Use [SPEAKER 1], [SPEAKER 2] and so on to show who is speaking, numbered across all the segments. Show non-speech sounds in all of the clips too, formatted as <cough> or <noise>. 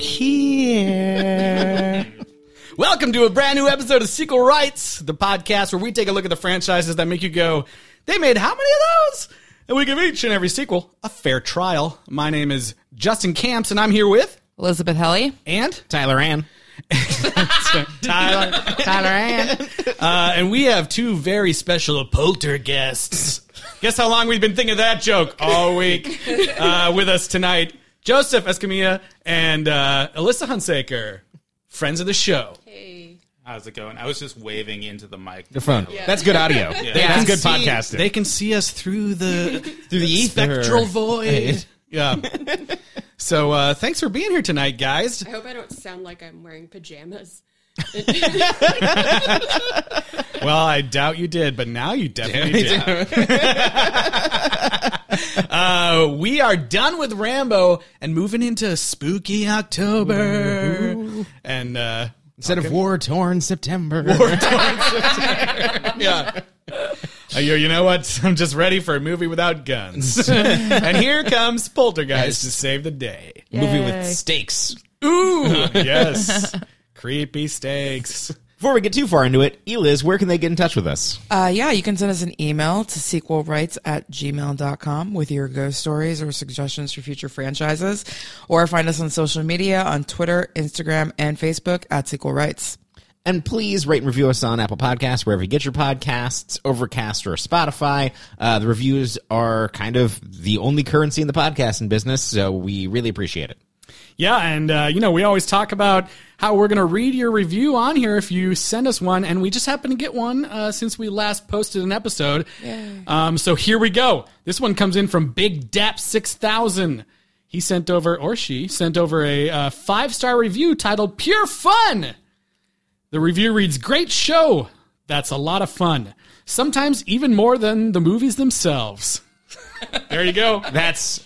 [SPEAKER 1] here.
[SPEAKER 2] <laughs> Welcome to a brand new episode of Sequel Rights, the podcast where we take a look at the franchises that make you go, they made how many of those? And we give each and every sequel a fair trial. My name is Justin Camps, and I'm here with
[SPEAKER 3] Elizabeth Helly.
[SPEAKER 2] and
[SPEAKER 1] Tyler Ann.
[SPEAKER 2] <laughs> Tyler.
[SPEAKER 3] Tyler Ann.
[SPEAKER 2] Uh, and we have two very special poltergeists. Guess how long we've been thinking of that joke all week uh, with us tonight? Joseph Escamilla and uh, Alyssa Hunsaker, friends of the show.
[SPEAKER 4] How's it going? I was just waving into the mic.
[SPEAKER 1] The phone. That's good audio. That's good
[SPEAKER 2] See-
[SPEAKER 1] podcasting.
[SPEAKER 2] They can see us through the
[SPEAKER 1] through the
[SPEAKER 2] spectral void. Yeah. So uh, thanks for being here tonight, guys.
[SPEAKER 5] I hope I don't sound like I'm wearing pajamas.
[SPEAKER 2] Well, I doubt you did, but now you definitely did. <laughs> uh, we are done with Rambo and moving into spooky October. And uh,
[SPEAKER 1] Instead of war torn September.
[SPEAKER 2] yeah. Uh, you, you know what? <laughs> I'm just ready for a movie without guns. and here comes Poltergeist to save the day.
[SPEAKER 1] Movie with stakes.
[SPEAKER 2] Ooh, <laughs> yes. Creepy steaks.
[SPEAKER 1] Before we get too far into it, Eliz, where can they get in touch with us?
[SPEAKER 3] Uh, yeah, you can send us an email to sequelrights at gmail.com with your ghost stories or suggestions for future franchises, or find us on social media on Twitter, Instagram, and Facebook at Sequel Rights.
[SPEAKER 1] And please rate and review us on Apple Podcasts, wherever you get your podcasts, Overcast or Spotify. Uh, the reviews are kind of the only currency in the podcasting business, so we really appreciate it.
[SPEAKER 2] Yeah, and uh, you know we always talk about how we're going to read your review on here if you send us one, and we just happened to get one uh, since we last posted an episode. Um, so here we go. This one comes in from Big Dap Six Thousand. He sent over, or she sent over a uh, five star review titled "Pure Fun." The review reads, Great show. That's a lot of fun. Sometimes even more than the movies themselves. <laughs> there you go. No,
[SPEAKER 1] That's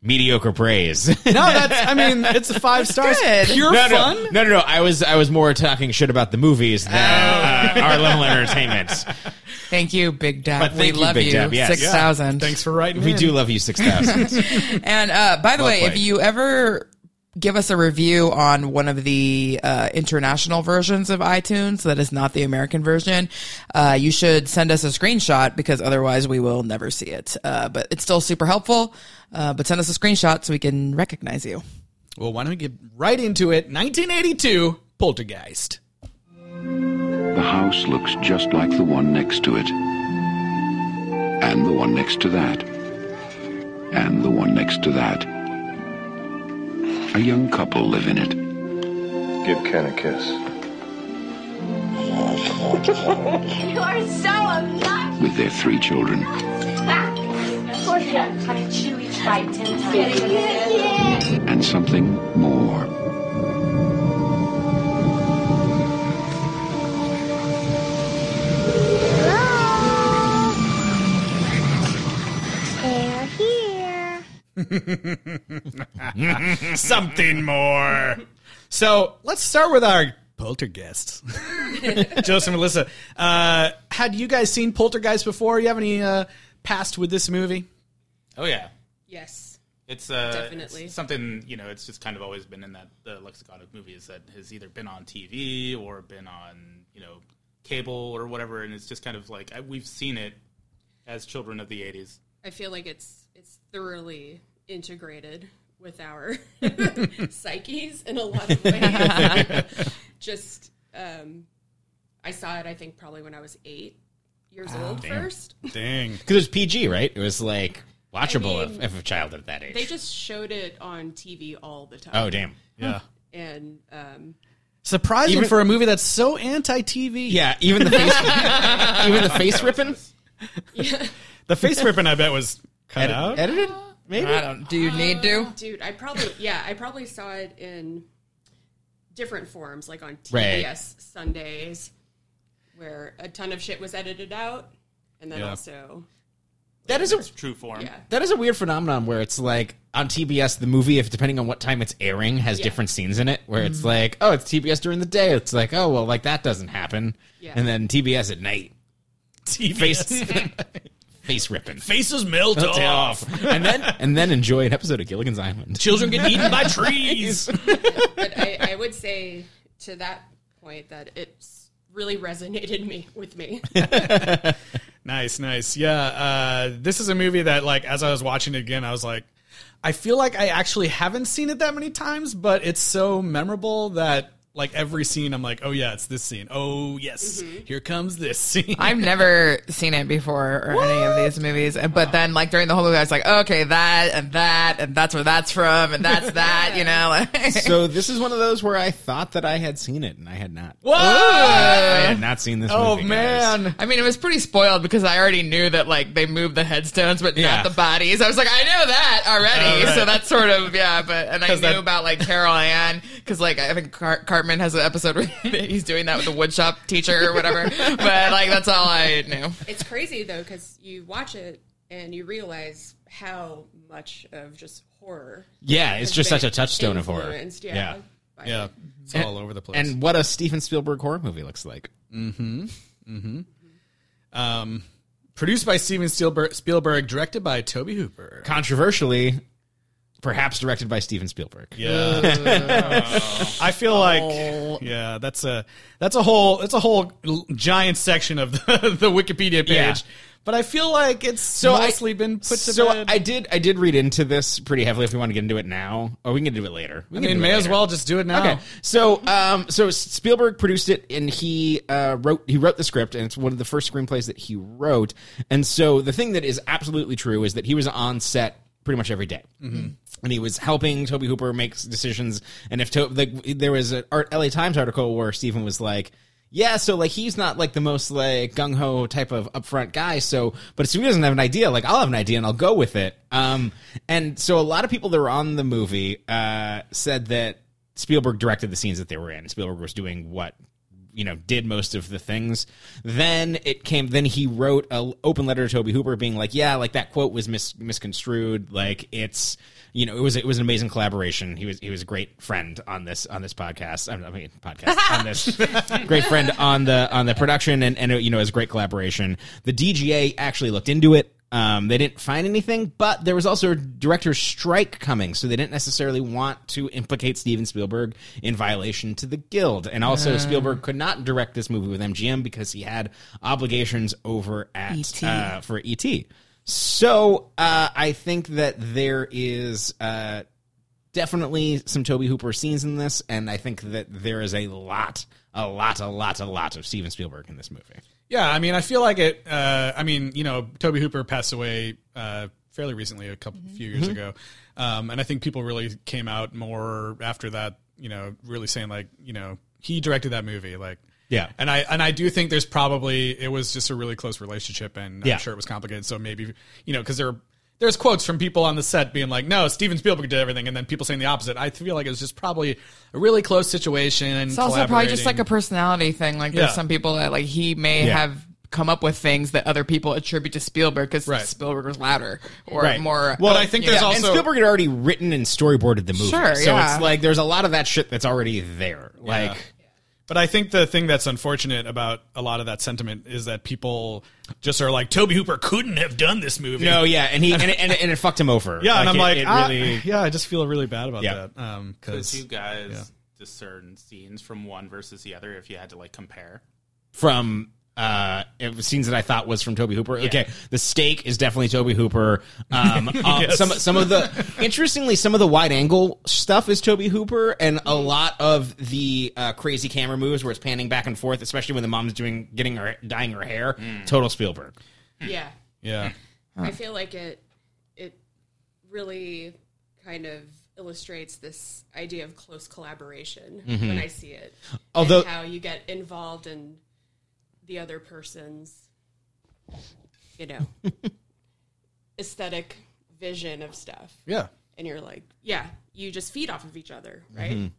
[SPEAKER 1] mediocre praise. <laughs>
[SPEAKER 2] that's, I mean, it's a five stars.
[SPEAKER 3] Good.
[SPEAKER 2] Pure
[SPEAKER 1] no,
[SPEAKER 2] fun.
[SPEAKER 1] No, no, no, no. I was I was more talking shit about the movies than uh, our level <laughs> of entertainment.
[SPEAKER 3] Thank you, Big
[SPEAKER 1] But
[SPEAKER 3] Dab. We
[SPEAKER 1] thank you,
[SPEAKER 3] love
[SPEAKER 1] Big
[SPEAKER 3] you,
[SPEAKER 1] Dab, yes.
[SPEAKER 3] 6,000.
[SPEAKER 2] Thanks for writing.
[SPEAKER 1] We
[SPEAKER 2] in.
[SPEAKER 1] do love you, six thousand. <laughs>
[SPEAKER 3] And uh, by the way, if
[SPEAKER 1] played.
[SPEAKER 3] you ever give us a review on one of the uh, international versions of iTunes that is not the American version, uh, you should send us a screenshot because otherwise we will never see it. Uh, but it's still super helpful. Uh, but send us a screenshot so we can recognize you.
[SPEAKER 2] Well, why don't we get right into it? 1982 Poltergeist.
[SPEAKER 6] The house looks just like the one next to it. And the one next to that. And the one next to that. A young couple live in it.
[SPEAKER 7] Give Ken a kiss.
[SPEAKER 8] You are so obnoxious.
[SPEAKER 6] with their three children.
[SPEAKER 8] Of course you have to try to chew each bite ten times.
[SPEAKER 6] And something more.
[SPEAKER 8] They're here.
[SPEAKER 2] Something more. <laughs>
[SPEAKER 1] Oh,
[SPEAKER 2] So let's start with our poltergeists. Joseph and Melissa, uh, had you guys seen Poltergeist before? You have any uh, past with this movie?
[SPEAKER 4] Oh yeah,
[SPEAKER 5] Yes.
[SPEAKER 4] it's uh,
[SPEAKER 5] Definitely.
[SPEAKER 4] it's something you know. It's just kind of always been in that the lexicon of movies that has either been on TV or been on you know cable or whatever, and it's just kind of like I, we've seen it as children of the '80s.
[SPEAKER 5] I feel like it's it's thoroughly integrated with
[SPEAKER 1] <laughs>
[SPEAKER 5] our psyches in a lot of ways.
[SPEAKER 1] <laughs>
[SPEAKER 5] Just um, I saw it I think probably when I was 8 years
[SPEAKER 1] Ah,
[SPEAKER 5] old first.
[SPEAKER 2] Dang.
[SPEAKER 1] Because it was PG, right? It was like watchable
[SPEAKER 5] I mean,
[SPEAKER 1] if, if a child at that age.
[SPEAKER 5] They just showed it on TV all the time.
[SPEAKER 1] oh damn.
[SPEAKER 2] Yeah.
[SPEAKER 5] And um,
[SPEAKER 2] Surprising
[SPEAKER 1] Even-
[SPEAKER 2] for a movie that's so anti TV.
[SPEAKER 1] Yeah, even the face, <laughs> even the face ripping,
[SPEAKER 2] The face ripping, I bet, was cut out.
[SPEAKER 1] Edi- edited, maybe.
[SPEAKER 3] I don't. Do you need to?
[SPEAKER 5] dude, I probably yeah, I probably saw it in different forms like on TBS
[SPEAKER 1] Right.
[SPEAKER 5] Sundays where a ton of shit was edited out and then
[SPEAKER 2] Yeah.
[SPEAKER 5] also
[SPEAKER 1] That is a
[SPEAKER 4] It's true form.
[SPEAKER 5] yeah.
[SPEAKER 1] that is a weird phenomenon where it's like on TBS the movie, if depending on what time it's airing, has
[SPEAKER 5] Yeah. Mm-hmm.
[SPEAKER 1] different scenes in it. Where it's like, oh, it's TBS during the day. It's like, oh well, like that doesn't happen.
[SPEAKER 5] Yeah.
[SPEAKER 1] And then TBS at night,
[SPEAKER 2] Face,
[SPEAKER 1] <laughs> face ripping,
[SPEAKER 2] faces melt oh.
[SPEAKER 1] Oh.
[SPEAKER 2] off. <laughs>
[SPEAKER 1] and then and then enjoy an episode of Gilligan's Island.
[SPEAKER 2] Children get eaten by trees.
[SPEAKER 5] But I, I would say to that point that it's really resonated me with
[SPEAKER 1] <laughs>
[SPEAKER 5] me.
[SPEAKER 2] Nice, nice. Yeah, uh, this is a movie that, like, as I was watching it again, I was like, I feel like I actually haven't seen it that many times, but it's so memorable that, like, every scene I'm like, oh, yeah, it's this scene. Oh, yes, here comes this scene.
[SPEAKER 3] I've never seen it before or any of these movies. And- But then, like during the whole movie, I was like, okay, that and that and that's where that's from and that's that. You know, like, <laughs>
[SPEAKER 1] so this is one of those where I thought that I had seen it and I had not.
[SPEAKER 2] What?
[SPEAKER 1] I had not seen this.
[SPEAKER 2] Oh,
[SPEAKER 1] movie, guys.
[SPEAKER 2] man.
[SPEAKER 3] I mean, it was pretty spoiled because I already knew that like they moved the headstones, but
[SPEAKER 2] Yeah.
[SPEAKER 3] not the bodies. I was like, I know that already.
[SPEAKER 2] Oh, right.
[SPEAKER 3] So that's sort of yeah. But and I knew
[SPEAKER 2] 'Cause that-
[SPEAKER 3] about like Carol Ann because like I think Car- Cartman has an episode where <laughs> he's doing that with the woodshop teacher or whatever. but like that's all I knew.
[SPEAKER 5] it's crazy though because you watch it and you realize how much of just horror.
[SPEAKER 1] Yeah, it's
[SPEAKER 5] has
[SPEAKER 1] just
[SPEAKER 5] been
[SPEAKER 1] such a touchstone of horror.
[SPEAKER 5] influenced, Yeah. by
[SPEAKER 2] Yeah,
[SPEAKER 5] it.
[SPEAKER 2] it's all over the place.
[SPEAKER 1] And what a Steven Spielberg horror movie looks like.
[SPEAKER 2] produced by Steven Spielberg, Spielberg, directed by Toby Hooper.
[SPEAKER 1] Controversially, perhaps directed by Steven Spielberg.
[SPEAKER 2] Yeah. I feel like yeah, that's a that's a whole it's a whole l- giant section of <laughs> the, the Wikipedia page.
[SPEAKER 1] Yeah.
[SPEAKER 2] But I feel like it's
[SPEAKER 1] I-
[SPEAKER 2] mostly been put to
[SPEAKER 1] so
[SPEAKER 2] bed.
[SPEAKER 1] I did. I did read into this pretty heavily. If we want to get into it now, or we can do it later. We
[SPEAKER 2] I
[SPEAKER 1] can
[SPEAKER 2] mean,
[SPEAKER 1] do it
[SPEAKER 2] may as
[SPEAKER 1] later.
[SPEAKER 2] well just do it now.
[SPEAKER 1] Okay. So, um, so Spielberg produced it, and he uh, wrote he wrote the script, and it's one of the first screenplays that he wrote. And so, the thing that is absolutely true is that he was on set pretty much every day. And he was helping Toby Hooper make decisions. And if to- like, there was an Art LA Times article where Stephen was like, "Yeah, so like he's not like the most like gung ho type of upfront guy. So, but if he doesn't have an idea, like I'll have an idea and I'll go with it." Um, and so a lot of people that were on the movie uh, said that Spielberg directed the scenes that they were in. Spielberg was doing what you know did most of the things. Then it came. Then he wrote a l- open letter to Toby Hooper, being like, "Yeah, like that quote was mis- misconstrued. Like it's you know it was it was an amazing collaboration. He was he was a great friend on this on this podcast. I mean podcast on this great friend on the on the production and and you know it was a great collaboration. The DGA actually looked into it. Um, they didn't find anything, but there was also a director's strike coming, so they didn't necessarily want to implicate Steven Spielberg in violation to the guild. And also, Spielberg could not direct this movie with MGM because he had obligations over at
[SPEAKER 3] E.T..
[SPEAKER 1] Uh, for ET. So uh, I think that there is uh, definitely some Toby Hooper scenes in this, and I think that there is a lot, a lot, a lot, a lot of Steven Spielberg in this movie.
[SPEAKER 2] Yeah, I mean, I feel like it. Uh, I mean, you know, Toby Hooper passed away uh, fairly recently, a couple
[SPEAKER 3] Mm-hmm.
[SPEAKER 2] few
[SPEAKER 1] Mm-hmm.
[SPEAKER 2] years ago, um, and I think people really came out more after that. You know, really saying like, you know, he directed that movie, like.
[SPEAKER 1] Yeah.
[SPEAKER 2] and I and I do think there's probably it was just a really close relationship, and
[SPEAKER 1] Yeah.
[SPEAKER 2] I'm sure it was complicated. So maybe you know because there were, there's quotes from people on the set being like, "No, Steven Spielberg did everything," and then people saying the opposite. I feel like it was just probably a really close situation. And
[SPEAKER 3] It's also probably just like
[SPEAKER 2] collaborating.
[SPEAKER 3] a personality thing. Like there's
[SPEAKER 2] Yeah.
[SPEAKER 3] some people that like he may
[SPEAKER 1] Yeah.
[SPEAKER 3] have come up with things that other people attribute to Spielberg because
[SPEAKER 2] Right.
[SPEAKER 3] Spielberg was louder or
[SPEAKER 1] Right.
[SPEAKER 3] more. oh,
[SPEAKER 2] Well, I think
[SPEAKER 3] you
[SPEAKER 2] there's
[SPEAKER 3] know.
[SPEAKER 2] also-
[SPEAKER 1] and Spielberg had already written and storyboarded the movie,
[SPEAKER 3] Sure,
[SPEAKER 1] so
[SPEAKER 3] yeah.
[SPEAKER 1] it's like there's a lot of that shit that's already there. Like,
[SPEAKER 2] But I think the thing that's unfortunate about a lot of that sentiment is that people just are like, Toby Hooper couldn't have done this movie.
[SPEAKER 1] no, yeah, and he and it, and, it, and it fucked him over.
[SPEAKER 2] Yeah, and I'm like,
[SPEAKER 1] it- it
[SPEAKER 2] "Ah,
[SPEAKER 1] really-
[SPEAKER 2] yeah, I just feel really bad about
[SPEAKER 1] Yeah.
[SPEAKER 2] that. Um,
[SPEAKER 4] Could
[SPEAKER 2] because
[SPEAKER 4] you guys discern scenes from one versus the other if you had to like compare?
[SPEAKER 1] from uh it was scenes that I thought was from Toby Hooper. Okay, the steak is definitely Toby Hooper. Um, uh, some some of the interestingly some of the wide angle stuff is Toby Hooper, and a lot of the uh, crazy camera moves where it's panning back and forth, especially when the mom's doing getting her dyeing her hair, total Spielberg.
[SPEAKER 5] Yeah.
[SPEAKER 2] yeah,
[SPEAKER 5] I feel like it it really kind of illustrates this idea of close collaboration when I see it. and
[SPEAKER 1] Mm-hmm. Although-
[SPEAKER 5] how you get involved in the other person's you know
[SPEAKER 1] <laughs>
[SPEAKER 5] aesthetic vision of stuff.
[SPEAKER 2] yeah,
[SPEAKER 5] And you're like, yeah, you just feed off of each other,
[SPEAKER 1] Mm-hmm.
[SPEAKER 5] right?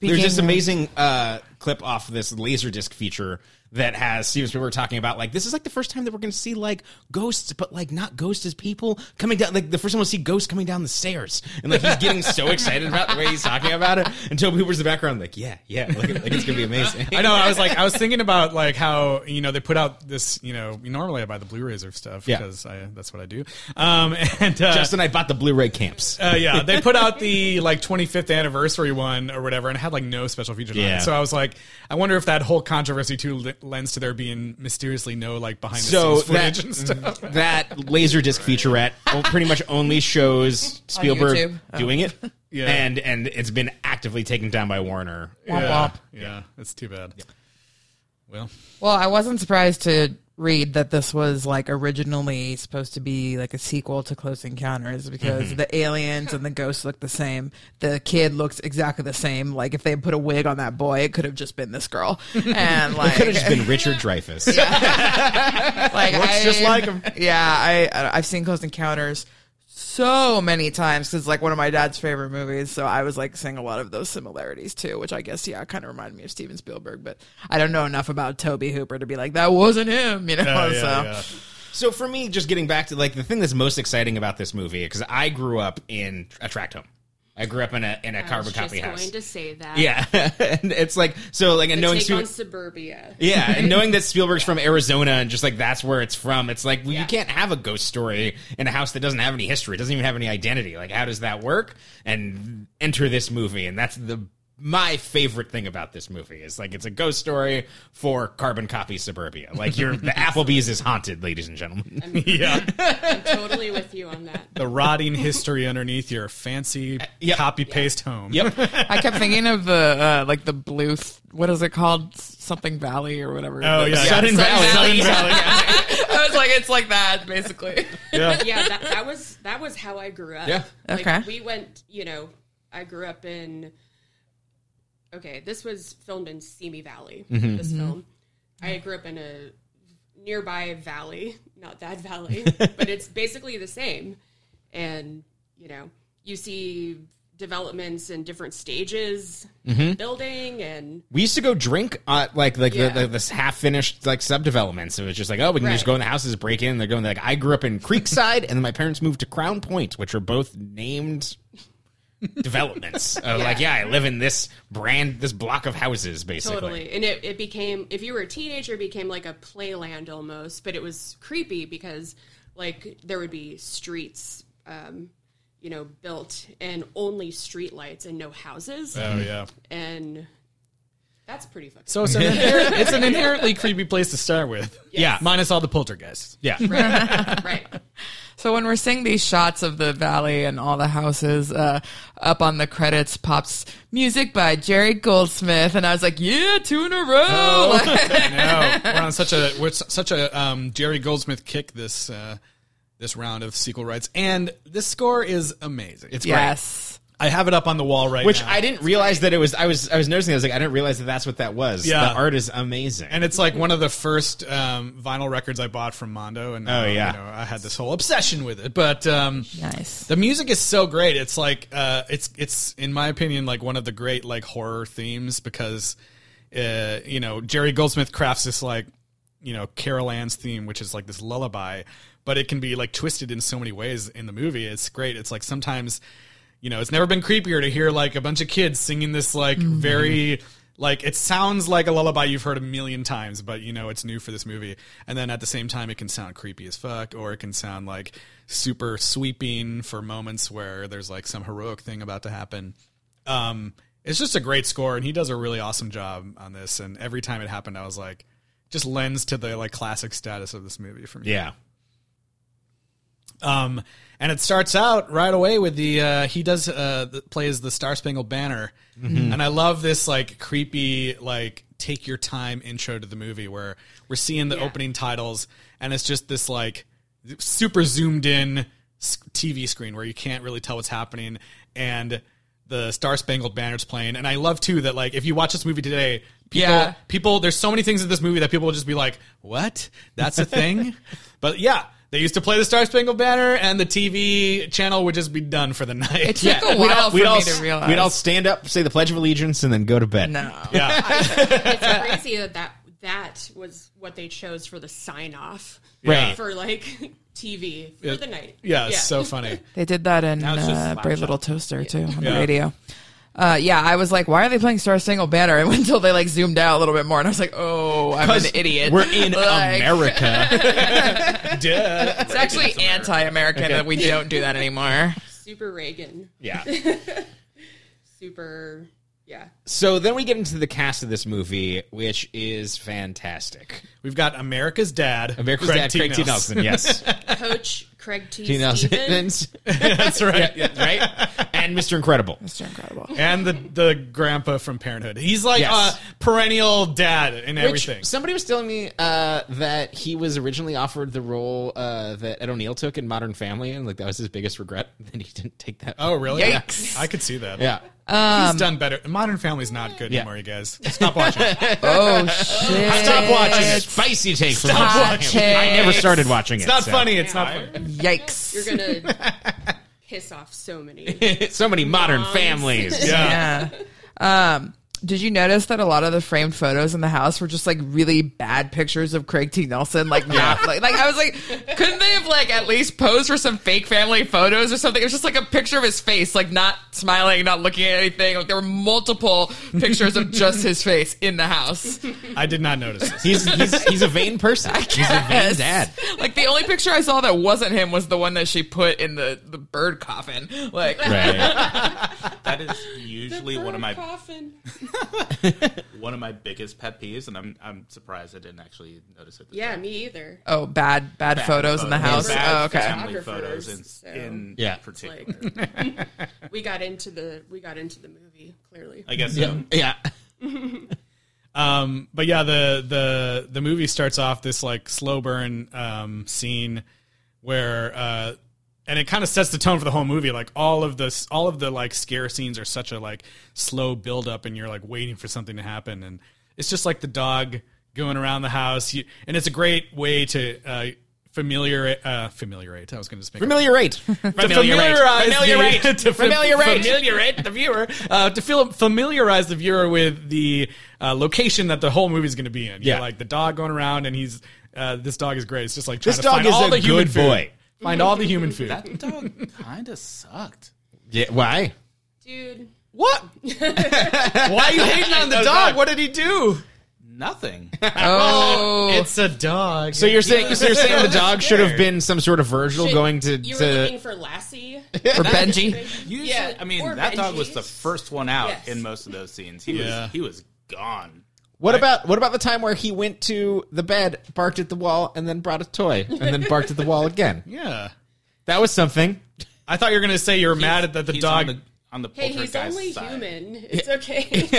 [SPEAKER 1] There's this
[SPEAKER 3] Speaking of-
[SPEAKER 1] amazing uh, clip off this Laserdisc feature that has Steven Spielberg talking about like this is like the first time that we're going to see like ghosts, but like not ghosts as people coming down. Like the first time we'll see ghosts coming down the stairs, and like he's getting so excited about the way he's talking about it. And Toby Hooper's in the background, like yeah, yeah, like, like it's going to be amazing.
[SPEAKER 2] I know. I was like, I was thinking about like how you know they put out this. You know, normally I buy the Blu-rays of stuff
[SPEAKER 1] Yeah.
[SPEAKER 2] because I, that's what I do. Um, <laughs> and uh,
[SPEAKER 1] Justin, I bought the Blu-ray camps.
[SPEAKER 2] uh, yeah, they put out the like 25th anniversary one or whatever, and it had like no special features. On
[SPEAKER 1] Yeah.
[SPEAKER 2] it. So I was like, I wonder if that whole controversy too l- lends to there being mysteriously no like behind the
[SPEAKER 1] so
[SPEAKER 2] scenes footage <laughs>
[SPEAKER 1] that
[SPEAKER 2] and stuff.
[SPEAKER 1] that laserdisc featurette o- pretty much only shows Spielberg
[SPEAKER 3] YouTube. Oh.
[SPEAKER 1] doing it,
[SPEAKER 2] Yeah.
[SPEAKER 1] and and it's been actively taken down by Warner.
[SPEAKER 2] yeah, yeah, it's too bad. Well,
[SPEAKER 3] Well, I wasn't surprised to read that this was like originally supposed to be like a sequel to Close Encounters because
[SPEAKER 1] Mm-hmm.
[SPEAKER 3] the aliens and the ghosts look the same. The kid looks exactly the same. Like if they had put a wig on that boy, it could have just been this
[SPEAKER 1] <laughs>
[SPEAKER 3] girl. And like
[SPEAKER 1] Could have just been Richard Dreyfuss.
[SPEAKER 3] like
[SPEAKER 1] <laughs>
[SPEAKER 3] I,
[SPEAKER 1] Looks just like him.
[SPEAKER 3] Yeah, I I- I've seen Close Encounters so many times because like one of my dad's favorite movies. So I was like seeing a lot of those similarities too, which I guess yeah, kind of reminded me of Steven Spielberg. But I don't know enough about Toby Hooper to be like that wasn't him, you know.
[SPEAKER 2] yeah,
[SPEAKER 3] so
[SPEAKER 2] yeah, yeah.
[SPEAKER 1] So for me, just getting back to like the thing that's most exciting about this movie, because I grew up in a tract home. I grew up in a in a
[SPEAKER 5] I was
[SPEAKER 1] carbon
[SPEAKER 5] just
[SPEAKER 1] copy
[SPEAKER 5] going
[SPEAKER 1] house.
[SPEAKER 5] to say that.
[SPEAKER 1] yeah, <laughs> and it's like so like and
[SPEAKER 5] The
[SPEAKER 1] knowing
[SPEAKER 5] take
[SPEAKER 1] Stu-
[SPEAKER 5] on suburbia.
[SPEAKER 1] <laughs> yeah, and knowing that Spielberg's from Arizona and just like that's where it's from, it's like well, you
[SPEAKER 5] Yeah.
[SPEAKER 1] can't have a ghost story in a house that doesn't have any history, it doesn't even have any identity. Like, how does that work? And enter this movie, and that's the my favorite thing about this movie is like it's a ghost story for carbon copy suburbia. Like, you're
[SPEAKER 5] <laughs>
[SPEAKER 1] the Applebee's is haunted, ladies and gentlemen.
[SPEAKER 5] I'm totally with you on that.
[SPEAKER 2] the rotting history underneath your fancy
[SPEAKER 1] yep.
[SPEAKER 2] copy paste home.
[SPEAKER 1] Yep.
[SPEAKER 3] I kept thinking of the uh, like the blue. what is it called? S- Something Valley or whatever.
[SPEAKER 2] Oh yeah,
[SPEAKER 1] Sudden
[SPEAKER 2] yeah.
[SPEAKER 1] Valley.
[SPEAKER 2] Sudden Valley.
[SPEAKER 3] <laughs> I was like, it's like that basically.
[SPEAKER 2] yeah.
[SPEAKER 5] yeah, that, that was that was how I grew up.
[SPEAKER 1] Yeah.
[SPEAKER 5] Like,
[SPEAKER 3] Okay.
[SPEAKER 5] We went, you know, I grew up in. Okay, this was filmed in Simi Valley. This film, I grew up in a nearby valley, not that valley, but it's basically the same. And you know, you see developments in different stages, building, and
[SPEAKER 1] We used to go drink at like like
[SPEAKER 5] Yeah.
[SPEAKER 1] the, the, this half finished like subdevelopment. So it was just like, oh, we can just
[SPEAKER 5] Right.
[SPEAKER 1] go in the houses, break in. They're going like I grew up in Creekside, and then my parents moved to Crown Point, which are both named
[SPEAKER 5] <laughs>
[SPEAKER 1] developments. Uh, Like, yeah, I live in this brand, this block of houses, basically.
[SPEAKER 5] Totally. And it, it became, if you were a teenager, it became like a playland almost, but it was creepy because, like, there would be streets, um, you know, built and only street lights and no houses.
[SPEAKER 2] Oh yeah.
[SPEAKER 5] And that's pretty fucking.
[SPEAKER 2] So it's
[SPEAKER 1] <laughs>
[SPEAKER 2] an, inherent, it's an inherently creepy place to start with.
[SPEAKER 1] Yeah.
[SPEAKER 2] Minus all the poltergeists. <laughs>
[SPEAKER 1] Yeah,
[SPEAKER 5] right.
[SPEAKER 3] So when we're seeing these shots of the valley and all the houses, uh, up on the credits pops music by Jerry Goldsmith, and I was like, "Yeah, two in a row!"
[SPEAKER 2] Oh, No, we're on such a we're s- such a um, Jerry Goldsmith kick this uh, this round of sequel rights, and this score is amazing.
[SPEAKER 1] it's great.
[SPEAKER 3] yes,
[SPEAKER 2] I have it up on the wall right
[SPEAKER 1] Which
[SPEAKER 2] now,
[SPEAKER 1] I didn't realize that it was. I was I was noticing. I was like, I didn't realize that that's what that was.
[SPEAKER 2] Yeah.
[SPEAKER 1] the art is amazing.
[SPEAKER 2] and it's like one of the first um, vinyl records I bought from Mondo, and
[SPEAKER 1] Oh,
[SPEAKER 2] uh,
[SPEAKER 1] yeah.
[SPEAKER 2] you know, I had this whole obsession with it. But um,
[SPEAKER 3] nice.
[SPEAKER 2] The music is so great. It's like uh, it's it's in my opinion like one of the great like horror themes because uh, you know Jerry Goldsmith crafts this like you know Carol Ann's theme, which is like this lullaby, but it can be like twisted in so many ways in the movie. It's great. It's like sometimes you know it's never been creepier to hear like a bunch of kids singing this like very like it sounds like a lullaby you've heard a million times but you know it's new for this movie and then at the same time it can sound creepy as fuck or it can sound like super sweeping for moments where there's like some heroic thing about to happen um it's just a great score and he does a really awesome job on this and every time it happened i was like just lends to the like classic status of this movie for me
[SPEAKER 1] yeah,
[SPEAKER 2] um, and it starts out right away with the uh, he does uh, the, plays the Star Spangled Banner, and I love this like creepy like take your time intro to the movie where we're seeing the opening titles, and it's just this like super zoomed in s- TV screen where you can't really tell what's happening, and the Star Spangled Banner's playing, and I love too that like if you watch this movie today. People,
[SPEAKER 3] Yeah.
[SPEAKER 2] people, there's so many things in this movie that people will just be like, "What? That's a
[SPEAKER 1] <laughs>
[SPEAKER 2] thing?" but yeah, they used to play the Star Spangled Banner, and the TV channel would just be done for the night.
[SPEAKER 3] It took a while for me to
[SPEAKER 2] Uh,
[SPEAKER 3] realize.
[SPEAKER 1] we'd all stand up, say the Pledge of Allegiance, and then go to bed.
[SPEAKER 3] no,
[SPEAKER 2] yeah,
[SPEAKER 5] It's crazy that, that that was what they chose for the sign off
[SPEAKER 2] Right.
[SPEAKER 5] for like <laughs> TV for
[SPEAKER 2] Yeah.
[SPEAKER 5] the night.
[SPEAKER 2] Yeah, it's so
[SPEAKER 1] <laughs>
[SPEAKER 2] funny.
[SPEAKER 3] They did that in
[SPEAKER 4] Now it's just
[SPEAKER 3] uh,
[SPEAKER 4] Slapshot.
[SPEAKER 3] Brave Little Toaster too on
[SPEAKER 2] Yeah.
[SPEAKER 3] the radio. Uh, yeah, I was like, why are they playing Star Single Banner? <laughs> until they like zoomed out a little bit more, and I was like, oh, I'm an idiot.
[SPEAKER 1] We're
[SPEAKER 3] <laughs>
[SPEAKER 1] in
[SPEAKER 3] Like,
[SPEAKER 1] America.
[SPEAKER 2] Duh.
[SPEAKER 3] It's actually anti-American that we don't do that anymore.
[SPEAKER 5] Super Reagan.
[SPEAKER 1] <laughs> yeah.
[SPEAKER 5] Super. Yeah.
[SPEAKER 1] So then we get into the cast of this movie, which is fantastic.
[SPEAKER 2] <laughs> We've got America's dad.
[SPEAKER 1] America's dad, Craig T. Nelson, <laughs> yes.
[SPEAKER 5] Coach Craig T.
[SPEAKER 1] T. <laughs>
[SPEAKER 5] Stevens.
[SPEAKER 2] <laughs>
[SPEAKER 1] Nelson,
[SPEAKER 2] That's right.
[SPEAKER 1] right? And Mr. Incredible.
[SPEAKER 3] It's incredible.
[SPEAKER 2] And the the grandpa from Parenthood. He's like
[SPEAKER 1] Yes.
[SPEAKER 2] a perennial dad in everything.
[SPEAKER 1] Which, somebody was telling me uh, that he was originally offered the role uh, that Ed O'Neill took in Modern Family, and like that was his biggest regret <laughs> that he didn't take that.
[SPEAKER 2] Oh, really?
[SPEAKER 3] Yikes.
[SPEAKER 2] Yeah. I could see that.
[SPEAKER 1] yeah.
[SPEAKER 3] Uh,
[SPEAKER 1] Um,
[SPEAKER 2] He's done better. Modern Family's not good
[SPEAKER 1] Yeah.
[SPEAKER 2] anymore, you guys. Stop watching. it.
[SPEAKER 3] Oh shit!
[SPEAKER 1] Stop watching it. Spicy take. from
[SPEAKER 3] Stop
[SPEAKER 1] Modern
[SPEAKER 3] watching
[SPEAKER 1] Family.
[SPEAKER 3] it.
[SPEAKER 1] I never started watching
[SPEAKER 2] It's
[SPEAKER 1] it.
[SPEAKER 2] not
[SPEAKER 1] so.
[SPEAKER 2] funny. It's not funny.
[SPEAKER 3] Yikes!
[SPEAKER 5] You're gonna piss off so many.
[SPEAKER 1] <laughs> so many modern
[SPEAKER 5] Moms.
[SPEAKER 1] families.
[SPEAKER 2] Yeah.
[SPEAKER 3] Yeah. Um, did you notice that a lot of the framed photos in the house were just like really bad pictures of Craig T. Nelson? Like, not like, like I was like, couldn't they have like at least posed for some fake family photos or something? It was just like a picture of his face, like not smiling, not looking at anything. Like there were multiple pictures of just his face in the house.
[SPEAKER 2] I did not notice this.
[SPEAKER 1] He's, he's he's a vain person. He's a vain
[SPEAKER 3] Yes. <laughs>
[SPEAKER 1] dad.
[SPEAKER 3] Like the only picture I saw that wasn't him was the one that she put in the the bird coffin. Like,
[SPEAKER 1] Right.
[SPEAKER 5] <laughs>
[SPEAKER 4] That is usually one of my
[SPEAKER 5] coffin.
[SPEAKER 4] one of my biggest pet peeves, and I'm I'm surprised I didn't actually notice it. this
[SPEAKER 5] Yeah,
[SPEAKER 4] time.
[SPEAKER 5] me either.
[SPEAKER 3] oh, bad bad, photos in the house.
[SPEAKER 4] Bad
[SPEAKER 3] Oh, okay.
[SPEAKER 4] family photos in,
[SPEAKER 5] So-
[SPEAKER 4] in
[SPEAKER 1] Yeah.
[SPEAKER 4] particular.
[SPEAKER 5] We got into the we got into the movie clearly.
[SPEAKER 4] I guess so.
[SPEAKER 1] <laughs> yeah.
[SPEAKER 2] Um, but yeah, the the the movie starts off this like slow burn um, scene where, uh, and it kind of sets the tone for the whole movie. Like all of this, all of the like scare scenes are such a like slow build up, and you're like waiting for something to happen, and it's just like the dog going around the house, you, and it's a great way to uh, familiar uh, familiarate. I was going to speak
[SPEAKER 1] Familiarate.
[SPEAKER 2] to familiarize
[SPEAKER 1] Familiarate.
[SPEAKER 2] the, <laughs> to fa-
[SPEAKER 1] Familiarate.
[SPEAKER 2] familiarate the viewer uh, to feel, familiarize the viewer with the uh, location that the whole movie's going to be in. You
[SPEAKER 1] Yeah.
[SPEAKER 2] know, like the dog going around, and he's uh, this dog is great. It's just like trying
[SPEAKER 1] This
[SPEAKER 2] to
[SPEAKER 1] dog
[SPEAKER 2] find
[SPEAKER 1] is
[SPEAKER 2] all
[SPEAKER 1] a
[SPEAKER 2] the human
[SPEAKER 1] good
[SPEAKER 2] food.
[SPEAKER 1] boy.
[SPEAKER 2] Find all the human
[SPEAKER 1] <laughs>
[SPEAKER 2] food.
[SPEAKER 4] That dog kind of sucked.
[SPEAKER 1] Yeah, why?
[SPEAKER 5] Dude,
[SPEAKER 2] what? Why are you hating on the dog? What did he do?
[SPEAKER 4] Nothing.
[SPEAKER 3] Oh,
[SPEAKER 2] It's a dog.
[SPEAKER 1] So you're saying so
[SPEAKER 2] <laughs>
[SPEAKER 1] you're saying the dog should have been some sort of Virgil
[SPEAKER 5] Shit,
[SPEAKER 1] going to
[SPEAKER 5] you
[SPEAKER 1] to
[SPEAKER 5] were looking for
[SPEAKER 1] <laughs>
[SPEAKER 5] Lassie.
[SPEAKER 3] for Benji.
[SPEAKER 4] Usually,
[SPEAKER 5] Yeah,
[SPEAKER 4] I mean
[SPEAKER 5] or
[SPEAKER 4] that dog was
[SPEAKER 5] Benji's.
[SPEAKER 4] the first one out
[SPEAKER 5] Yes.
[SPEAKER 4] in most of those scenes. He
[SPEAKER 2] Yeah.
[SPEAKER 4] was he was gone.
[SPEAKER 1] What about what about the time where he went to the bed, barked at the wall, and then brought a toy, and then barked at the wall again?
[SPEAKER 2] yeah.
[SPEAKER 1] That was something. <laughs>
[SPEAKER 2] I thought you were going to say you were mad at that the
[SPEAKER 4] He's
[SPEAKER 2] dog.
[SPEAKER 4] on the, on the
[SPEAKER 5] Hey, he's
[SPEAKER 4] poltergeist
[SPEAKER 5] only
[SPEAKER 4] side.
[SPEAKER 5] human. It's okay.
[SPEAKER 1] <laughs>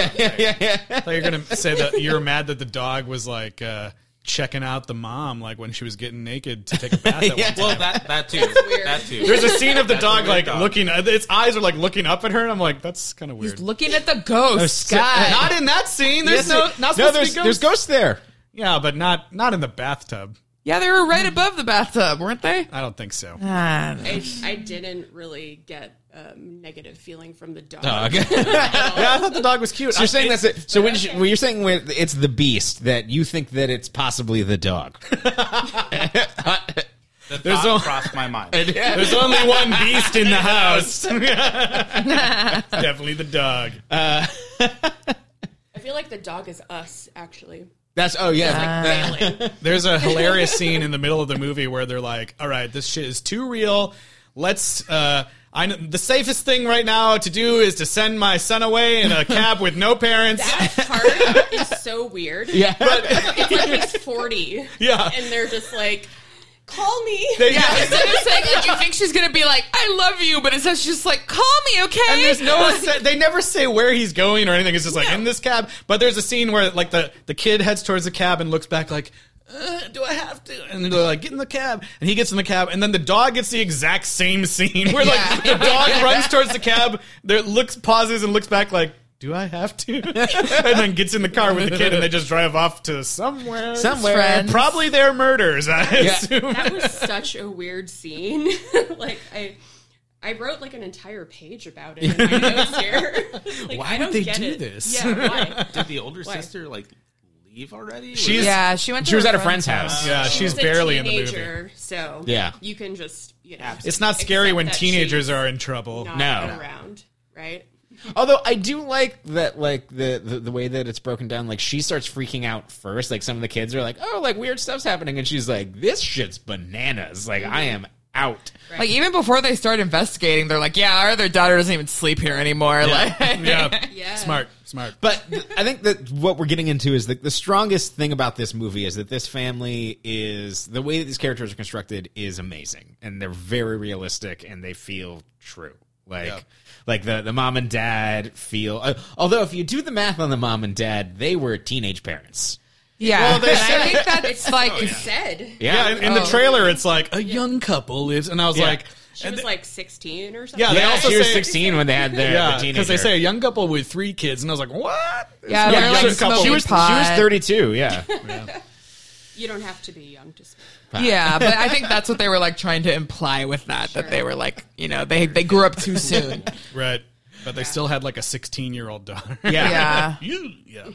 [SPEAKER 2] I thought you were going to say that you were mad that the dog was like. Uh, Checking out the mom, like when she was getting naked to take a bath.
[SPEAKER 1] <laughs>
[SPEAKER 2] At one time.
[SPEAKER 4] Well, that that too.
[SPEAKER 5] weird.
[SPEAKER 4] that too.
[SPEAKER 2] There's a scene of the
[SPEAKER 4] That's a
[SPEAKER 2] dog
[SPEAKER 4] weird
[SPEAKER 2] like
[SPEAKER 4] dog.
[SPEAKER 2] looking. uh, Its eyes are like looking up at her, and I'm like, that's kind of weird.
[SPEAKER 3] Looking at the ghost,
[SPEAKER 2] Oh,
[SPEAKER 3] God.
[SPEAKER 2] Not in that scene. There's
[SPEAKER 1] Yes,
[SPEAKER 2] no.
[SPEAKER 1] it-
[SPEAKER 2] Not supposed
[SPEAKER 1] no,
[SPEAKER 2] to be
[SPEAKER 1] there's
[SPEAKER 2] ghosts.
[SPEAKER 1] there's ghosts there.
[SPEAKER 2] Yeah, but not not in the bathtub.
[SPEAKER 3] Yeah, they were right above the bathtub, weren't they?
[SPEAKER 2] I don't think so.
[SPEAKER 5] I, I didn't really get um, negative feeling from the dog.
[SPEAKER 1] <laughs>
[SPEAKER 2] yeah, I thought the dog was cute.
[SPEAKER 1] So you're saying
[SPEAKER 2] I,
[SPEAKER 1] that's it. So when, you, when you're saying when it's the beast that you think that it's possibly the dog.
[SPEAKER 4] The
[SPEAKER 2] There's
[SPEAKER 4] thought
[SPEAKER 2] no-
[SPEAKER 4] crossed my mind.
[SPEAKER 2] There's only one beast in the
[SPEAKER 4] <laughs>
[SPEAKER 2] house. Definitely the dog.
[SPEAKER 5] I feel like the dog is us,
[SPEAKER 1] <laughs>
[SPEAKER 5] actually.
[SPEAKER 1] That's oh yeah.
[SPEAKER 2] There's a hilarious scene in the middle of the movie where they're like, "All right, this shit is too real. Let's." Uh, I know, the safest thing right now to do is to send my son away in a cab with no parents.
[SPEAKER 5] That
[SPEAKER 2] <laughs>
[SPEAKER 5] part is so weird.
[SPEAKER 1] yeah.
[SPEAKER 5] It's like he's 40.
[SPEAKER 2] Yeah.
[SPEAKER 5] And they're just like, call me. <laughs>
[SPEAKER 3] Yeah, instead of saying
[SPEAKER 2] <laughs>
[SPEAKER 3] like you think she's gonna be like, I love you, but instead she's just like, call me, okay?
[SPEAKER 2] And there's no, se- they never say where he's going or anything. It's just like in this cab. But there's a scene where like the the kid heads towards the cab and looks back like. Uh, do I have to? And they're like, get in the cab. And he gets in the cab, and then the dog gets the exact same scene where like the <laughs> dog runs towards the cab, there looks pauses and looks back like, do I have <laughs> to? and then gets in the car with the kid, and they just drive off to somewhere.
[SPEAKER 1] Somewhere.
[SPEAKER 3] Friends.
[SPEAKER 2] Probably their murders, I assume.
[SPEAKER 5] That was such a weird scene. <laughs> like, I. I wrote like an entire page about it in
[SPEAKER 2] <laughs>
[SPEAKER 5] my notes here. <laughs> Like,
[SPEAKER 2] Why
[SPEAKER 5] I
[SPEAKER 2] would
[SPEAKER 5] don't
[SPEAKER 2] they
[SPEAKER 5] get
[SPEAKER 2] do <laughs>
[SPEAKER 5] it.
[SPEAKER 2] this?
[SPEAKER 5] Yeah, why?
[SPEAKER 4] Did the older sister like leave already?
[SPEAKER 2] She's
[SPEAKER 3] yeah, she went. To
[SPEAKER 1] She was
[SPEAKER 3] her
[SPEAKER 1] at a friend's house.
[SPEAKER 2] yeah, she's
[SPEAKER 5] She's a
[SPEAKER 2] barely in the movie.
[SPEAKER 5] teenager, So
[SPEAKER 1] Yeah.
[SPEAKER 5] you can just you know.
[SPEAKER 2] It's not scary
[SPEAKER 5] accept
[SPEAKER 2] when
[SPEAKER 5] that
[SPEAKER 2] teenagers
[SPEAKER 5] she's
[SPEAKER 2] are in trouble.
[SPEAKER 5] not
[SPEAKER 1] No.
[SPEAKER 5] around, right?
[SPEAKER 1] Although I do like that, like the, the the way that it's broken down. Like she starts freaking out first. Like some of the kids are like, "Oh, like weird stuff's happening," and she's like, "This shit's bananas." Like I am out.
[SPEAKER 3] Like even before they start investigating, they're like, "Yeah, our other daughter doesn't even sleep here anymore." Like,
[SPEAKER 5] <laughs>
[SPEAKER 2] Yeah.
[SPEAKER 5] Yeah.
[SPEAKER 2] Smart, smart.
[SPEAKER 1] But th- I think that what we're getting into is the, the strongest thing about this movie is that this family is the way that these characters are constructed is amazing, and they're very realistic and they feel true. Like, like the the mom and dad feel. Uh, although if you do the math on the mom and dad, they were teenage parents.
[SPEAKER 3] yeah,
[SPEAKER 2] they
[SPEAKER 3] and I
[SPEAKER 2] <laughs>
[SPEAKER 3] think that's
[SPEAKER 5] It's
[SPEAKER 3] like,
[SPEAKER 5] like it said.
[SPEAKER 2] Oh, Yeah, in, in the
[SPEAKER 3] Oh.
[SPEAKER 2] trailer, it's like a young couple lives, and I was
[SPEAKER 1] Yeah.
[SPEAKER 2] like,
[SPEAKER 5] She was like 16 or something.
[SPEAKER 2] Yeah, they
[SPEAKER 1] Yeah,
[SPEAKER 2] also
[SPEAKER 1] she was
[SPEAKER 2] say-
[SPEAKER 1] 16 when they had their
[SPEAKER 2] yeah,
[SPEAKER 1] the teenager.
[SPEAKER 2] because they say a young couple with three kids, and I was like, what?
[SPEAKER 3] yeah, they're
[SPEAKER 2] young
[SPEAKER 3] like
[SPEAKER 2] couple.
[SPEAKER 3] smoking
[SPEAKER 1] she was
[SPEAKER 3] pot.
[SPEAKER 1] she was 32, <laughs> yeah.
[SPEAKER 5] You don't have to be young to smoke.
[SPEAKER 3] Yeah, but I think that's what they were like trying to imply with that that they were like, you know, they they grew up too soon.
[SPEAKER 2] Right, but they still had like a sixteen-year-old daughter. <laughs>
[SPEAKER 3] Yeah.
[SPEAKER 2] You- yeah.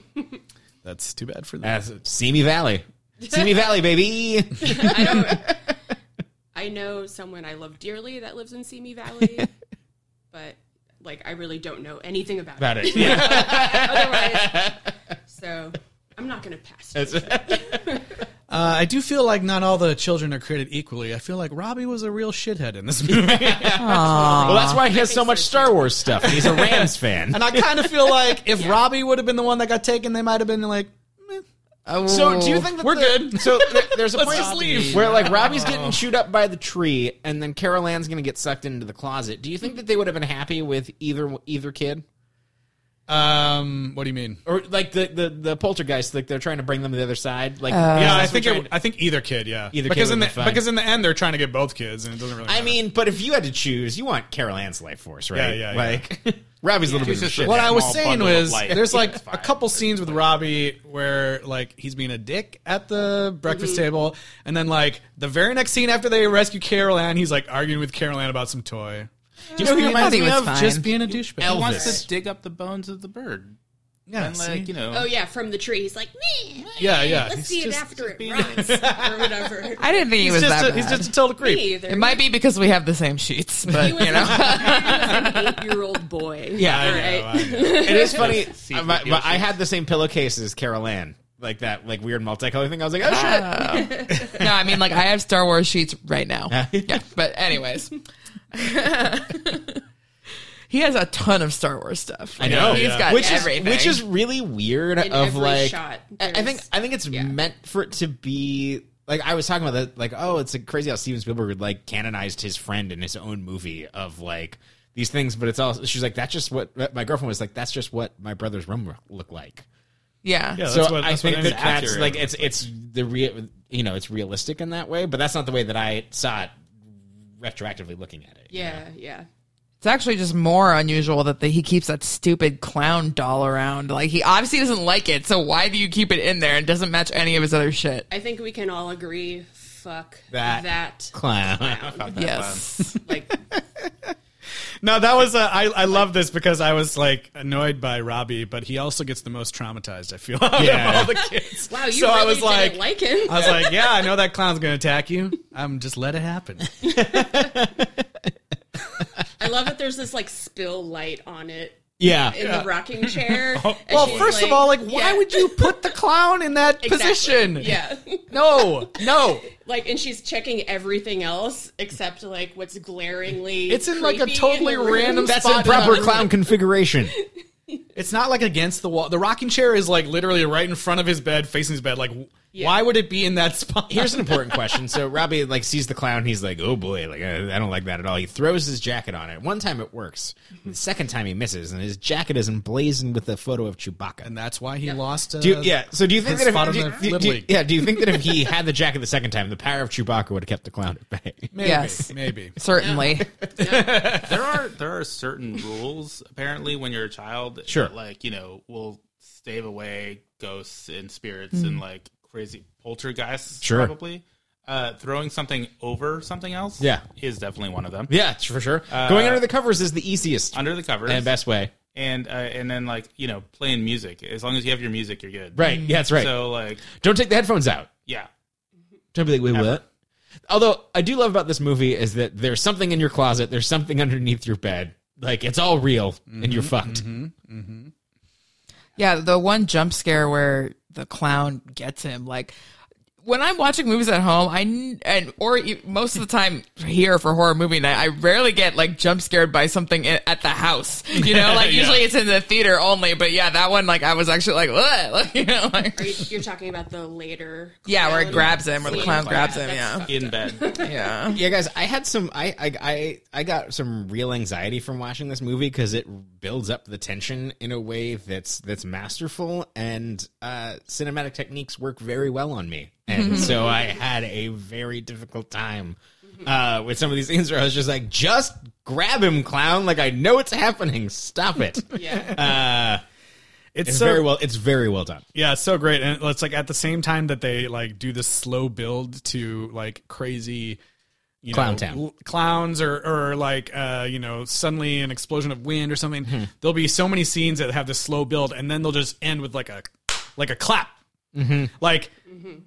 [SPEAKER 2] That's too bad for them.
[SPEAKER 1] Uh, Simi Valley. Simi Valley, baby.
[SPEAKER 5] I don't. <laughs> I know someone I love dearly that lives in Simi Valley,
[SPEAKER 2] <laughs>
[SPEAKER 5] but like I really don't know anything about,
[SPEAKER 1] About it. Yeah.
[SPEAKER 5] Otherwise, so I'm not going to pass. It.
[SPEAKER 2] Uh, I do feel like not all the children are created equally. I feel like Robbie was a real shithead in this movie.
[SPEAKER 1] Well, that's why he has so much Star Wars stuff. He's a Rams fan.
[SPEAKER 2] And I kind of feel like
[SPEAKER 1] <laughs>
[SPEAKER 2] if Robbie would have been the one that got taken, they might have been like, meh.
[SPEAKER 3] Oh.
[SPEAKER 1] So do you think that
[SPEAKER 2] We're
[SPEAKER 1] the-
[SPEAKER 2] good.
[SPEAKER 1] So th- there's a
[SPEAKER 2] Let's
[SPEAKER 1] point
[SPEAKER 2] just leave.
[SPEAKER 1] where like Robbie's getting chewed up by the tree, and then Carol Ann's going to get sucked into the closet. Do you think that they would have been happy with either either kid,
[SPEAKER 2] <laughs> um, what do you mean?
[SPEAKER 1] or like the the, the poltergeist? Like they're trying to bring them to the other side. Like
[SPEAKER 2] yeah, I
[SPEAKER 1] that's
[SPEAKER 2] think
[SPEAKER 1] what
[SPEAKER 2] it, I think either kid, yeah,
[SPEAKER 1] Either kid
[SPEAKER 2] because in the
[SPEAKER 1] would've been fine.
[SPEAKER 2] because in the end they're trying to get both kids, and it doesn't really.
[SPEAKER 1] I
[SPEAKER 2] matter.
[SPEAKER 1] mean, but if you had to choose, you want Carol Ann's life force, right?
[SPEAKER 2] Yeah, yeah,
[SPEAKER 1] Like <laughs> Robbie's a little bit of a
[SPEAKER 4] just
[SPEAKER 1] shit.
[SPEAKER 2] what I was
[SPEAKER 4] small
[SPEAKER 2] saying
[SPEAKER 4] bundle of
[SPEAKER 2] was
[SPEAKER 4] light.
[SPEAKER 2] there's like
[SPEAKER 4] It's
[SPEAKER 2] a
[SPEAKER 4] fine.
[SPEAKER 2] couple scenes with Robbie where like he's being a dick at the breakfast table, and then like the very next scene after they rescue Carol Ann, he's like arguing with Carol Ann about some toy.
[SPEAKER 1] Do you know who
[SPEAKER 3] I
[SPEAKER 1] reminds
[SPEAKER 3] thought he
[SPEAKER 1] me
[SPEAKER 3] was
[SPEAKER 1] of?
[SPEAKER 3] fine.
[SPEAKER 2] Just being a douchebag.
[SPEAKER 1] Elvis.
[SPEAKER 4] He wants to dig up the bones of the bird.
[SPEAKER 2] Yeah,
[SPEAKER 4] and like,
[SPEAKER 2] see?
[SPEAKER 4] you know.
[SPEAKER 5] Oh yeah, from the tree. He's like, meh.
[SPEAKER 2] Yeah, yeah.
[SPEAKER 5] Let's
[SPEAKER 2] He's
[SPEAKER 5] see
[SPEAKER 2] just-
[SPEAKER 5] it after
[SPEAKER 2] <laughs>
[SPEAKER 5] it rots or whatever.
[SPEAKER 3] I didn't think he
[SPEAKER 2] he's,
[SPEAKER 3] was
[SPEAKER 2] just
[SPEAKER 3] that
[SPEAKER 2] a,
[SPEAKER 3] bad.
[SPEAKER 2] he's just a total creep.
[SPEAKER 5] Me either.
[SPEAKER 3] it might be because we have the same sheets, but
[SPEAKER 5] He was,
[SPEAKER 3] you know,
[SPEAKER 5] an eight-year-old boy.
[SPEAKER 2] <laughs> Yeah, I
[SPEAKER 5] all
[SPEAKER 2] know,
[SPEAKER 5] right.
[SPEAKER 2] I know.
[SPEAKER 5] <laughs>
[SPEAKER 1] It is funny.
[SPEAKER 4] See,
[SPEAKER 1] uh, my-
[SPEAKER 4] the
[SPEAKER 1] my-
[SPEAKER 4] ocean.
[SPEAKER 1] I had the same pillowcase as Carol Ann, like that, like weird multicolor thing. I was like,
[SPEAKER 5] Ah,
[SPEAKER 1] oh shit.
[SPEAKER 3] no, I mean, like I have Star Wars sheets right now. <laughs> yeah, but anyways, <laughs> he has a ton of Star Wars stuff.
[SPEAKER 1] I know,
[SPEAKER 3] he's
[SPEAKER 1] Yeah.
[SPEAKER 3] got
[SPEAKER 1] which
[SPEAKER 3] everything.
[SPEAKER 1] is which is really weird.
[SPEAKER 5] In
[SPEAKER 1] of
[SPEAKER 5] every
[SPEAKER 1] like,
[SPEAKER 5] shot,
[SPEAKER 1] I I think
[SPEAKER 5] there's-
[SPEAKER 1] I think it's meant for it to be like I was talking about that. Like, oh, it's like crazy how Steven Spielberg like canonized his friend in his own movie of like these things, but it's all she's like that's just what my girlfriend was like. That's just what my brother's room looked like.
[SPEAKER 3] yeah.
[SPEAKER 2] Yeah,
[SPEAKER 1] so
[SPEAKER 2] that's what-
[SPEAKER 1] I
[SPEAKER 2] that's
[SPEAKER 1] think
[SPEAKER 2] what it
[SPEAKER 1] that
[SPEAKER 2] is.
[SPEAKER 1] that's
[SPEAKER 4] accurate.
[SPEAKER 1] like it's it's the real you know it's realistic in that way, but that's not the way that I saw it retroactively looking at it.
[SPEAKER 5] Yeah, yeah.
[SPEAKER 3] It's actually just more unusual that the, he keeps that stupid clown doll around. Like he obviously doesn't like it, so why do you keep it in there? It doesn't match any of his other shit.
[SPEAKER 5] I think we can all agree. Fuck
[SPEAKER 1] That-
[SPEAKER 5] that.
[SPEAKER 1] Clown.
[SPEAKER 3] Yes,
[SPEAKER 5] Like
[SPEAKER 2] No, that was uh, I. I love this because I was like annoyed by Robbie, but he also gets the most traumatized. I feel <laughs> out
[SPEAKER 1] Yeah.
[SPEAKER 2] of all the kids.
[SPEAKER 5] <laughs>
[SPEAKER 2] <laughs>
[SPEAKER 5] Wow, you
[SPEAKER 2] so I
[SPEAKER 5] really
[SPEAKER 2] was
[SPEAKER 5] didn't
[SPEAKER 2] like,
[SPEAKER 5] like him.
[SPEAKER 2] I was like, yeah, I know that clown's gonna attack you.
[SPEAKER 5] <laughs>
[SPEAKER 2] I'm just let it happen.
[SPEAKER 5] I love that there's this like spill light on it
[SPEAKER 1] <laughs> yeah.
[SPEAKER 5] in the
[SPEAKER 2] <laughs>
[SPEAKER 5] rocking chair. and
[SPEAKER 2] Oh. well,
[SPEAKER 5] she's
[SPEAKER 2] first of all, like, why
[SPEAKER 5] yeah,
[SPEAKER 2] would you put the clown in that
[SPEAKER 5] <laughs> exactly,
[SPEAKER 2] position?
[SPEAKER 5] Yeah. <laughs>
[SPEAKER 2] No, no.
[SPEAKER 5] like and she's checking everything else except like what's glaringly
[SPEAKER 2] It's in, like, a
[SPEAKER 5] creepy
[SPEAKER 2] totally
[SPEAKER 5] in the room.
[SPEAKER 2] random
[SPEAKER 1] That's
[SPEAKER 2] Spot
[SPEAKER 1] improper
[SPEAKER 2] on.
[SPEAKER 1] clown configuration.
[SPEAKER 2] It's not like against the wall. The rocking chair is like literally right in front of his bed, facing his bed. Like, w why would it be in that <laughs> spot?
[SPEAKER 1] <laughs> Here's an important question. So Robbie like sees the clown. He's like, "Oh boy, like I, I don't like that at all." He throws his jacket on it. One time it works. The second time he misses, and his jacket is emblazoned with a photo of Chewbacca.
[SPEAKER 2] and that's why he lost. Uh,
[SPEAKER 1] Do you, yeah. So do you
[SPEAKER 2] his
[SPEAKER 1] think that if
[SPEAKER 2] spot
[SPEAKER 1] do,
[SPEAKER 2] on the
[SPEAKER 1] do-
[SPEAKER 2] Little
[SPEAKER 1] do-
[SPEAKER 2] League.
[SPEAKER 1] yeah, do you think that if he had the jacket the second time, the power of Chewbacca would have kept the clown
[SPEAKER 2] <laughs>
[SPEAKER 1] at bay?
[SPEAKER 2] maybe,
[SPEAKER 3] Yes.
[SPEAKER 1] <laughs>
[SPEAKER 2] maybe.
[SPEAKER 3] certainly.
[SPEAKER 4] there are there are certain rules apparently when you're a child.
[SPEAKER 1] Sure.
[SPEAKER 4] that, like you know, will stave away ghosts and spirits and like crazy poltergeists.
[SPEAKER 1] Sure.
[SPEAKER 4] probably. Uh, throwing something over something else,
[SPEAKER 1] Yeah.
[SPEAKER 4] is definitely one of them.
[SPEAKER 2] Uh,
[SPEAKER 1] Yeah, for sure. Going under the covers is the easiest
[SPEAKER 4] Under the covers,
[SPEAKER 1] and best way.
[SPEAKER 4] and uh, and then like you know playing music. As long as you have your music, you're good.
[SPEAKER 1] Right. Yeah, that's right.
[SPEAKER 4] Mm-hmm. So like
[SPEAKER 1] Don't take the headphones out.
[SPEAKER 4] yeah,
[SPEAKER 1] Don't be like, wait,
[SPEAKER 4] Ever.
[SPEAKER 1] what? Although I do love about this movie is that there's something in your closet, there's something underneath your bed. Like it's all real and you're
[SPEAKER 4] Mm-hmm.
[SPEAKER 1] fucked.
[SPEAKER 3] Yeah, the one jump scare where the clown gets him. Like when I'm watching movies at home, I n- and or e- most of the time here for horror movie night, I rarely get like jump scared by something i- at the house. You know, like usually it's in the theater only. But yeah, that one like I was actually like, what? <laughs> Like, you know,
[SPEAKER 5] Are
[SPEAKER 3] like
[SPEAKER 5] you, you're talking about the later.
[SPEAKER 3] <laughs> yeah, where it
[SPEAKER 5] clown
[SPEAKER 3] grabs him, where the
[SPEAKER 5] scene.
[SPEAKER 3] clown grabs
[SPEAKER 5] Yeah,
[SPEAKER 3] him.
[SPEAKER 5] that's
[SPEAKER 3] Yeah,
[SPEAKER 4] in
[SPEAKER 3] <laughs>
[SPEAKER 4] bed.
[SPEAKER 3] yeah.
[SPEAKER 1] Yeah, guys, I had some I I I, I got some real anxiety from watching this movie because it builds up the tension in a way that's that's masterful and uh cinematic techniques work very well on me. And so I had a very difficult time uh with some of these scenes where I was just like, just grab him, clown. Like I know it's happening. Stop it.
[SPEAKER 5] Yeah.
[SPEAKER 2] It's,
[SPEAKER 1] It's
[SPEAKER 2] so
[SPEAKER 1] very well it's very well done.
[SPEAKER 2] yeah, it's so great, and it's like at the same time that they like do this slow build to like crazy. You
[SPEAKER 1] Clown
[SPEAKER 2] know,
[SPEAKER 1] town.
[SPEAKER 2] l- clowns, or or like uh, you know, suddenly an explosion of wind or something.
[SPEAKER 1] Hmm.
[SPEAKER 2] There'll be so many scenes that have this slow build, and then they'll just end with like a like a clap, like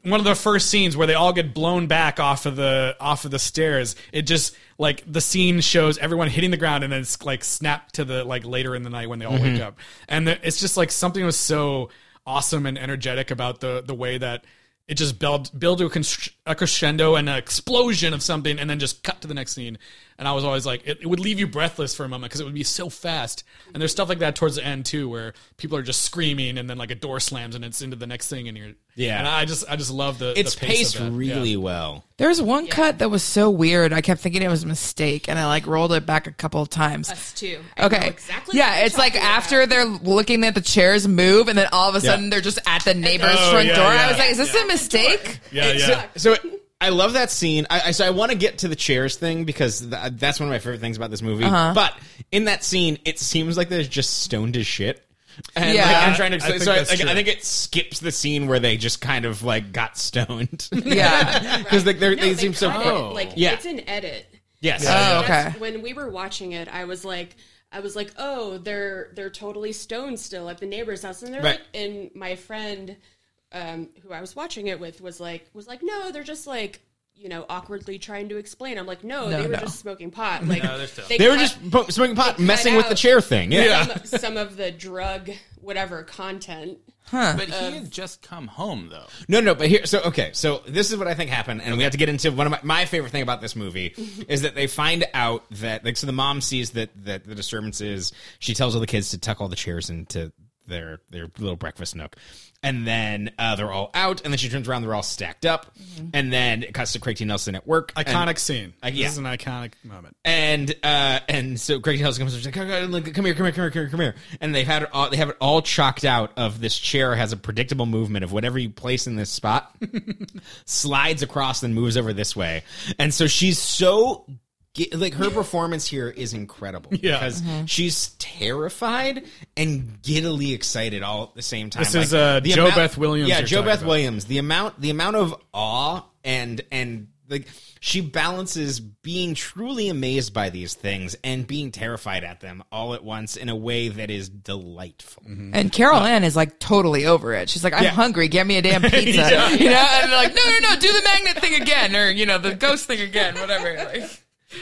[SPEAKER 2] one of the first scenes where they all get blown back off of the off of the stairs it just like the scene shows everyone hitting the ground and then it's like snap to the like later in the night when they all wake up and the, it's just like something was so awesome and energetic about the the way that it just built build to a, constr- a crescendo and an explosion of something and then just cut to the next scene and i was always like it, it would leave you breathless for a moment because it would be so fast and there's stuff like that towards the end too where people are just screaming and then like a door slams and it's into the next thing and you're
[SPEAKER 1] Yeah.
[SPEAKER 2] and I just I just love the
[SPEAKER 1] It's
[SPEAKER 2] the pace
[SPEAKER 1] paced
[SPEAKER 2] of that.
[SPEAKER 1] really
[SPEAKER 2] Yeah.
[SPEAKER 1] well.
[SPEAKER 3] There's one cut that was so weird. I kept thinking it was a mistake, and I like rolled it back a couple of times.
[SPEAKER 5] Us too. I know
[SPEAKER 3] Okay.
[SPEAKER 5] exactly. what
[SPEAKER 3] yeah,
[SPEAKER 5] you're
[SPEAKER 3] it's like
[SPEAKER 5] talking
[SPEAKER 3] after
[SPEAKER 5] about.
[SPEAKER 3] they're looking at the chairs move, and then all of a sudden they're just at the neighbor's
[SPEAKER 2] Oh,
[SPEAKER 3] front
[SPEAKER 2] yeah,
[SPEAKER 3] door.
[SPEAKER 2] yeah.
[SPEAKER 3] I was like, is this a
[SPEAKER 5] <laughs>
[SPEAKER 3] mistake?
[SPEAKER 2] yeah yeah.
[SPEAKER 1] So, so I love that scene. I, I so I want to get to the chairs thing because th- that's one of my favorite things about this movie.
[SPEAKER 5] Uh-huh.
[SPEAKER 1] But in that scene, it seems like they're just stoned as shit. And
[SPEAKER 3] Yeah.
[SPEAKER 1] like, I'm trying to
[SPEAKER 2] I think
[SPEAKER 1] explain. so I,
[SPEAKER 2] that's
[SPEAKER 1] like,
[SPEAKER 2] true.
[SPEAKER 1] I think it skips the scene where they just kind of like got stoned. <laughs>
[SPEAKER 3] Yeah.
[SPEAKER 1] because like they're,
[SPEAKER 5] No,
[SPEAKER 1] they, seem so.
[SPEAKER 5] cut it.
[SPEAKER 2] Oh.
[SPEAKER 5] Like
[SPEAKER 1] Yeah.
[SPEAKER 5] it's an edit.
[SPEAKER 1] Yes.
[SPEAKER 3] Oh, okay.
[SPEAKER 5] That's- When we were watching it, I was like, I was like, oh, they're they're totally stoned still at the neighbor's house, and they're
[SPEAKER 1] Right.
[SPEAKER 5] like, and my friend, um, who I was watching it with, was like, was like, no, they're just like. You know, awkwardly trying to explain. I'm like, no,
[SPEAKER 3] No,
[SPEAKER 5] they were
[SPEAKER 3] no.
[SPEAKER 5] just smoking pot. Like,
[SPEAKER 4] <laughs> No, they're still-
[SPEAKER 1] They were
[SPEAKER 5] cut-
[SPEAKER 1] just po- smoking pot,
[SPEAKER 5] they cut
[SPEAKER 1] messing with the
[SPEAKER 5] out
[SPEAKER 1] chair thing. Yeah. <laughs>
[SPEAKER 5] some, some of the drug whatever content.
[SPEAKER 4] But he had just come home though.
[SPEAKER 1] No, no, but here, so okay, so this is what I think happened, and we have to get into one of my, my favorite thing about this movie is that they find out that like so the mom sees that that the disturbances. She tells all the kids to tuck all the chairs into their their little breakfast nook, and then uh, they're all out, and then she turns around, they're all stacked up, and then it cuts to Craig T. Nelson at work, and-
[SPEAKER 2] Iconic scene.
[SPEAKER 1] Uh, yeah.
[SPEAKER 2] This is an iconic moment.
[SPEAKER 1] and uh, and so Craig Nelson comes up she's like, "Come here, come here, come here, come here, come here," and they've had it all, they have it all chalked out of this chair has a predictable movement of whatever you place in this spot slides across and moves over this way, and so she's so ge- like her performance here is incredible
[SPEAKER 2] Yeah.
[SPEAKER 1] because she's terrified and giddily excited all at the same time.
[SPEAKER 2] This is, uh,
[SPEAKER 1] the
[SPEAKER 2] Jo Beth Williams
[SPEAKER 1] Yeah,
[SPEAKER 2] you're
[SPEAKER 1] Joe
[SPEAKER 2] talking
[SPEAKER 1] Beth
[SPEAKER 2] about.
[SPEAKER 1] Williams. The amount the amount of awe and and like she balances being truly amazed by these things and being terrified at them all at once in a way that is delightful.
[SPEAKER 3] And Carol Ann is like totally over it. She's like, I'm hungry. Get me
[SPEAKER 2] <laughs>
[SPEAKER 3] a damn pizza. You know? And they're like, no, no, no, do the magnet thing again or, you know, the ghost thing again, whatever. Like,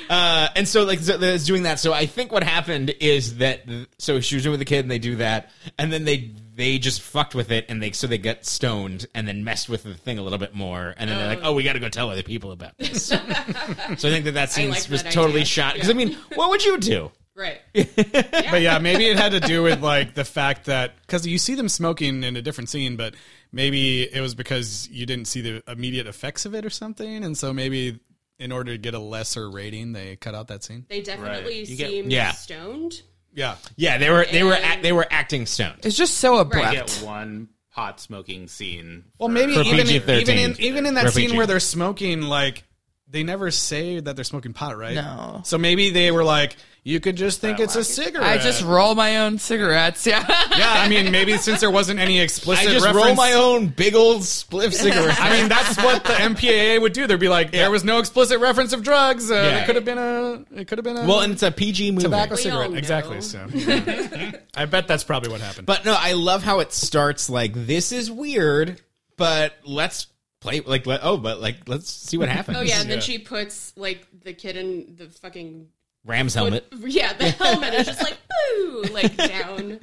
[SPEAKER 1] Uh, and so like so it's doing that. So I think what happened is that so she was doing with the kid and they do that, and then they they just fucked with it and they so they got stoned and then messed with the thing a little bit more, and then they're like, oh, we got to go tell other people about
[SPEAKER 5] <laughs>
[SPEAKER 1] this. so I think that that scene
[SPEAKER 5] like
[SPEAKER 1] was
[SPEAKER 5] that
[SPEAKER 1] totally
[SPEAKER 5] idea.
[SPEAKER 1] shot because I mean, what would you do?
[SPEAKER 5] Right.
[SPEAKER 2] But yeah, maybe it had to do with like the fact that because you see them smoking in a different scene, but maybe it was because you didn't see the immediate effects of it or something, and so maybe in order to get a lesser rating, they cut out that scene.
[SPEAKER 5] They definitely
[SPEAKER 4] You get-
[SPEAKER 5] seemed
[SPEAKER 1] Yeah.
[SPEAKER 5] stoned.
[SPEAKER 2] Yeah,
[SPEAKER 1] Yeah, they were they were
[SPEAKER 5] And-
[SPEAKER 1] act, they were acting stoned.
[SPEAKER 3] it's just so
[SPEAKER 4] You
[SPEAKER 3] abrupt.
[SPEAKER 5] Right.
[SPEAKER 4] get one pot smoking scene.
[SPEAKER 2] Well, maybe
[SPEAKER 1] For
[SPEAKER 2] even in,
[SPEAKER 1] PG-13.
[SPEAKER 2] even in even in that
[SPEAKER 1] For
[SPEAKER 2] scene
[SPEAKER 1] PG.
[SPEAKER 2] where they're smoking, like they never say that they're smoking pot, right?
[SPEAKER 3] No.
[SPEAKER 2] So maybe they were like, you could just think it's a cigarette.
[SPEAKER 3] I just roll my own cigarettes. <laughs> Yeah.
[SPEAKER 2] yeah. I mean, maybe since there wasn't any explicit,
[SPEAKER 1] I just
[SPEAKER 2] reference,
[SPEAKER 1] roll
[SPEAKER 2] <laughs>
[SPEAKER 1] my own big old spliff cigarette.
[SPEAKER 5] <laughs>
[SPEAKER 2] I mean, that's what the MPAA would do. They'd be like, there was no explicit reference of drugs. Uh,
[SPEAKER 1] Yeah.
[SPEAKER 2] It could have been a. It could have been a.
[SPEAKER 1] well, and it's a PG movie.
[SPEAKER 2] tobacco
[SPEAKER 5] We all
[SPEAKER 2] cigarette.
[SPEAKER 5] know.
[SPEAKER 2] Exactly. So <laughs> I bet that's probably what happened.
[SPEAKER 1] But no, I love how it starts like this is weird, but let's play like let, oh, but like let's see what happens.
[SPEAKER 5] Oh yeah, and then
[SPEAKER 2] Yeah.
[SPEAKER 5] she puts like the kid in the fucking
[SPEAKER 1] Ram's helmet.
[SPEAKER 3] <laughs>
[SPEAKER 5] yeah,
[SPEAKER 1] <laughs>
[SPEAKER 5] the helmet is just like boo, like down.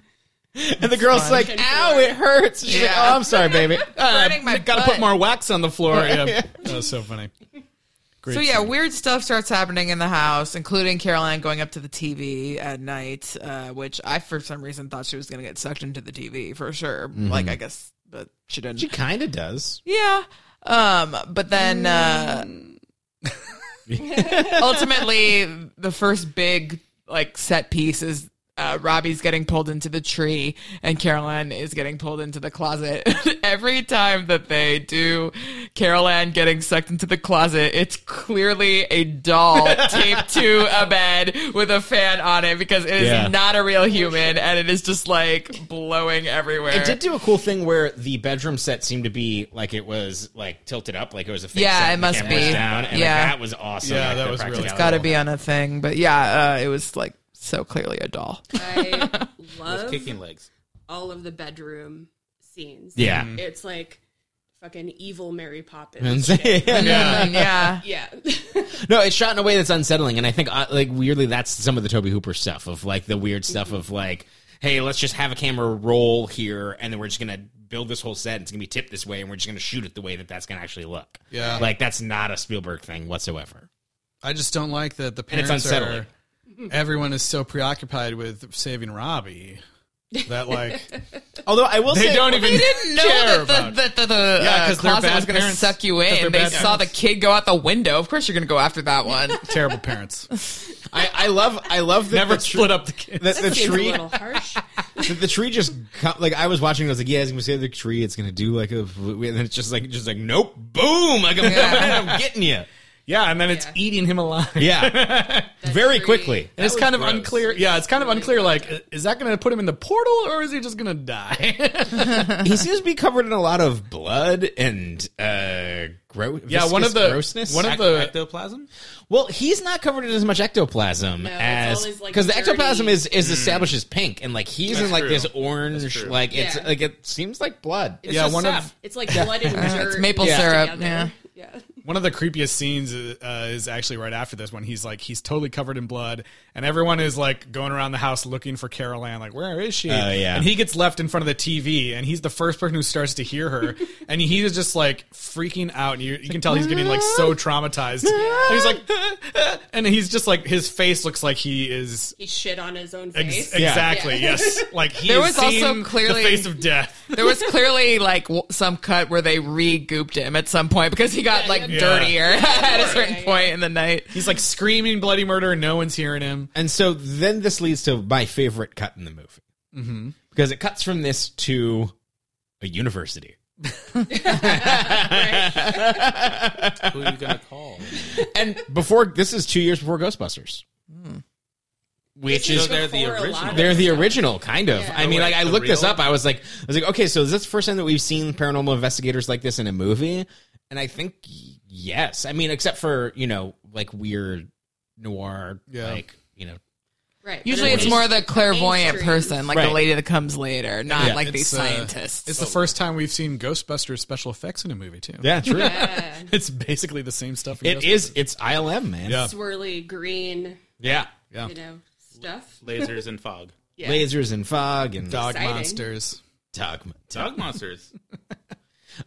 [SPEAKER 1] And the girl's like,
[SPEAKER 5] fun.
[SPEAKER 1] "Ow, it hurts." She's like, "Oh,
[SPEAKER 3] <laughs>
[SPEAKER 1] I'm sorry, baby." Um,
[SPEAKER 2] Uh,
[SPEAKER 3] burning my
[SPEAKER 2] gotta
[SPEAKER 3] butt.
[SPEAKER 2] put more wax on the floor. <laughs> Yeah. that was so funny. Great
[SPEAKER 3] So yeah, weird stuff starts happening in the house, including Caroline going up to the TV at night, uh, which I for some reason thought she was going to get sucked into the TV for sure. Like I guess, but she didn't.
[SPEAKER 1] She kind of does.
[SPEAKER 3] yeah. Um, but then uh, ultimately, the first big like set piece is. Uh, Robbie's getting pulled into the tree, and Caroline is getting pulled into the closet. <laughs> Every time that they do Caroline getting sucked into the closet, it's clearly a doll taped to a bed with a fan on it because it is
[SPEAKER 1] Yeah.
[SPEAKER 3] not a real human, and it is just like blowing everywhere.
[SPEAKER 1] It did do a cool thing where the bedroom set seemed to be like it was like tilted up, like it was a fake
[SPEAKER 3] Yeah,
[SPEAKER 1] set,
[SPEAKER 3] it
[SPEAKER 1] and the
[SPEAKER 3] must
[SPEAKER 1] camera was
[SPEAKER 3] be.
[SPEAKER 1] down, and
[SPEAKER 3] Yeah.
[SPEAKER 1] like, that was awesome.
[SPEAKER 2] Yeah,
[SPEAKER 1] like,
[SPEAKER 2] that
[SPEAKER 1] the
[SPEAKER 2] was really
[SPEAKER 1] practicality.
[SPEAKER 2] cool.
[SPEAKER 3] Got to be on a thing, but yeah, uh, it was like so clearly a <laughs> doll.
[SPEAKER 5] I
[SPEAKER 4] With
[SPEAKER 5] love
[SPEAKER 4] kicking legs.
[SPEAKER 5] all of the bedroom scenes.
[SPEAKER 1] Yeah.
[SPEAKER 3] Mm-hmm.
[SPEAKER 1] <laughs>
[SPEAKER 5] it's like fucking evil Mary Poppins. shit.
[SPEAKER 1] yeah.
[SPEAKER 3] yeah.
[SPEAKER 5] Yeah,
[SPEAKER 1] No, it's shot in a way that's unsettling, and I think uh, like weirdly that's some of the Toby Hooper stuff of like the weird stuff of like, hey, let's just have a camera roll here, and then we're just gonna build this whole set, and it's gonna be tipped this way, and we're just gonna shoot it the way that that's gonna actually look.
[SPEAKER 2] Yeah.
[SPEAKER 1] like that's not a Spielberg thing whatsoever.
[SPEAKER 2] I just don't like that the
[SPEAKER 1] And it's
[SPEAKER 2] parents
[SPEAKER 1] unsettling.
[SPEAKER 2] are. Everyone is so preoccupied with saving Robbie that like
[SPEAKER 1] Although I will
[SPEAKER 2] they
[SPEAKER 1] say,
[SPEAKER 2] don't even
[SPEAKER 3] They didn't know
[SPEAKER 2] care
[SPEAKER 3] that
[SPEAKER 2] about.
[SPEAKER 3] the, <laughs> that the, the
[SPEAKER 2] Yeah,
[SPEAKER 3] uh,
[SPEAKER 2] 'cause they're
[SPEAKER 3] closet
[SPEAKER 2] bad
[SPEAKER 3] was going to
[SPEAKER 2] parents.
[SPEAKER 3] suck you
[SPEAKER 2] 'Cause
[SPEAKER 3] in.
[SPEAKER 2] they're
[SPEAKER 3] They
[SPEAKER 2] bad
[SPEAKER 3] saw the
[SPEAKER 2] parents.
[SPEAKER 3] kid go out the window. Of course, you're going to go after that one.
[SPEAKER 2] terrible parents.
[SPEAKER 1] I, I love, I love that
[SPEAKER 2] Never
[SPEAKER 1] the,
[SPEAKER 2] split up the kids.
[SPEAKER 1] that the
[SPEAKER 5] seems a
[SPEAKER 1] tree.
[SPEAKER 5] little
[SPEAKER 1] <laughs>
[SPEAKER 5] harsh.
[SPEAKER 1] the, the tree just co- like I was watching. I was like, yeah, it's gonna say the tree. It's gonna do like a, and then it's just like, just like, nope, boom, like I'm,
[SPEAKER 3] Yeah.
[SPEAKER 1] I'm getting you.
[SPEAKER 2] Yeah, and then it's
[SPEAKER 5] Yeah.
[SPEAKER 2] eating him alive.
[SPEAKER 5] <laughs>
[SPEAKER 1] Yeah, very
[SPEAKER 5] tree.
[SPEAKER 1] quickly.
[SPEAKER 2] And it's
[SPEAKER 4] was
[SPEAKER 2] kind of
[SPEAKER 4] gross.
[SPEAKER 2] unclear. Yeah, it's kind of unclear. Like, is that going to put him in the portal, or is he just going to die? <laughs>
[SPEAKER 5] <laughs>
[SPEAKER 1] he seems to be covered in a lot of blood and uh gross
[SPEAKER 2] Yeah, one of the-
[SPEAKER 1] grossness
[SPEAKER 2] one of
[SPEAKER 4] Ec-
[SPEAKER 2] the-
[SPEAKER 4] ectoplasm.
[SPEAKER 1] well he's not covered in as much ectoplasm
[SPEAKER 5] it's all
[SPEAKER 1] as
[SPEAKER 5] his, like,
[SPEAKER 1] because the
[SPEAKER 5] dirty-
[SPEAKER 1] ectoplasm is is
[SPEAKER 2] Mm.
[SPEAKER 1] established as pink and like he's in
[SPEAKER 4] That's
[SPEAKER 1] like
[SPEAKER 4] true.
[SPEAKER 1] this orange
[SPEAKER 4] true.
[SPEAKER 1] like it's
[SPEAKER 5] Yeah.
[SPEAKER 1] like it seems like blood
[SPEAKER 5] It's
[SPEAKER 2] Yeah,
[SPEAKER 5] just
[SPEAKER 2] one of-
[SPEAKER 5] sap. it's like blood and dirt.
[SPEAKER 3] it's maple
[SPEAKER 5] mixed
[SPEAKER 3] syrup,
[SPEAKER 5] together. yeah.
[SPEAKER 2] One of the creepiest scenes uh, is actually right after this when he's like he's totally covered in blood and everyone is like going around the house looking for Carol Ann like where is she?
[SPEAKER 1] Oh, yeah.
[SPEAKER 2] And he gets left in front of the TV and he's the first person who starts to hear <laughs> her and he is just like freaking out and you, you can tell he's getting like so <laughs> traumatized. And he's like "Ah, ah," and he's just like his face looks like he is
[SPEAKER 5] He shit on his own
[SPEAKER 2] ex-
[SPEAKER 5] face.
[SPEAKER 2] exactly <laughs>
[SPEAKER 5] Yeah.
[SPEAKER 2] yes like he
[SPEAKER 3] There
[SPEAKER 2] is
[SPEAKER 3] was also
[SPEAKER 2] seeing
[SPEAKER 3] clearly-
[SPEAKER 2] the face of death.
[SPEAKER 3] there was clearly like w- some cut where they re-gooped him at some point because he got like
[SPEAKER 2] yeah.
[SPEAKER 3] dirtier <laughs> at a certain
[SPEAKER 5] Yeah, yeah.
[SPEAKER 3] point in the night.
[SPEAKER 2] <laughs> He's like screaming bloody murder and no one's hearing him.
[SPEAKER 1] and so then this leads to my favorite cut in the movie mm-hmm. because it cuts from this to
[SPEAKER 4] <laughs>
[SPEAKER 1] a university
[SPEAKER 4] Who are you gonna call?
[SPEAKER 1] and before this is two years before Ghostbusters which
[SPEAKER 5] This
[SPEAKER 1] is
[SPEAKER 5] is
[SPEAKER 4] they're Hmm. the
[SPEAKER 5] before a lot of
[SPEAKER 4] original.
[SPEAKER 1] They're the original, kind of. I mean, like I
[SPEAKER 4] the
[SPEAKER 1] looked this
[SPEAKER 4] real?
[SPEAKER 1] up. I was like, I was like, okay, so is this the first time that we've seen paranormal investigators like this in a movie? And I think y- yes. I mean, except for you know, like weird noir,
[SPEAKER 2] Yeah.
[SPEAKER 1] like you know,
[SPEAKER 5] Right.
[SPEAKER 3] Usually, it's more the clairvoyant
[SPEAKER 5] mainstream.
[SPEAKER 3] person, like
[SPEAKER 1] Right.
[SPEAKER 3] the lady that comes later, not
[SPEAKER 1] Yeah,
[SPEAKER 3] like these
[SPEAKER 2] It's, uh,
[SPEAKER 3] scientists.
[SPEAKER 2] It's the first time we've seen Ghostbusters special effects in a movie too.
[SPEAKER 1] yeah, true.
[SPEAKER 5] Yeah.
[SPEAKER 2] It's basically the same stuff. in
[SPEAKER 1] it
[SPEAKER 2] Ghostbusters.
[SPEAKER 1] is. It's ILM, man.
[SPEAKER 2] Yeah.
[SPEAKER 5] swirly green,
[SPEAKER 1] yeah.
[SPEAKER 5] you know, stuff.
[SPEAKER 4] Lasers and fog.
[SPEAKER 5] Yeah.
[SPEAKER 1] Lasers and fog and
[SPEAKER 2] dog
[SPEAKER 5] Exciting.
[SPEAKER 2] monsters.
[SPEAKER 1] dogma.
[SPEAKER 4] Dog monsters.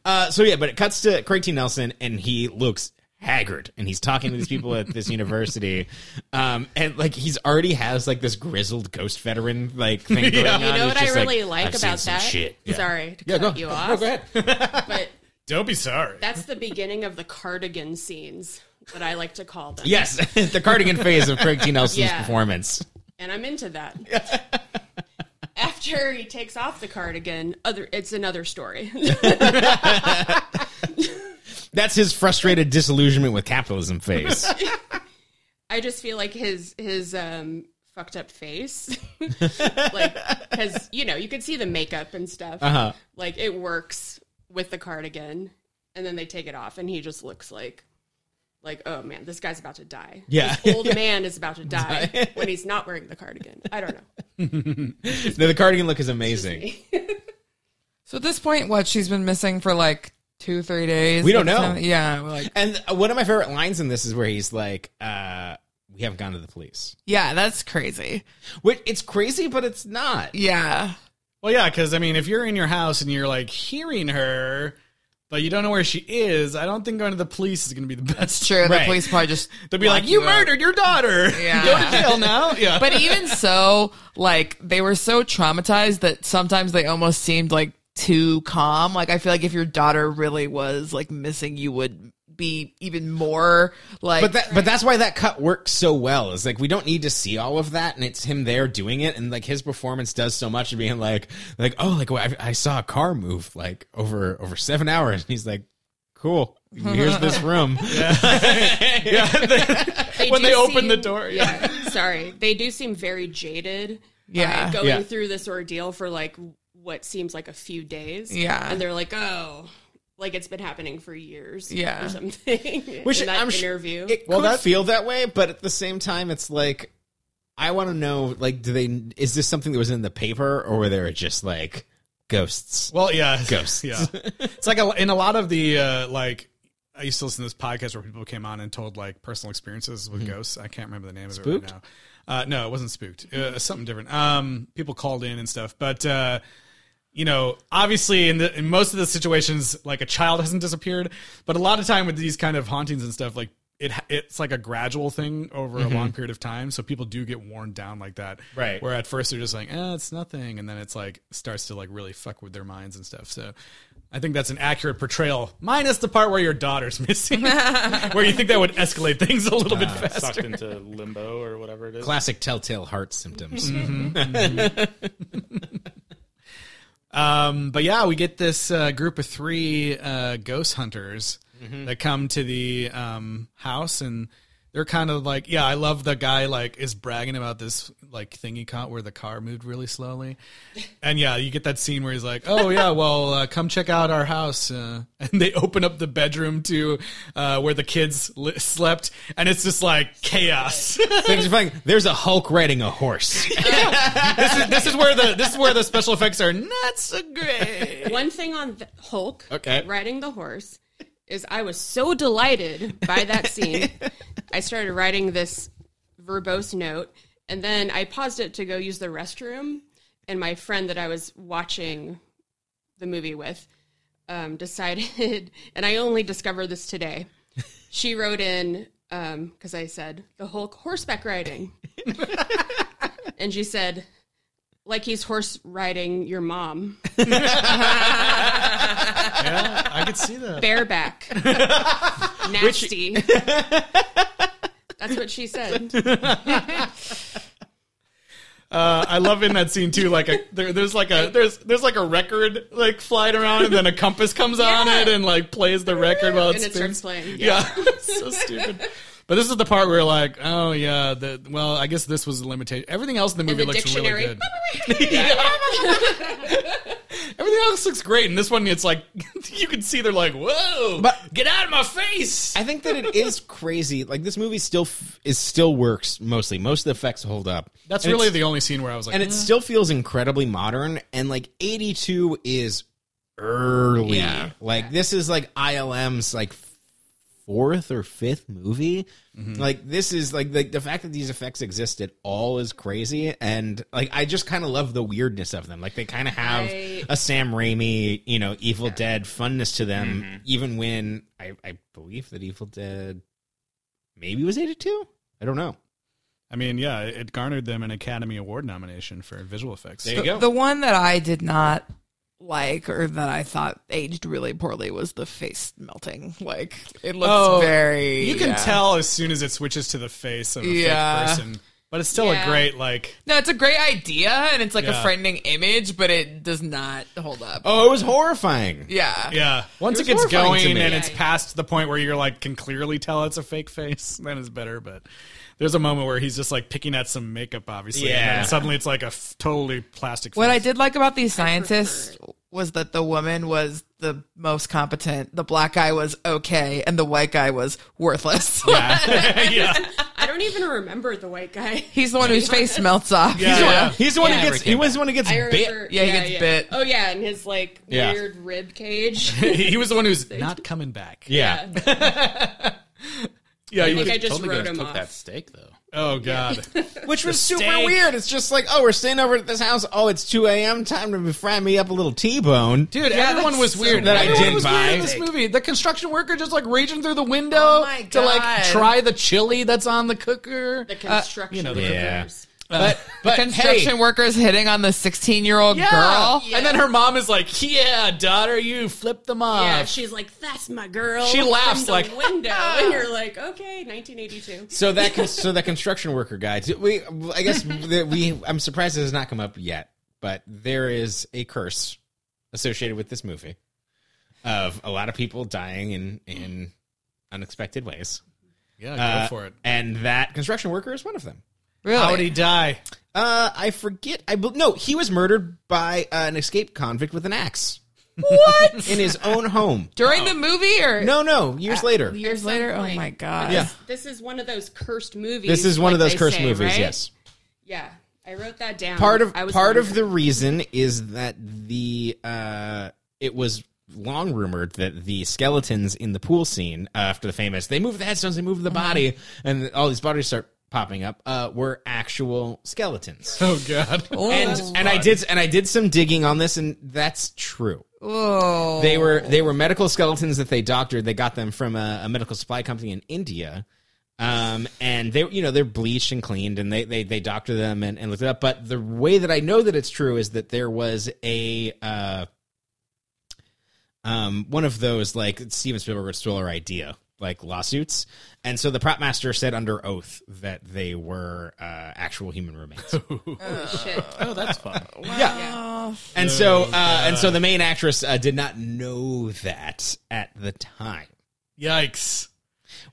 [SPEAKER 1] Uh, so yeah, but it cuts to Craig T. Nelson, and he looks haggard, and he's talking to these people at this <laughs> university, um, and like he's already has like this grizzled ghost veteran
[SPEAKER 2] <laughs>
[SPEAKER 1] like thing going on.
[SPEAKER 5] You know
[SPEAKER 1] He's
[SPEAKER 5] what I
[SPEAKER 1] just
[SPEAKER 5] really like,
[SPEAKER 1] "I've seen
[SPEAKER 5] about
[SPEAKER 1] some
[SPEAKER 5] that?
[SPEAKER 1] Shit.
[SPEAKER 5] Sorry to
[SPEAKER 1] Yeah,
[SPEAKER 5] cut
[SPEAKER 1] go-
[SPEAKER 5] you
[SPEAKER 1] no,
[SPEAKER 5] off.
[SPEAKER 1] go ahead.
[SPEAKER 5] <laughs> But
[SPEAKER 2] Don't be sorry.
[SPEAKER 5] that's the beginning of the cardigan scenes that I like to call them.
[SPEAKER 1] Yes, <laughs> the cardigan phase of Craig
[SPEAKER 5] <laughs>
[SPEAKER 1] T. Nelson's
[SPEAKER 5] Yeah.
[SPEAKER 1] performance.
[SPEAKER 5] And I'm
[SPEAKER 2] <laughs>
[SPEAKER 5] into that. After he takes off the cardigan, other it's another story.
[SPEAKER 1] That's his frustrated disillusionment with
[SPEAKER 5] <laughs>
[SPEAKER 1] capitalism face.
[SPEAKER 5] <laughs> I just feel like his his um fucked up face, <laughs> like because you know you could see the makeup and stuff.
[SPEAKER 1] Uh-huh.
[SPEAKER 5] Like it works with the cardigan, and then they take it off, and he just looks like like oh man, this guy's about to die.
[SPEAKER 1] Yeah.
[SPEAKER 2] <laughs>
[SPEAKER 5] This old man is about to die when he's not wearing the cardigan. I
[SPEAKER 2] <laughs>
[SPEAKER 5] don't know.
[SPEAKER 1] no, the cardigan look is amazing.
[SPEAKER 3] So at this point, what she's been missing for like two, three days.
[SPEAKER 1] We don't know.
[SPEAKER 3] Yeah, we're like,
[SPEAKER 1] And one of my favorite lines in this is where he's like, uh, "We haven't gone to the police,"
[SPEAKER 3] yeah, that's crazy.
[SPEAKER 1] which it's crazy, but it's not.
[SPEAKER 3] Yeah,
[SPEAKER 2] Well, yeah, because I mean, if you're in your house and you're like hearing her, but you don't know where she is, I don't think going to the police is going to be the best.
[SPEAKER 3] sure. The
[SPEAKER 1] Right.
[SPEAKER 3] police probably just
[SPEAKER 2] <laughs> They'll be like,
[SPEAKER 3] lock
[SPEAKER 2] "You
[SPEAKER 3] up."
[SPEAKER 2] murdered your daughter. <laughs>
[SPEAKER 3] Yeah.
[SPEAKER 2] Go to jail now." Yeah,
[SPEAKER 3] <laughs> But even so, like they were so traumatized that sometimes they almost seemed like too calm. Like I feel like if your daughter really was like missing, you would be even more like.
[SPEAKER 1] But that, but that's why that cut works so well. Is like we don't need to see all of that, and it's him there doing it, and like his performance does so much of being like, like oh, like I, I saw a car move like over over seven hours, and he's like, cool, here's this
[SPEAKER 2] <laughs>
[SPEAKER 1] room. <laughs>
[SPEAKER 2] when they
[SPEAKER 5] do
[SPEAKER 2] open the
[SPEAKER 5] seem-
[SPEAKER 2] door, yeah.
[SPEAKER 5] Yeah. Sorry, they do seem very jaded. by
[SPEAKER 3] Yeah.
[SPEAKER 5] going
[SPEAKER 1] Yeah.
[SPEAKER 5] through this ordeal for like what seems like a few days.
[SPEAKER 3] Yeah.
[SPEAKER 5] and they're like, oh, like it's been happening for years.
[SPEAKER 3] Yeah.
[SPEAKER 5] or something. <laughs>
[SPEAKER 1] Which
[SPEAKER 5] in that
[SPEAKER 1] I'm su-
[SPEAKER 5] interview.
[SPEAKER 1] It
[SPEAKER 2] Well,
[SPEAKER 1] could
[SPEAKER 2] that-
[SPEAKER 1] feel that way, but at the same time, it's like I want to know, like, do they? Is this something that was in the paper, or were they just like ghosts?
[SPEAKER 2] Well, yeah,
[SPEAKER 1] Ghosts. <laughs>
[SPEAKER 2] Yeah, it's like a, in a lot of the uh, like. I used to listen to this podcast where people came on and told like personal experiences with ghosts. I can't remember the name
[SPEAKER 1] Mm-hmm. Spooked?
[SPEAKER 2] of it right now. Uh, no, it wasn't spooked. Uh, something different. Um, people called in and stuff, but uh, you know, obviously in the in most of the situations, like a child hasn't disappeared, but a lot of time with these kind of hauntings and stuff, like it it's like a gradual thing over a long period of time. So people do get worn down like that,
[SPEAKER 1] Right.
[SPEAKER 2] Where at first they're just like, eh, it's nothing, and then it's like starts to like really fuck with their minds and stuff. So. I think that's an accurate portrayal, minus the part where your daughter's <laughs> missing, where you think that would escalate things a little bit
[SPEAKER 4] <laughs> Sucked
[SPEAKER 2] faster.
[SPEAKER 4] into limbo or whatever it is.
[SPEAKER 1] Classic telltale heart symptoms.
[SPEAKER 2] Mm-hmm. Um, but yeah, we get this uh, group of three uh, ghost hunters that come to the um, house, and they're kind of like, yeah, I love the guy like is bragging about this like thing he caught where the car moved really slowly, and yeah, you get that scene where he's like, oh yeah, well uh, come check out our house, uh, <laughs> and they open up the bedroom to uh, where the kids li- slept, and it's just like chaos.
[SPEAKER 1] <laughs> Things are fine. There's a Hulk riding a horse.
[SPEAKER 2] this is <laughs> this is where the this is where the special effects are not so great.
[SPEAKER 5] One thing on the Hulk
[SPEAKER 1] Okay.
[SPEAKER 5] riding the horse is I was so delighted by that scene. I started writing this verbose note and then I paused it to go use the restroom and my friend that I was watching the movie with um, <laughs> decided and I only discovered this today. She wrote in because I said the Hulk horseback riding. and she said like he's horse riding your mom.
[SPEAKER 2] Yeah, I could see that.
[SPEAKER 5] <laughs> bareback. Nasty. <laughs> That's what she said.
[SPEAKER 2] Uh, I love in that scene too. Like a there, there's like a there's there's like a record like flying around, and then a compass comes on
[SPEAKER 5] Yeah.
[SPEAKER 2] it and like plays the record while it
[SPEAKER 5] And it
[SPEAKER 2] spins.
[SPEAKER 5] starts playing.
[SPEAKER 2] Yeah, <laughs> so stupid. But this is the part where like, oh yeah, the well, I guess this was the limitation. Everything else in the movie
[SPEAKER 5] the
[SPEAKER 2] looks
[SPEAKER 5] dictionary.
[SPEAKER 2] really good. Yeah. <laughs> Everything else looks great, and this one it's like <laughs> you can see they're like, whoa,
[SPEAKER 1] But-
[SPEAKER 2] get out of my face.
[SPEAKER 1] I think that it is crazy. Like this movie still f- is still works mostly. Most of the effects hold up.
[SPEAKER 2] That's
[SPEAKER 1] And
[SPEAKER 2] really
[SPEAKER 1] it's-
[SPEAKER 2] the only scene where I was like,
[SPEAKER 1] and it
[SPEAKER 3] Mm-hmm.
[SPEAKER 1] still feels incredibly modern. And like eighty two is early.
[SPEAKER 3] Yeah.
[SPEAKER 1] Like this is like ILM's like fourth or fifth movie.
[SPEAKER 3] Mm-hmm.
[SPEAKER 1] Like this is like the, the fact that these effects exist at all is crazy, and like I just kind of love the weirdness of them. Like they kind of have
[SPEAKER 5] I-
[SPEAKER 1] a Sam Raimi, you know, Evil Dead funness to them,
[SPEAKER 3] Mm-hmm.
[SPEAKER 1] even when I, I believe that Evil Dead maybe was eighty two. I don't know.
[SPEAKER 2] I mean, yeah, it garnered them an Academy Award nomination for visual effects.
[SPEAKER 1] There you
[SPEAKER 3] the,
[SPEAKER 1] go.
[SPEAKER 3] the one that I did not like or that I thought aged really poorly was the face melting. Like it looks
[SPEAKER 2] Oh,
[SPEAKER 3] very.
[SPEAKER 2] You can
[SPEAKER 3] yeah.
[SPEAKER 2] tell as soon as it switches to the face of a
[SPEAKER 3] Yeah.
[SPEAKER 2] fake person. But it's still
[SPEAKER 5] Yeah.
[SPEAKER 2] a great like.
[SPEAKER 3] No, it's a great idea and it's like
[SPEAKER 2] Yeah.
[SPEAKER 3] a frightening image, but it does not hold up.
[SPEAKER 1] Oh, it was horrifying.
[SPEAKER 3] Yeah.
[SPEAKER 2] Yeah. Once it,
[SPEAKER 1] was
[SPEAKER 2] gets
[SPEAKER 1] horrifying to
[SPEAKER 2] going
[SPEAKER 1] me.
[SPEAKER 2] and it's
[SPEAKER 5] Yeah, yeah.
[SPEAKER 2] past the point where you're like can clearly tell it's a fake face, then it's better. But there's a moment where he's just like picking at some makeup, obviously, and
[SPEAKER 1] Yeah.
[SPEAKER 2] then suddenly it's like a f- totally plastic.
[SPEAKER 3] What I
[SPEAKER 2] face.
[SPEAKER 3] did like about these scientists was that the woman was the most competent, the black guy was okay, and the white guy was worthless.
[SPEAKER 2] <laughs> yeah.
[SPEAKER 5] <laughs> I don't even remember the white
[SPEAKER 3] <laughs>
[SPEAKER 5] guy. <laughs>
[SPEAKER 3] He's the one whose <laughs> face melts off.
[SPEAKER 2] Yeah, yeah.
[SPEAKER 1] <laughs> He's the one who
[SPEAKER 3] Yeah.
[SPEAKER 1] gets. He was the one who gets
[SPEAKER 5] I
[SPEAKER 1] bit.
[SPEAKER 5] remember.
[SPEAKER 3] Yeah, he gets bit.
[SPEAKER 5] Oh yeah, and his like
[SPEAKER 1] Yeah. Uh,
[SPEAKER 5] weird rib
[SPEAKER 1] <laughs>
[SPEAKER 5] cage.
[SPEAKER 2] He he was the one who's not coming back.
[SPEAKER 5] <laughs>
[SPEAKER 1] Yeah.
[SPEAKER 2] Yeah,
[SPEAKER 5] I
[SPEAKER 2] you
[SPEAKER 5] think I
[SPEAKER 2] would-
[SPEAKER 5] just wrote him
[SPEAKER 4] cook
[SPEAKER 5] off.
[SPEAKER 4] that steak though.
[SPEAKER 2] Oh god.
[SPEAKER 1] which was super
[SPEAKER 2] steak.
[SPEAKER 1] weird. It's just like, oh, we're staying over at this house. Oh, it's two a.m. Time to fry me up a little T-bone,
[SPEAKER 2] Dude, everyone was weird.
[SPEAKER 1] That I
[SPEAKER 2] everyone
[SPEAKER 1] did
[SPEAKER 2] was
[SPEAKER 1] buy.
[SPEAKER 2] weird in this movie. The construction worker just like reaching through the window
[SPEAKER 3] Oh my
[SPEAKER 2] to like
[SPEAKER 3] God.
[SPEAKER 2] try the chili that's on the cooker.
[SPEAKER 5] The construction.
[SPEAKER 2] you know, the
[SPEAKER 1] Yeah.
[SPEAKER 5] workers.
[SPEAKER 2] <laughs> But, but
[SPEAKER 3] Construction
[SPEAKER 2] hey,
[SPEAKER 3] workers hitting on the 16 year old
[SPEAKER 2] yeah.
[SPEAKER 3] girl.
[SPEAKER 2] And then her mom is like, "Yeah, daughter, you flipped them
[SPEAKER 1] Uh,
[SPEAKER 2] off."
[SPEAKER 5] Yeah, she's like, "That's my girl."
[SPEAKER 2] She laughs
[SPEAKER 5] from the
[SPEAKER 2] like-
[SPEAKER 5] window,
[SPEAKER 1] <laughs>
[SPEAKER 5] and you're like, "Okay, 1982."
[SPEAKER 1] So that con- so that construction worker guy. t- We I guess that we. I'm surprised it has not come up yet, but there is a curse associated with this movie of a lot of people dying in in unexpected ways.
[SPEAKER 2] yeah,
[SPEAKER 1] Uh, And that construction worker is one of them.
[SPEAKER 3] Really?
[SPEAKER 2] How would he die?
[SPEAKER 1] Uh, I forget. I bel no, he was murdered by uh, an escaped convict with an axe
[SPEAKER 3] What?
[SPEAKER 1] in his own home.
[SPEAKER 3] During the movie or
[SPEAKER 1] No, no, years
[SPEAKER 5] uh,
[SPEAKER 1] later.
[SPEAKER 3] years later? Oh my God.
[SPEAKER 1] Yeah.
[SPEAKER 5] This is one of those cursed movies.
[SPEAKER 1] This is one of
[SPEAKER 5] like
[SPEAKER 1] those
[SPEAKER 5] they
[SPEAKER 1] cursed
[SPEAKER 5] say,
[SPEAKER 1] movies.
[SPEAKER 5] right?
[SPEAKER 1] Yes.
[SPEAKER 5] Yeah, I wrote that down.
[SPEAKER 1] part of
[SPEAKER 5] I was
[SPEAKER 1] part of the
[SPEAKER 5] wondering.
[SPEAKER 1] reason is that the uh, it was long rumored that the skeletons in the pool scene uh, after the famous they move the headstones they move
[SPEAKER 5] Mm-hmm.
[SPEAKER 1] the body and all these bodies start popping up uh, were actual skeletons
[SPEAKER 2] <laughs> Oh god.
[SPEAKER 1] and and I did and I did some digging on this and that's true
[SPEAKER 3] Oh.
[SPEAKER 1] they were they were medical skeletons that they doctored. They got them from a, a medical supply company in India, um, and they you know they're bleached and cleaned, and they they they doctor them and, and looked it up. But the way that I know that it's true is that there was a uh, um, one of those like Steven Spielberg stole our idea like lawsuits, and so the prop master said under oath that they were uh, actual
[SPEAKER 2] <laughs>
[SPEAKER 1] human remains.
[SPEAKER 5] Shit.
[SPEAKER 2] Oh, that's fun.
[SPEAKER 1] and so uh, and so the main actress uh, did not know that at the time.
[SPEAKER 2] Yikes.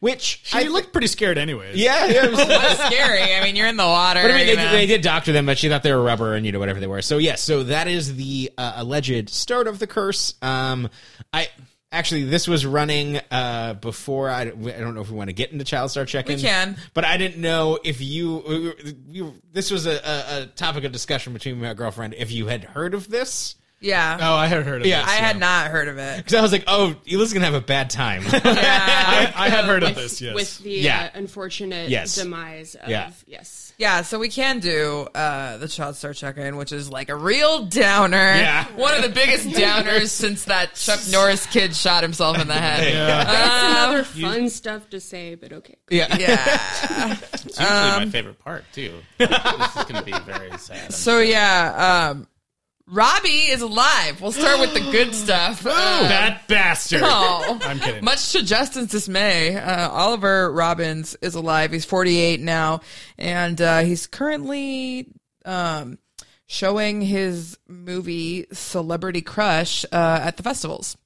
[SPEAKER 1] Which
[SPEAKER 2] She looked pretty scared, anyways.
[SPEAKER 1] Yeah, yeah. it was-
[SPEAKER 3] That's scary. I mean, you're in the water.
[SPEAKER 1] but I mean, they,
[SPEAKER 3] you know.
[SPEAKER 1] they did doctor them, but she thought they were rubber and you know whatever they were. So yeah, so that is the uh, alleged start of the curse. Um, I actually this was running uh before I, I don't know if we want to get into child star check-in.
[SPEAKER 3] We can.
[SPEAKER 1] but I didn't know if you, you this was a, a, a topic of discussion between me and my girlfriend if you had heard of this.
[SPEAKER 3] yeah.
[SPEAKER 2] Oh, I had heard of
[SPEAKER 1] Yeah,
[SPEAKER 2] this.
[SPEAKER 3] I had not heard of it.
[SPEAKER 1] Because I was like, oh, Eli's gonna have a bad time.
[SPEAKER 3] <laughs> Yeah.
[SPEAKER 2] I, I had heard of
[SPEAKER 5] With-
[SPEAKER 2] this. Yes.
[SPEAKER 5] With the
[SPEAKER 1] Yeah.
[SPEAKER 5] uh, unfortunate
[SPEAKER 1] Yes.
[SPEAKER 5] demise of
[SPEAKER 1] Yeah.
[SPEAKER 5] yes.
[SPEAKER 3] Yeah, so we can do uh, the Child Star check-in, which is like a real downer. Yeah, one of the <laughs> biggest downers since that Chuck Norris kid shot himself in the head.
[SPEAKER 5] That's another fun stuff to say, but okay.
[SPEAKER 3] Yeah.
[SPEAKER 4] It's usually my favorite part too. Like, this is going to be very sad. I'm
[SPEAKER 3] So yeah, um, Robbie is alive. We'll start with the good stuff. Uh,
[SPEAKER 2] that bastard.
[SPEAKER 3] oh.
[SPEAKER 2] I'm kidding.
[SPEAKER 3] Much to Justin's dismay, uh, Oliver Robbins is alive. He's 48 now, and uh, he's currently um, showing his movie Celebrity Crush uh, at the festivals,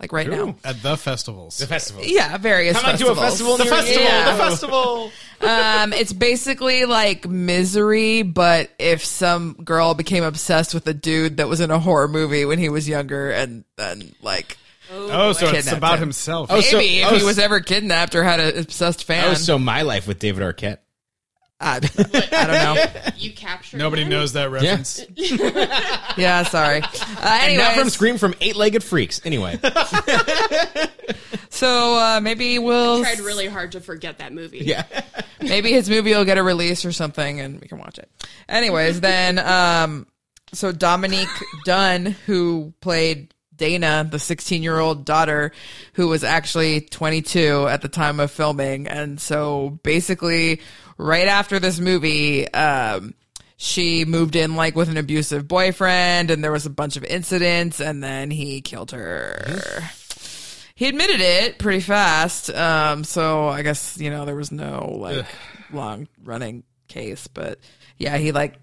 [SPEAKER 3] like right now.
[SPEAKER 2] At the festivals.
[SPEAKER 1] the festival.
[SPEAKER 3] Yeah, various
[SPEAKER 1] Come on to a
[SPEAKER 3] festivals.
[SPEAKER 1] festival. near you.
[SPEAKER 3] Yeah.
[SPEAKER 1] The festival.
[SPEAKER 3] um, it's basically like misery, but if some girl became obsessed with a dude that was in a horror movie when he was younger, and then like
[SPEAKER 2] oh, so it's
[SPEAKER 3] Kidnapped
[SPEAKER 2] about
[SPEAKER 3] him.
[SPEAKER 2] himself.
[SPEAKER 1] Oh, so-
[SPEAKER 3] maybe
[SPEAKER 1] oh,
[SPEAKER 3] if he
[SPEAKER 1] so-
[SPEAKER 3] was ever kidnapped or had an obsessed fan,
[SPEAKER 1] Oh, so my life with David Arquette.
[SPEAKER 3] I, <laughs> I don't know.
[SPEAKER 5] You captured
[SPEAKER 2] Nobody
[SPEAKER 5] him?
[SPEAKER 2] knows that reference.
[SPEAKER 3] Yeah, sorry. Uh,
[SPEAKER 1] Not from
[SPEAKER 3] anyways,
[SPEAKER 1] Scream, from Eight Legged Freaks. <laughs> Anyway,
[SPEAKER 3] so uh, maybe we'll
[SPEAKER 5] Tried really hard to forget that movie.
[SPEAKER 1] yeah.
[SPEAKER 3] maybe his movie will get a release or something and we can watch it anyways then um so dominique dunn who played dana the 16 year old daughter who was actually 22 at the time of filming and so basically right after this movie um she moved in like with an abusive boyfriend and there was a bunch of incidents and then he killed her he admitted it pretty fast. Um, so I guess you know there was no like long running case, but yeah, he like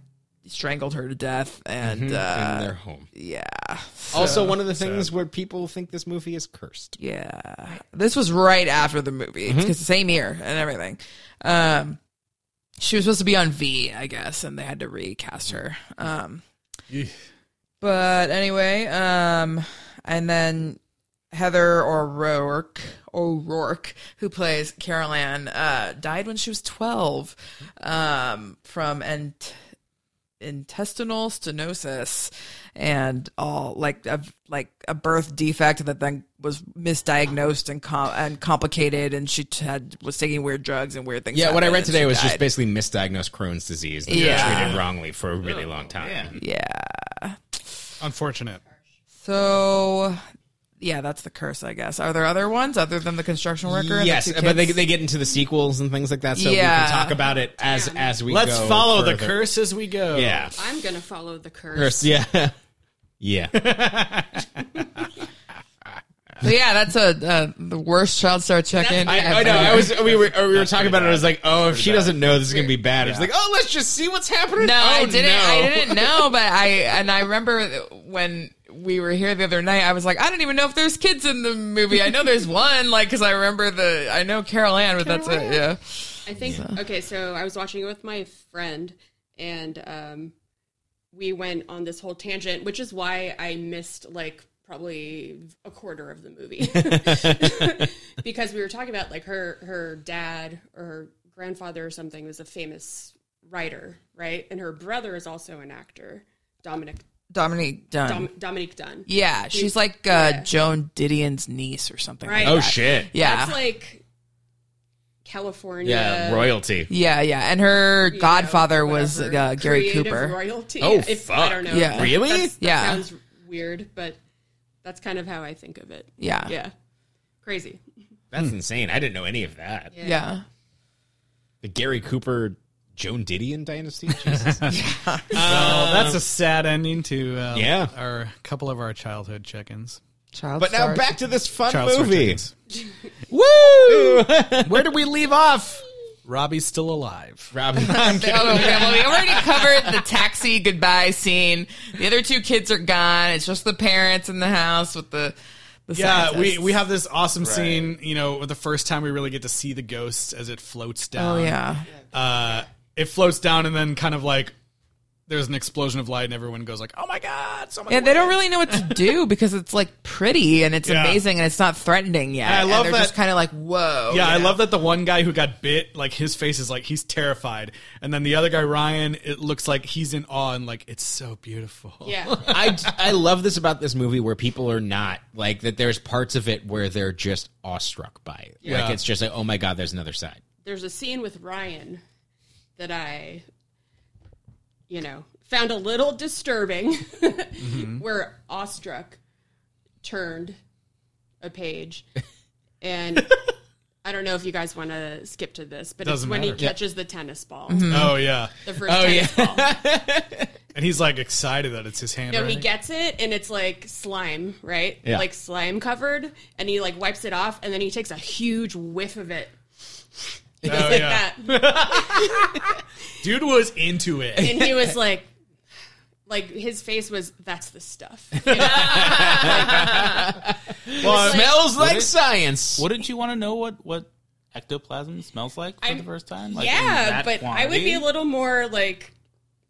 [SPEAKER 3] strangled her to death, and uh,
[SPEAKER 1] in their home.
[SPEAKER 3] yeah,
[SPEAKER 1] also, one of the things where people think this movie is cursed.
[SPEAKER 3] yeah. This was right after the movie because the same year and everything. Um, she was supposed to be on V, I guess, and they had to recast her. Um, but anyway, um, and then Heather O'Rourke, O'Rourke, who plays Carol Ann, uh, died when she was twelve um, from ent- intestinal stenosis and all like a, like a birth defect that then was misdiagnosed and com- and complicated, and she t- had was taking weird drugs and weird things.
[SPEAKER 1] Yeah, what I
[SPEAKER 3] happened,
[SPEAKER 1] read
[SPEAKER 3] and
[SPEAKER 1] today
[SPEAKER 3] she
[SPEAKER 1] was just
[SPEAKER 3] died.
[SPEAKER 1] basically misdiagnosed Crohn's disease that
[SPEAKER 3] Yeah.
[SPEAKER 1] was treated wrongly for a really long time.
[SPEAKER 3] <laughs> yeah.
[SPEAKER 2] Unfortunate.
[SPEAKER 3] So, yeah, that's the curse, I guess. Are there other ones other than the construction worker? and the
[SPEAKER 1] Yes,
[SPEAKER 3] two
[SPEAKER 1] but they,
[SPEAKER 3] kids?
[SPEAKER 1] they get into the sequels and things like that, so we
[SPEAKER 3] Yeah.
[SPEAKER 1] can talk about it as as we
[SPEAKER 2] Let's
[SPEAKER 1] go
[SPEAKER 2] follow the
[SPEAKER 1] further.
[SPEAKER 2] curse as we go.
[SPEAKER 1] Yeah,
[SPEAKER 5] I'm gonna follow the curse.
[SPEAKER 1] curse. Yeah, <laughs> yeah.
[SPEAKER 3] So, yeah, that's a uh, the worst child star check-in.
[SPEAKER 1] I, I
[SPEAKER 3] ever.
[SPEAKER 1] know. I was we were we were talking about it. I was like, oh, if she
[SPEAKER 4] bad.
[SPEAKER 1] doesn't know, this is gonna be bad. It's like, oh, let's just see what's happening.
[SPEAKER 3] No,
[SPEAKER 1] Oh,
[SPEAKER 3] I didn't.
[SPEAKER 1] no.
[SPEAKER 3] I didn't know, but I and I remember when we were here the other night. I was like, I don't even know if there's kids in the movie. I know there's <laughs> one, like, because I remember the. I know Carol Ann, but that's it. Yeah.
[SPEAKER 5] I think okay, so I was watching it with my friend and um we went on this whole tangent, which is why I missed like probably a quarter of the movie. <laughs> because we were talking about like her her dad or her grandfather or something was a famous writer, right? And her brother is also an actor, Dominic
[SPEAKER 3] Dominique Dunn.
[SPEAKER 5] Dom, Dominic Dunn.
[SPEAKER 3] yeah, she's like uh, Joan Didion's niece or something.
[SPEAKER 5] Right.
[SPEAKER 1] Oh shit.
[SPEAKER 3] Yeah.
[SPEAKER 5] That's like California
[SPEAKER 1] Yeah, royalty.
[SPEAKER 3] Yeah, yeah, and her
[SPEAKER 5] you know,
[SPEAKER 3] godfather was
[SPEAKER 5] whatever.
[SPEAKER 3] uh, Gary
[SPEAKER 5] Creative
[SPEAKER 3] Cooper.
[SPEAKER 5] Royalty.
[SPEAKER 1] Oh,
[SPEAKER 5] If-
[SPEAKER 1] fuck.
[SPEAKER 5] I don't know.
[SPEAKER 3] Yeah.
[SPEAKER 1] Really?
[SPEAKER 5] That's- That
[SPEAKER 3] Yeah.
[SPEAKER 5] Sounds weird, but that's kind of how I think of it.
[SPEAKER 3] Yeah.
[SPEAKER 5] Yeah. Crazy.
[SPEAKER 1] That's insane. I didn't know any of that.
[SPEAKER 3] yeah,
[SPEAKER 1] The Gary Cooper, Joan Didion <laughs> dynasty. Jesus.
[SPEAKER 2] Well, that's a sad ending to uh,
[SPEAKER 1] Yeah.
[SPEAKER 2] our couple of our childhood check-ins.
[SPEAKER 3] Child
[SPEAKER 1] But now
[SPEAKER 3] star-
[SPEAKER 1] back to this fun
[SPEAKER 2] Child star
[SPEAKER 1] movie.
[SPEAKER 2] check-ins. <laughs>
[SPEAKER 1] Woo!
[SPEAKER 2] Where did we leave off? Robbie's still alive. <laughs>
[SPEAKER 1] Robin, I'm kidding.
[SPEAKER 3] Oh, okay. Well, we already covered the taxi goodbye scene. The other two kids are gone. It's just the parents in the house with the. the
[SPEAKER 2] Yeah, we,
[SPEAKER 3] scientists.
[SPEAKER 2] we have this awesome scene, you know, the first time we really get to see the ghosts as it floats
[SPEAKER 3] Oh
[SPEAKER 2] down.
[SPEAKER 3] yeah,
[SPEAKER 2] Uh, it floats down and then kind of like there's an explosion of light and everyone goes like, "Oh my god!" So much
[SPEAKER 3] yeah. They don't really know what to do because it's like pretty and it's
[SPEAKER 2] Yeah.
[SPEAKER 3] amazing and it's not threatening yet.
[SPEAKER 2] And I love
[SPEAKER 3] and they're
[SPEAKER 2] that-
[SPEAKER 3] just kind of like whoa.
[SPEAKER 2] Yeah,
[SPEAKER 3] you
[SPEAKER 2] I
[SPEAKER 3] know?
[SPEAKER 2] love that the one guy who got bit, like his face is like he's terrified, and then the other guy Ryan, it looks like he's in awe and like it's so beautiful.
[SPEAKER 5] Yeah.
[SPEAKER 1] I, I love this about this movie where people are not like that. There's parts of it where they're just awestruck by it.
[SPEAKER 2] Yeah.
[SPEAKER 1] Like it's just like, oh my god, there's another side.
[SPEAKER 5] There's a scene with Ryan that I, you know, found a little disturbing <laughs>
[SPEAKER 2] Mm-hmm.
[SPEAKER 5] where Awestruck turned a page.
[SPEAKER 2] <laughs>
[SPEAKER 5] And I don't know if you guys want to skip to this, but
[SPEAKER 2] Doesn't
[SPEAKER 5] it's when
[SPEAKER 2] matter.
[SPEAKER 5] he catches the tennis
[SPEAKER 2] <laughs>
[SPEAKER 5] ball.
[SPEAKER 3] Mm-hmm.
[SPEAKER 2] Oh yeah,
[SPEAKER 5] The first tennis ball.
[SPEAKER 2] and he's like excited that it's his hand.
[SPEAKER 5] No, he gets it, and it's like slime, right?
[SPEAKER 1] Yeah.
[SPEAKER 5] Like slime covered, and he like wipes it off, and then he takes a huge whiff of it. He goes
[SPEAKER 2] Oh,
[SPEAKER 5] like
[SPEAKER 2] yeah.
[SPEAKER 5] that,
[SPEAKER 2] Dude was into it.
[SPEAKER 5] and he was like, like his face was, "That's
[SPEAKER 2] <laughs>
[SPEAKER 5] the stuff." You know?
[SPEAKER 2] Well,
[SPEAKER 1] Smells like
[SPEAKER 4] it-
[SPEAKER 1] science.
[SPEAKER 4] Wouldn't you want to know what what ectoplasm smells like for
[SPEAKER 5] I-
[SPEAKER 4] the first time? Like, in
[SPEAKER 5] yeah,
[SPEAKER 4] that
[SPEAKER 5] but I would be
[SPEAKER 4] quantity?
[SPEAKER 5] a little more like,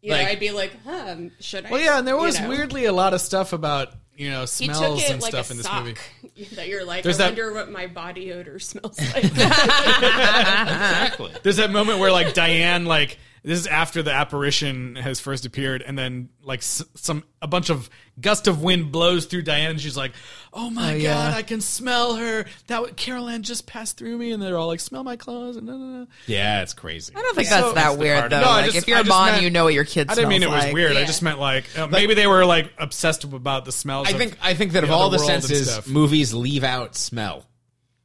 [SPEAKER 5] you know,
[SPEAKER 1] Like-
[SPEAKER 5] I'd be like, "Huh, should I?"
[SPEAKER 2] well, Oh, yeah, and there
[SPEAKER 5] you
[SPEAKER 2] was
[SPEAKER 5] know?
[SPEAKER 2] weirdly a lot of stuff about you know
[SPEAKER 5] He
[SPEAKER 2] smells
[SPEAKER 5] took it
[SPEAKER 2] and
[SPEAKER 5] like
[SPEAKER 2] stuff
[SPEAKER 5] a
[SPEAKER 2] in this
[SPEAKER 5] sock.
[SPEAKER 2] movie.
[SPEAKER 5] <laughs> That you're like,
[SPEAKER 2] There's
[SPEAKER 5] I
[SPEAKER 2] that-
[SPEAKER 5] wonder what my body odor smells
[SPEAKER 2] <laughs>
[SPEAKER 5] like.
[SPEAKER 4] exactly.
[SPEAKER 2] There's that moment where like Diane like this is after the apparition has first appeared and then like s- some a bunch of gust of wind blows through Diane and she's like, "Oh my
[SPEAKER 3] Oh,
[SPEAKER 2] god,
[SPEAKER 3] yeah.
[SPEAKER 2] I can smell her." That w- Carol Ann just passed through me and they're all like, "Smell my clothes." And da, da, da.
[SPEAKER 1] yeah, it's crazy.
[SPEAKER 3] I don't think that's that weird though.
[SPEAKER 2] No, I
[SPEAKER 3] like
[SPEAKER 2] just-
[SPEAKER 3] if you're
[SPEAKER 2] I
[SPEAKER 3] a
[SPEAKER 2] just
[SPEAKER 3] mom,
[SPEAKER 2] meant-
[SPEAKER 3] you know what your kids.
[SPEAKER 2] I didn't mean it
[SPEAKER 3] smells
[SPEAKER 2] was
[SPEAKER 3] like.
[SPEAKER 2] weird. I
[SPEAKER 5] Yeah.
[SPEAKER 2] just meant like, uh, maybe they were like obsessed about the smells.
[SPEAKER 1] I
[SPEAKER 2] of-
[SPEAKER 1] think I think that of
[SPEAKER 2] the
[SPEAKER 1] all
[SPEAKER 2] other
[SPEAKER 1] the
[SPEAKER 2] world and
[SPEAKER 1] senses,
[SPEAKER 2] stuff.
[SPEAKER 1] movies leave out smell.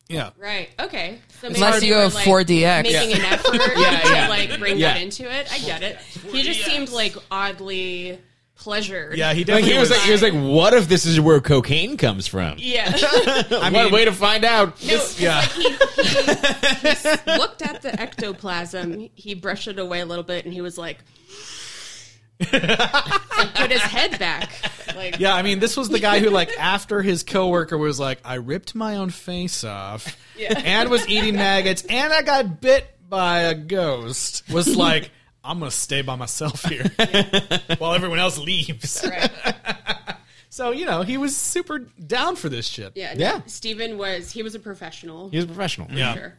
[SPEAKER 2] yeah.
[SPEAKER 5] Right. Okay. So
[SPEAKER 3] Unless
[SPEAKER 5] maybe
[SPEAKER 3] you
[SPEAKER 5] they
[SPEAKER 3] go
[SPEAKER 5] were, like,
[SPEAKER 3] 4DX.
[SPEAKER 5] making an effort
[SPEAKER 1] <laughs> Yeah, yeah.
[SPEAKER 5] to like bring
[SPEAKER 1] Yeah.
[SPEAKER 5] that into it. I get it. He just seemed like oddly pleasure.
[SPEAKER 4] Yeah, he
[SPEAKER 1] Like
[SPEAKER 4] definitely
[SPEAKER 1] he was like, he was like, what if this is where cocaine comes from?
[SPEAKER 5] Yeah.
[SPEAKER 1] I what way to find out?
[SPEAKER 5] No, it's like he, he, he s- looked at the ectoplasm. He brushed it away a little bit, and he was like, and put his head back. Like,
[SPEAKER 2] Yeah, I mean, this was the guy who,
[SPEAKER 5] <laughs>
[SPEAKER 2] like, after his coworker was like, I ripped my own face off and was eating maggots and I got bit by a ghost, was like, I'm going to stay by myself here
[SPEAKER 5] <laughs>
[SPEAKER 2] while everyone else leaves.
[SPEAKER 5] right.
[SPEAKER 2] <laughs> So, you know, he was super down for this shit.
[SPEAKER 5] Yeah. no,
[SPEAKER 1] Yeah.
[SPEAKER 5] Stephen was he was a professional.
[SPEAKER 1] He was a professional.
[SPEAKER 2] Yeah.
[SPEAKER 5] Sure.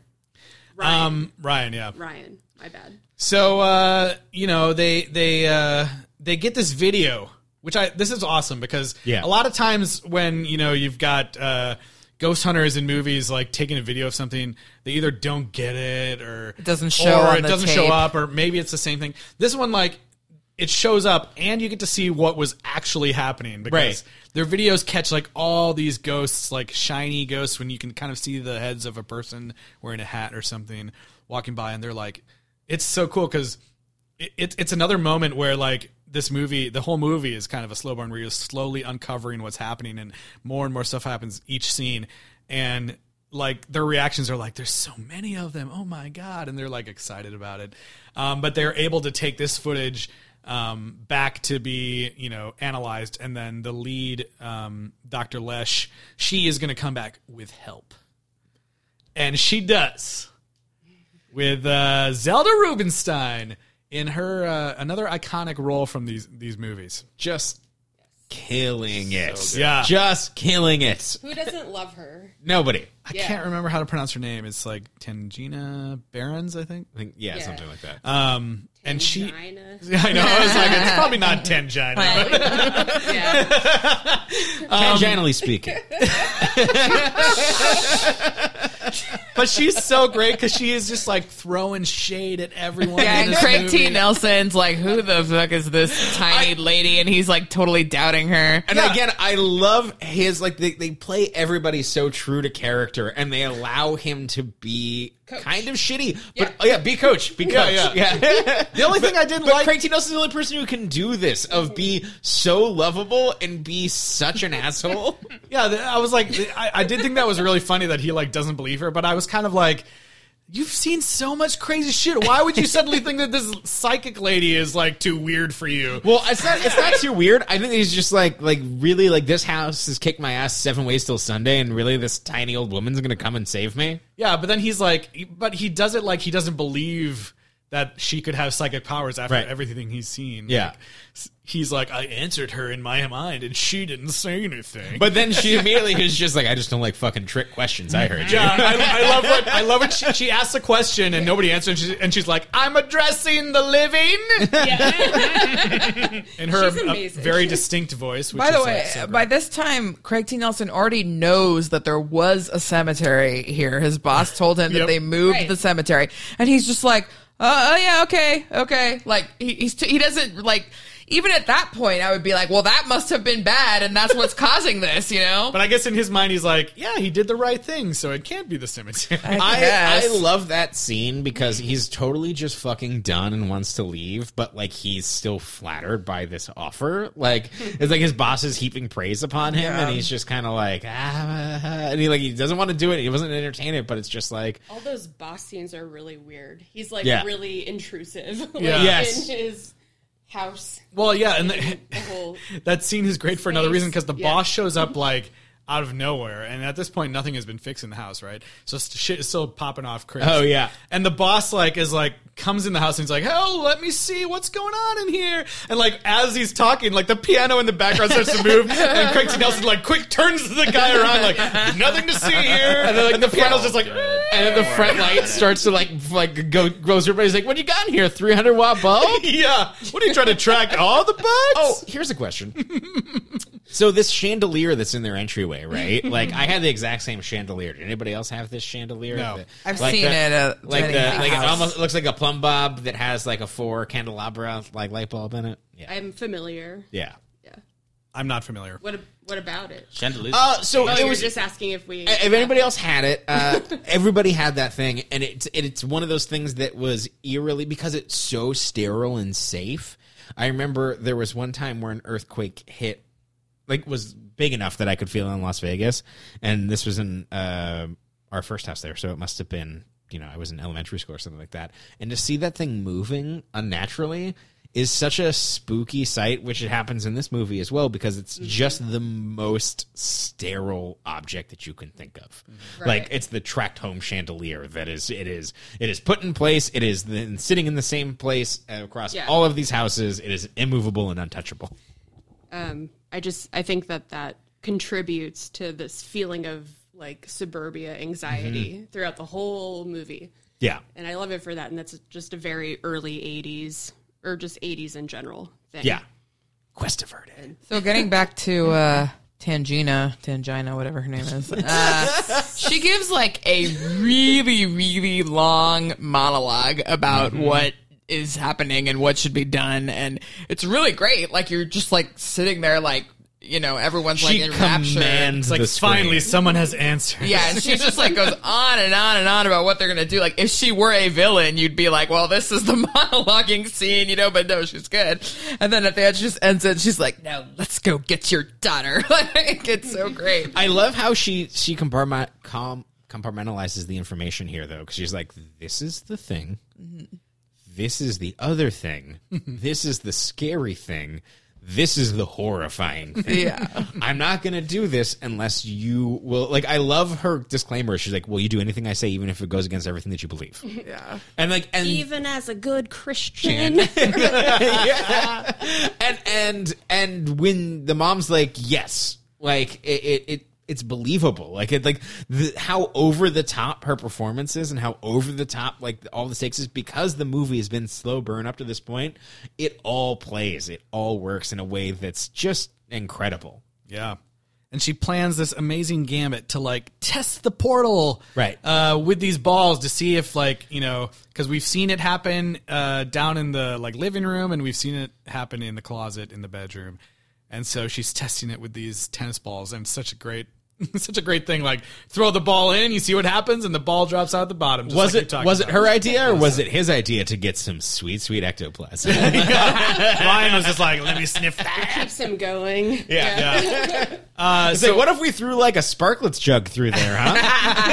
[SPEAKER 5] Ryan.
[SPEAKER 2] Um, Ryan, yeah.
[SPEAKER 5] Ryan. My bad.
[SPEAKER 2] So uh, you know they they uh, they get this video, which I this is awesome because
[SPEAKER 1] Yeah.
[SPEAKER 2] a lot of times when you know you've got uh, ghost hunters in movies like taking a video of something, they either don't get it or it
[SPEAKER 3] doesn't show
[SPEAKER 2] or
[SPEAKER 3] on
[SPEAKER 2] it
[SPEAKER 3] the
[SPEAKER 2] doesn't show
[SPEAKER 3] tape.
[SPEAKER 2] up or maybe it's the same thing. This one like it shows up and you get to see what was actually happening because
[SPEAKER 1] Right.
[SPEAKER 2] their videos catch like all these ghosts like shiny ghosts when you can kind of see the heads of a person wearing a hat or something walking by and they're like it's so cool because it, it, it's another moment where like this movie the whole movie is kind of a slow burn where you're slowly uncovering what's happening and more and more stuff happens each scene and like their reactions are like there's so many of them oh my god and they're like excited about it um, but they're able to take this footage um, back to be you know analyzed and then the lead um, dr lesh she is going to come back with help and she does with uh, zelda rubinstein in her uh, another iconic role from these these movies just
[SPEAKER 1] Killing it.
[SPEAKER 2] yeah
[SPEAKER 1] Just killing it.
[SPEAKER 5] Who doesn't love her?
[SPEAKER 1] Nobody.
[SPEAKER 2] i
[SPEAKER 5] Yeah.
[SPEAKER 2] can't remember how to pronounce her name it's like tangina barons i think
[SPEAKER 1] I think, yeah,
[SPEAKER 5] Yeah.
[SPEAKER 1] something like that.
[SPEAKER 2] um and she <laughs>
[SPEAKER 5] Vagina.
[SPEAKER 2] i know i was like it's probably not tangina but-
[SPEAKER 5] Yeah.
[SPEAKER 1] Vaginally speaking.
[SPEAKER 2] <laughs> but she's so great because she is just like throwing shade at everyone.
[SPEAKER 3] Yeah,
[SPEAKER 2] in
[SPEAKER 3] and
[SPEAKER 2] this
[SPEAKER 3] Craig
[SPEAKER 2] movie.
[SPEAKER 3] T. Nelson's like, who the fuck is
[SPEAKER 2] <laughs>
[SPEAKER 3] this tiny lady? And he's like totally doubting her.
[SPEAKER 1] And again, I love his like they, they play everybody so true to character, and they allow him to be kind of shitty, but oh, yeah, be coach, be coach.
[SPEAKER 2] yeah.
[SPEAKER 1] the only
[SPEAKER 2] thing I didn't
[SPEAKER 1] <laughs> but
[SPEAKER 2] like-
[SPEAKER 1] Craig T. Nelson's the only person who can do this of be so lovable and be such an asshole.
[SPEAKER 2] Yeah, th- I was like, th- I, I did think that was really funny that he like doesn't believe her, but I was kind of like, you've seen so much crazy shit. Why would you suddenly think that this psychic lady is like too weird for you?
[SPEAKER 1] Well, it's not it's not too weird. I think he's just like like really like this house has kicked my ass seven ways till Sunday, and really this tiny old woman's gonna come and save me.
[SPEAKER 2] Yeah, but then he's like, but he does it like he doesn't believe that she could have psychic powers after
[SPEAKER 1] Right.
[SPEAKER 2] everything he's seen.
[SPEAKER 1] Yeah.
[SPEAKER 2] Like, s- he's like, I answered her in my mind, and she didn't say anything.
[SPEAKER 1] But then she immediately is just like, I just don't like fucking trick questions. I heard you.
[SPEAKER 2] Yeah, I, I love what I love what she, she asks a question and nobody answers, and, she, and she's like, "I'm addressing the living," <laughs> in her
[SPEAKER 5] She's
[SPEAKER 2] uh,
[SPEAKER 5] amazing.
[SPEAKER 2] very distinct voice. Which
[SPEAKER 3] By the
[SPEAKER 2] is,
[SPEAKER 3] way,
[SPEAKER 2] like, so
[SPEAKER 3] by
[SPEAKER 2] great.
[SPEAKER 3] this time, Craig T. Nelson already knows that there was a cemetery here. His boss told him that
[SPEAKER 2] Yep.
[SPEAKER 3] they moved
[SPEAKER 5] Right.
[SPEAKER 3] the cemetery, and he's just like, "Oh, oh, yeah, okay, okay." Like he, he's t- he doesn't like. Even at that point, I would be like, "Well, that must have been bad, and that's what's <laughs> causing this," you know.
[SPEAKER 2] but I guess in his mind, he's like, "Yeah, he did the right thing, so it can't be the cemetery."
[SPEAKER 1] I,
[SPEAKER 3] Yes.
[SPEAKER 1] I love that scene because he's totally just fucking done and wants to leave, but like he's still flattered by this offer. Like it's like his boss is heaping praise upon him, and he's just kind of like, ah, and he like he doesn't want to do it. He wasn't entertain it, but it's just like,
[SPEAKER 5] All those boss scenes are really weird. He's like
[SPEAKER 1] Yeah.
[SPEAKER 5] really intrusive. <laughs> like,
[SPEAKER 2] Yeah.
[SPEAKER 1] Yes.
[SPEAKER 5] In his house.
[SPEAKER 2] <laughs> well, yeah, and the,
[SPEAKER 5] The whole.
[SPEAKER 2] that scene is great for another
[SPEAKER 5] Space,
[SPEAKER 2] reason because the
[SPEAKER 5] yeah.
[SPEAKER 2] boss shows up like. Out of nowhere, and at this point, nothing has been fixed in the house, right? So st- shit is still popping off. Chris.
[SPEAKER 1] Oh, yeah.
[SPEAKER 2] And the boss like is like comes in the house and he's like, "Oh, let me see what's going on in here." And like as he's talking, like the piano in the background starts to
[SPEAKER 5] <laughs>
[SPEAKER 2] move, and Craig T. Nelson like quick turns <laughs> the guy around, like nothing to see here. And then like the piano's just like,
[SPEAKER 1] and then the front light starts to like f- like go grows. Everybody's like, what you got in here? Three hundred watt bulb.
[SPEAKER 2] yeah. <laughs> What are you trying to track all the butts?
[SPEAKER 1] Oh, here's
[SPEAKER 2] <laughs>
[SPEAKER 1] a question. so this chandelier that's in their entryway, right? Like I had the exact same chandelier. Did anybody else have this chandelier?
[SPEAKER 2] No.
[SPEAKER 1] The-
[SPEAKER 3] I've
[SPEAKER 1] like
[SPEAKER 3] seen
[SPEAKER 1] the-
[SPEAKER 3] it at
[SPEAKER 1] Like the,
[SPEAKER 3] Jenny's
[SPEAKER 1] like it
[SPEAKER 3] house.
[SPEAKER 1] almost looks like a plumb bob that has like a four candelabra like light bulb in it. Yeah.
[SPEAKER 5] I'm familiar.
[SPEAKER 1] yeah.
[SPEAKER 5] Yeah.
[SPEAKER 2] I'm not familiar.
[SPEAKER 5] What? ab- What about it?
[SPEAKER 4] chandelier.
[SPEAKER 1] Uh, so
[SPEAKER 5] Oh,
[SPEAKER 1] it
[SPEAKER 5] you were
[SPEAKER 1] was
[SPEAKER 5] just asking if we.
[SPEAKER 1] if anybody else had it, uh, everybody had that thing, and it's it's one of those things that was eerily because it's so sterile and safe. I remember there was one time where an earthquake hit, like was big enough that I could feel it in Las Vegas, and this was in uh, our first house there, so it must have been you know I was in elementary school or something like that, and to see that thing moving unnaturally is such a spooky sight, which it happens in this movie as well because it's just the most sterile object that you can think of. Like it's the tracked home chandelier that is it is it is put in place. It is then sitting in the same place uh, across
[SPEAKER 5] Yeah.
[SPEAKER 1] all of these houses. It is immovable and untouchable.
[SPEAKER 5] um, I just I think that that contributes to this feeling of like suburbia anxiety
[SPEAKER 1] Mm-hmm.
[SPEAKER 5] throughout the whole movie,
[SPEAKER 1] Yeah,
[SPEAKER 5] and I love it for that. And that's just a very early '80s or just '80s in general thing.
[SPEAKER 1] yeah. Quest averted.
[SPEAKER 3] So getting back to uh, Tangina, Tangina, whatever her name is, uh, she gives like a really, really long monologue about
[SPEAKER 1] Mm-hmm.
[SPEAKER 3] what is happening and what should be done, and it's really great. Like you're just like sitting there, like you know, everyone's like
[SPEAKER 1] She
[SPEAKER 3] in rapture.
[SPEAKER 1] commands
[SPEAKER 2] It's like
[SPEAKER 1] the screen.
[SPEAKER 2] finally someone has answers.
[SPEAKER 3] Yeah, and she just like goes on and on and on about what they're gonna do. Like if she were a villain, you'd be like, Well, this is the <laughs> monologuing scene, you know, but no, she's good. And then at the end she just ends it, she's like, No, let's go get your daughter. <laughs> like it's so great.
[SPEAKER 1] I love how she she compartment com, compartmentalizes the information here though, because she's like, this is the thing, this is the other <laughs> thing, this is the scary thing, this is the horrifying thing.
[SPEAKER 3] Yeah.
[SPEAKER 1] <laughs> I'm not gonna do this unless you will. Like, I love her disclaimer. She's like, "Will you do anything I say, even if it goes against everything that you believe?" Yeah, and like, and
[SPEAKER 5] Even as a good Christian,
[SPEAKER 1] and and and when the mom's like yes like it it, it it's believable like it like the, how over the top her performance is and how over the top like all the stakes is because the movie has been slow burn up to this point it all plays it all works in a way that's just incredible
[SPEAKER 2] Yeah. And she plans this amazing gambit to like test the portal,
[SPEAKER 1] Right.
[SPEAKER 2] Uh, with these balls to see if like you know because we've seen it happen uh, down in the like living room and we've seen it happen in the closet in the bedroom, and so she's testing it with these tennis balls and it's such a great. <laughs> Such a great thing! Like throw the ball in, you see what happens, and the ball drops out the bottom. just
[SPEAKER 1] was
[SPEAKER 2] like
[SPEAKER 1] it
[SPEAKER 2] you're talking
[SPEAKER 1] was it
[SPEAKER 2] about.
[SPEAKER 1] her idea or was it his idea to get some sweet
[SPEAKER 2] <laughs>
[SPEAKER 1] sweet
[SPEAKER 2] <laughs>
[SPEAKER 1] ectoplasm
[SPEAKER 2] Ryan was just like, "Let me sniff that."
[SPEAKER 5] keeps him going.
[SPEAKER 1] so what if we threw like a sparklets jug through there
[SPEAKER 2] <laughs>
[SPEAKER 1] huh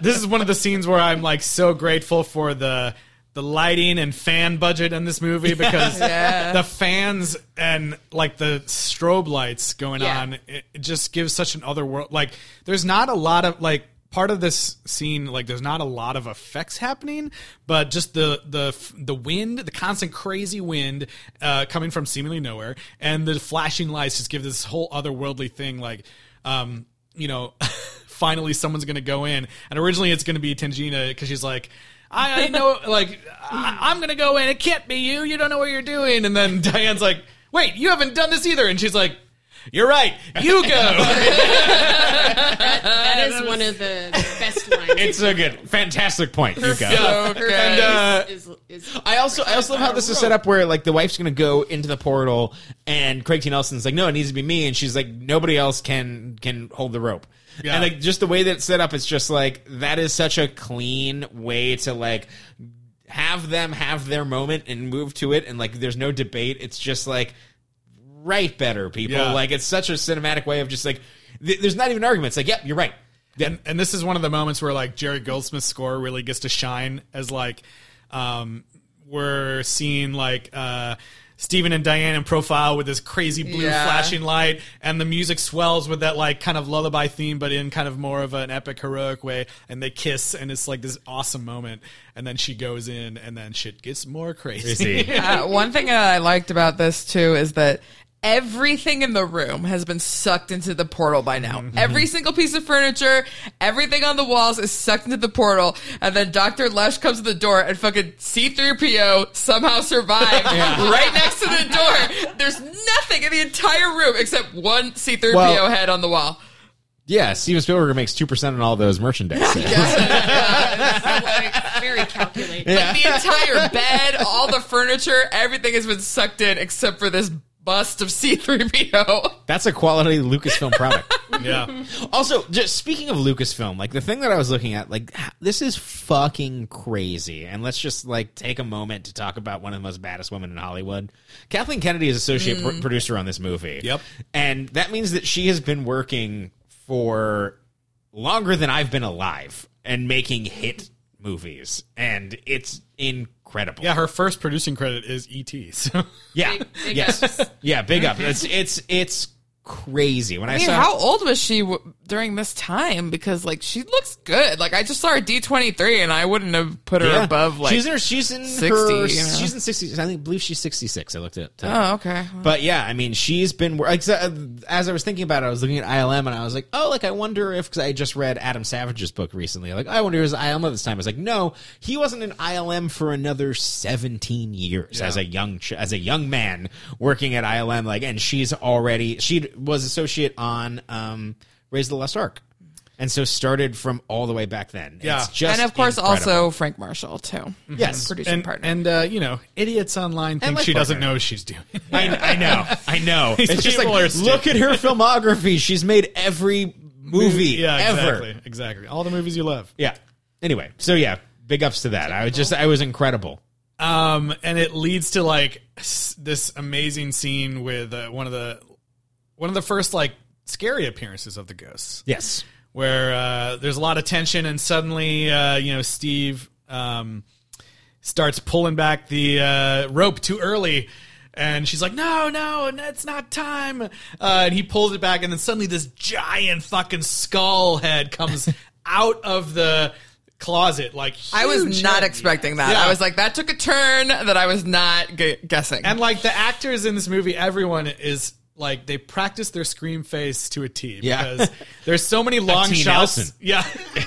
[SPEAKER 2] this is one of the scenes where I'm like so grateful for the the lighting and fan budget in this movie because the fans and like the strobe lights going
[SPEAKER 5] Yeah.
[SPEAKER 2] on it, it just gives such an other world like there's not a lot of like part of this scene like there's not a lot of effects happening but just the the f- the wind the constant crazy wind uh, coming from seemingly nowhere and the flashing lights just give this whole otherworldly thing like um you know <laughs> finally someone's gonna go in and originally it's gonna be Tangina because she's like I, I know like I, I'm gonna go in it can't be you you don't know what you're doing and then Diane's like wait you haven't done this either and she's like you're right you go
[SPEAKER 5] That is one of the best lines.
[SPEAKER 1] it's a good fantastic point you guys
[SPEAKER 5] Her
[SPEAKER 3] Okay.
[SPEAKER 5] voice
[SPEAKER 3] And,
[SPEAKER 2] uh,
[SPEAKER 5] is, is
[SPEAKER 1] I also I also love how this is set up where like the wife's gonna go into the portal and Craig T. Nelson's like, no, it needs to be me, and she's like, nobody else can can hold the rope.
[SPEAKER 2] Yeah.
[SPEAKER 1] And like just the way that it's set up, it's just like that is such a clean way to like have them have their moment and move to it, and like there's no debate. It's just like right better people.
[SPEAKER 2] Yeah.
[SPEAKER 1] Like it's such a cinematic way of just like th- there's not even arguments. Like, yep, you're right.
[SPEAKER 2] <laughs> and and this is one of the moments where like Jerry Goldsmith's score really gets to shine as like um we're seeing like uh Stephen and Diane in profile with this crazy blue
[SPEAKER 3] Yeah.
[SPEAKER 2] flashing light, and the music swells with that like kind of lullaby theme, but in kind of more of an epic heroic way. And they kiss, and it's like this awesome moment. And then she goes in, and then shit gets more crazy.
[SPEAKER 3] Uh, one thing that I liked about this too is that everything in the room has been sucked into the portal by now. Every single piece of furniture, everything on the walls is sucked into the portal, and then Dr. Lesh comes to the door and fucking C3PO somehow survived right next to the door. There's nothing in the entire room except one C3PO
[SPEAKER 1] Well-
[SPEAKER 3] head on the wall.
[SPEAKER 1] Yeah, Steven Spielberg makes two percent on all those merchandise.
[SPEAKER 2] <laughs>
[SPEAKER 1] sales.
[SPEAKER 5] like, very calculated.
[SPEAKER 3] Like the entire bed, all the furniture, everything has been sucked in except for this bust of C3PO.
[SPEAKER 2] <laughs>
[SPEAKER 1] That's a quality Lucasfilm product.
[SPEAKER 2] <laughs> Yeah.
[SPEAKER 1] Also, just speaking of Lucasfilm, like the thing that I was looking at, like h- this is fucking crazy. And let's just like take a moment to talk about one of the most baddest women in Hollywood. Kathleen Kennedy is associate pro- producer on this movie.
[SPEAKER 2] Mm. Yep.
[SPEAKER 1] and that means that she has been working for longer than I've been alive and making hit movies, and it's incredible.
[SPEAKER 2] Yeah, her first producing credit is E.T. So
[SPEAKER 1] yeah,
[SPEAKER 5] Big- big
[SPEAKER 1] yes,
[SPEAKER 5] ups.
[SPEAKER 1] yeah,
[SPEAKER 2] <laughs>
[SPEAKER 1] big up. It's it's it's crazy. When I,
[SPEAKER 3] I mean,
[SPEAKER 1] saw
[SPEAKER 3] how old was she w- during this time? Because like she looks good. Like I just saw her D twenty three, and I wouldn't have put her
[SPEAKER 1] Yeah.
[SPEAKER 3] above like.
[SPEAKER 1] she's in her, she's in
[SPEAKER 3] 60,
[SPEAKER 1] her,
[SPEAKER 3] you know?
[SPEAKER 1] she's in sixty. I think believe she's sixty six. I looked at. it.
[SPEAKER 3] oh, okay.
[SPEAKER 1] But yeah, I mean, she's been. wor- exa- As I was thinking about it, I was looking at ILM and I was like, oh, like I wonder if because I just read Adam Savage's book recently. Like, I wonder is ILM at this time. I was like, no, he wasn't in ILM for another seventeen years as a young ch- as a young man working at ILM. Like, and she's already she was associate on um, Raise the Last Ark. And so started from all the way back then.
[SPEAKER 2] Yeah.
[SPEAKER 1] It's just
[SPEAKER 3] and of course,
[SPEAKER 1] incredible. Mhm.
[SPEAKER 3] also Frank Marshall too.
[SPEAKER 1] Yes.
[SPEAKER 3] producing
[SPEAKER 2] and
[SPEAKER 3] partner.
[SPEAKER 2] and uh, you know, idiots online think
[SPEAKER 1] life
[SPEAKER 2] she doesn't
[SPEAKER 1] partner.
[SPEAKER 2] know she's doing. it.
[SPEAKER 1] <laughs> I, I know. I know.
[SPEAKER 2] <laughs> These
[SPEAKER 1] it's just like,
[SPEAKER 2] people are stupid.
[SPEAKER 1] look at her filmography. She's made every movie
[SPEAKER 2] yeah,
[SPEAKER 1] ever.
[SPEAKER 2] exactly, exactly. All the movies you love.
[SPEAKER 1] Yeah. Anyway, so yeah, big ups to that. I was just, I was incredible.
[SPEAKER 2] Um, and it leads to like s- this amazing scene with uh, one of the one of the first like scary appearances of the ghosts.
[SPEAKER 1] Yes.
[SPEAKER 2] where uh, there's a lot of tension, and suddenly, uh, you know, Steve um, starts pulling back the uh, rope too early. And she's like, no, no, it's not time. Uh, and he pulls it back, and then suddenly this giant fucking skull head
[SPEAKER 3] <laughs>
[SPEAKER 2] comes out of the closet. Like,
[SPEAKER 3] I was
[SPEAKER 2] huge
[SPEAKER 3] not
[SPEAKER 2] head.
[SPEAKER 3] expecting that.
[SPEAKER 2] Yeah.
[SPEAKER 3] I was like, that took a turn that I was not gu- guessing.
[SPEAKER 2] And like the actors in this movie, everyone is like they practice their scream face to a T.
[SPEAKER 1] Yeah.
[SPEAKER 2] Because there's so
[SPEAKER 1] <laughs>
[SPEAKER 2] many long
[SPEAKER 1] Teen
[SPEAKER 2] shots.
[SPEAKER 1] Nelson.
[SPEAKER 2] Yeah.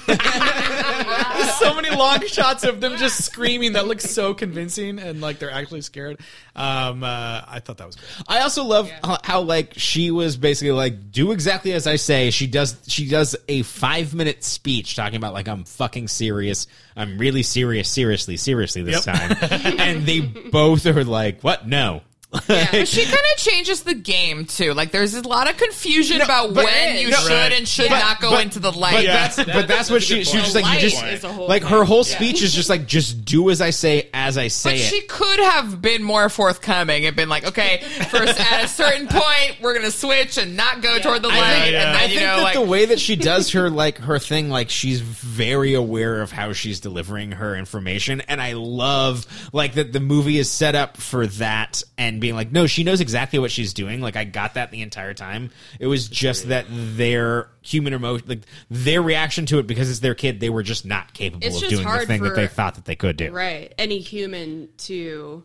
[SPEAKER 2] <laughs> there's so many long shots of them just screaming that looks so convincing and like they're actually scared. Um, uh, I thought that was great.
[SPEAKER 1] I also love how, how like she was basically like do exactly as I say. She does she does a 5 minute speech talking about like I'm fucking serious. I'm really serious seriously seriously this time. and they both are like, "What? No."
[SPEAKER 3] But she kind of changes the game too. Like there's a lot of confusion about
[SPEAKER 1] but-
[SPEAKER 3] when you
[SPEAKER 1] no,
[SPEAKER 3] should
[SPEAKER 1] right.
[SPEAKER 3] and should
[SPEAKER 1] But-
[SPEAKER 3] not go
[SPEAKER 1] but-
[SPEAKER 3] into the
[SPEAKER 1] But
[SPEAKER 3] light.
[SPEAKER 1] that's but that's what she she was just like you
[SPEAKER 5] Light
[SPEAKER 1] just
[SPEAKER 5] is a whole
[SPEAKER 1] like her
[SPEAKER 5] thing.
[SPEAKER 1] whole speech is just like just do as I say as I
[SPEAKER 3] But
[SPEAKER 1] say it.
[SPEAKER 3] she could have been more forthcoming and been like, okay, first at a certain point, we're gonna switch and not go toward the light, and
[SPEAKER 1] I
[SPEAKER 3] then
[SPEAKER 1] think
[SPEAKER 3] you know,
[SPEAKER 1] that
[SPEAKER 3] like
[SPEAKER 1] the way that she does her like her thing, like she's very aware of how she's delivering her information, and I love like that the movie is set up for that and being like, no, she knows exactly what she's doing. Like I got that the entire time. It was just that their human emotion, like their reaction to it, because it's their kid, they were just not capable
[SPEAKER 5] It's
[SPEAKER 1] of
[SPEAKER 5] just
[SPEAKER 1] doing the
[SPEAKER 5] hard
[SPEAKER 1] thing that
[SPEAKER 5] for-
[SPEAKER 1] they thought that they could do.
[SPEAKER 5] right any human to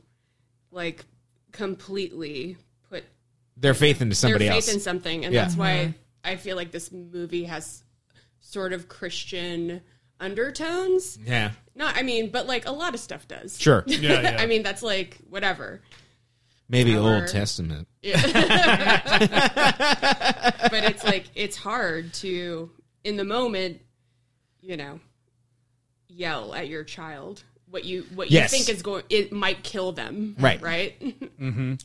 [SPEAKER 5] like completely put
[SPEAKER 1] Their faith into somebody
[SPEAKER 5] their faith
[SPEAKER 1] else.
[SPEAKER 5] in something and
[SPEAKER 1] Yeah.
[SPEAKER 5] that's why
[SPEAKER 2] Mm-hmm.
[SPEAKER 5] i feel like this movie has sort of christian undertones
[SPEAKER 1] yeah,
[SPEAKER 5] not i mean but like a lot of stuff does <laughs>
[SPEAKER 1] sure,
[SPEAKER 2] Yeah, yeah.
[SPEAKER 5] i mean that's like whatever
[SPEAKER 1] maybe
[SPEAKER 5] Our-
[SPEAKER 1] Old Testament.
[SPEAKER 5] but it's like it's hard to in the moment you know yell at your child what you what
[SPEAKER 1] Yes.
[SPEAKER 5] you think is going it might kill them
[SPEAKER 1] Right.
[SPEAKER 5] right <laughs>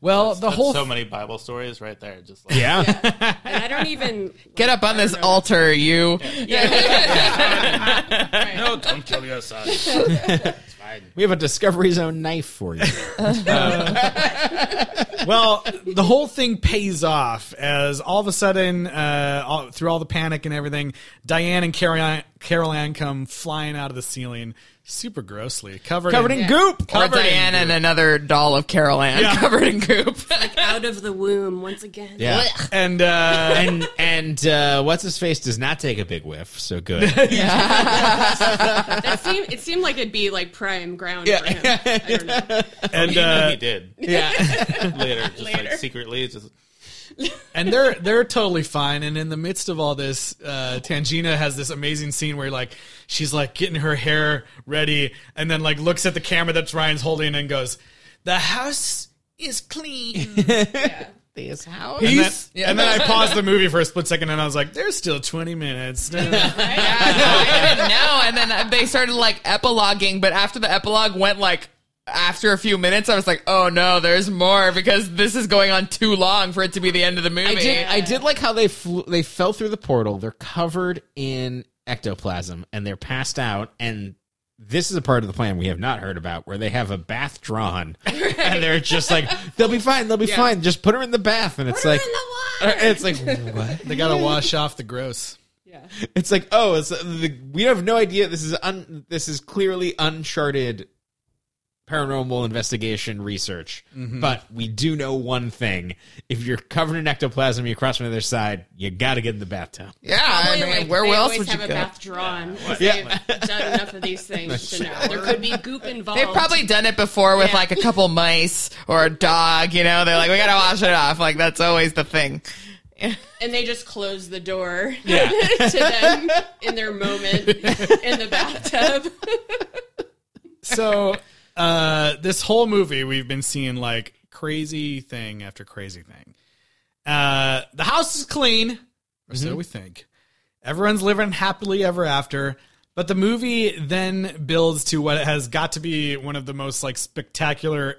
[SPEAKER 2] well, the whole
[SPEAKER 4] so many Bible stories right there. Just like,
[SPEAKER 1] Yeah,
[SPEAKER 5] and i don't even
[SPEAKER 2] <laughs>
[SPEAKER 3] get up on this altar, you.
[SPEAKER 4] no, don't kill your <laughs> son. it's fine.
[SPEAKER 1] we have a Discovery Zone knife
[SPEAKER 5] <laughs>
[SPEAKER 1] for you.
[SPEAKER 2] well, the whole thing pays off as all of a sudden, uh, all, through all the panic and everything, Diane and Carol Carol Ann come flying out of the ceiling, super grossly, covered,
[SPEAKER 1] Covered in goop.
[SPEAKER 3] Or
[SPEAKER 2] Covered in
[SPEAKER 3] Diane and another doll of Carol Ann
[SPEAKER 2] Yeah.
[SPEAKER 3] <laughs> covered in goop.
[SPEAKER 5] out of the womb once again
[SPEAKER 1] Yeah.
[SPEAKER 2] and uh,
[SPEAKER 1] and and uh, what's his face does not take a big whiff, so good.
[SPEAKER 5] that seemed, it seemed like it'd be like prime ground for him i don't
[SPEAKER 3] <laughs>
[SPEAKER 5] know
[SPEAKER 2] and
[SPEAKER 4] You know
[SPEAKER 2] uh,
[SPEAKER 4] he did
[SPEAKER 1] yeah.
[SPEAKER 4] later, just like secretly. it's Just
[SPEAKER 2] and they're they're totally fine. And in the midst of all this, uh, Tangina has this amazing scene where like she's like getting her hair ready, and then like looks at the camera that Ryan's holding and goes, "The house is clean."
[SPEAKER 1] This house.
[SPEAKER 2] And then,
[SPEAKER 3] Peace. Yeah.
[SPEAKER 2] and then I paused the movie for a split second, and I was like, "There's still 20 minutes."
[SPEAKER 3] uh, Yeah, no, I didn't know. And then they started like epiloguing, but after the epilogue went like after a few minutes, I was like, oh no, there's more because this is going on too long for it to be the end of the movie.
[SPEAKER 1] I did. I did like how they flew, they fell through the portal. They're covered in ectoplasm and they're passed out. And this is a part of the plan we have not heard about, where they have a bath drawn, and they're just like, "They'll be fine. They'll be fine. Just put her in the bath." And it's
[SPEAKER 5] Put her
[SPEAKER 1] like, uh,
[SPEAKER 5] in the water.
[SPEAKER 1] it's like what?
[SPEAKER 2] They gotta wash off the gross.
[SPEAKER 5] Yeah.
[SPEAKER 1] It's like, oh, it's the, we have no idea. This is un, this is clearly uncharted paranormal investigation research. But we do know one thing: if you're covered in ectoplasm, you cross from the other side, you got to get in the bathtub.
[SPEAKER 3] yeah, I mean,
[SPEAKER 5] Probably, like,
[SPEAKER 3] where
[SPEAKER 5] they
[SPEAKER 3] else
[SPEAKER 5] always
[SPEAKER 3] would you
[SPEAKER 5] have
[SPEAKER 3] go?
[SPEAKER 5] a bath drawn? 'cause
[SPEAKER 1] Yeah.
[SPEAKER 5] They've done enough of these things to know there could be goop involved.
[SPEAKER 3] They've probably done it before with
[SPEAKER 5] Yeah.
[SPEAKER 3] like a couple mice or a dog, you know? They're like, we gotta wash it off. Like, that's always the thing.
[SPEAKER 5] and they just close the door <laughs> to them in their moment in the bathtub.
[SPEAKER 2] So uh, this whole movie, we've been seeing like crazy thing after crazy thing. Uh, the house is clean, or so we think. Everyone's living happily ever after. But the movie then builds to what has got to be one of the most like spectacular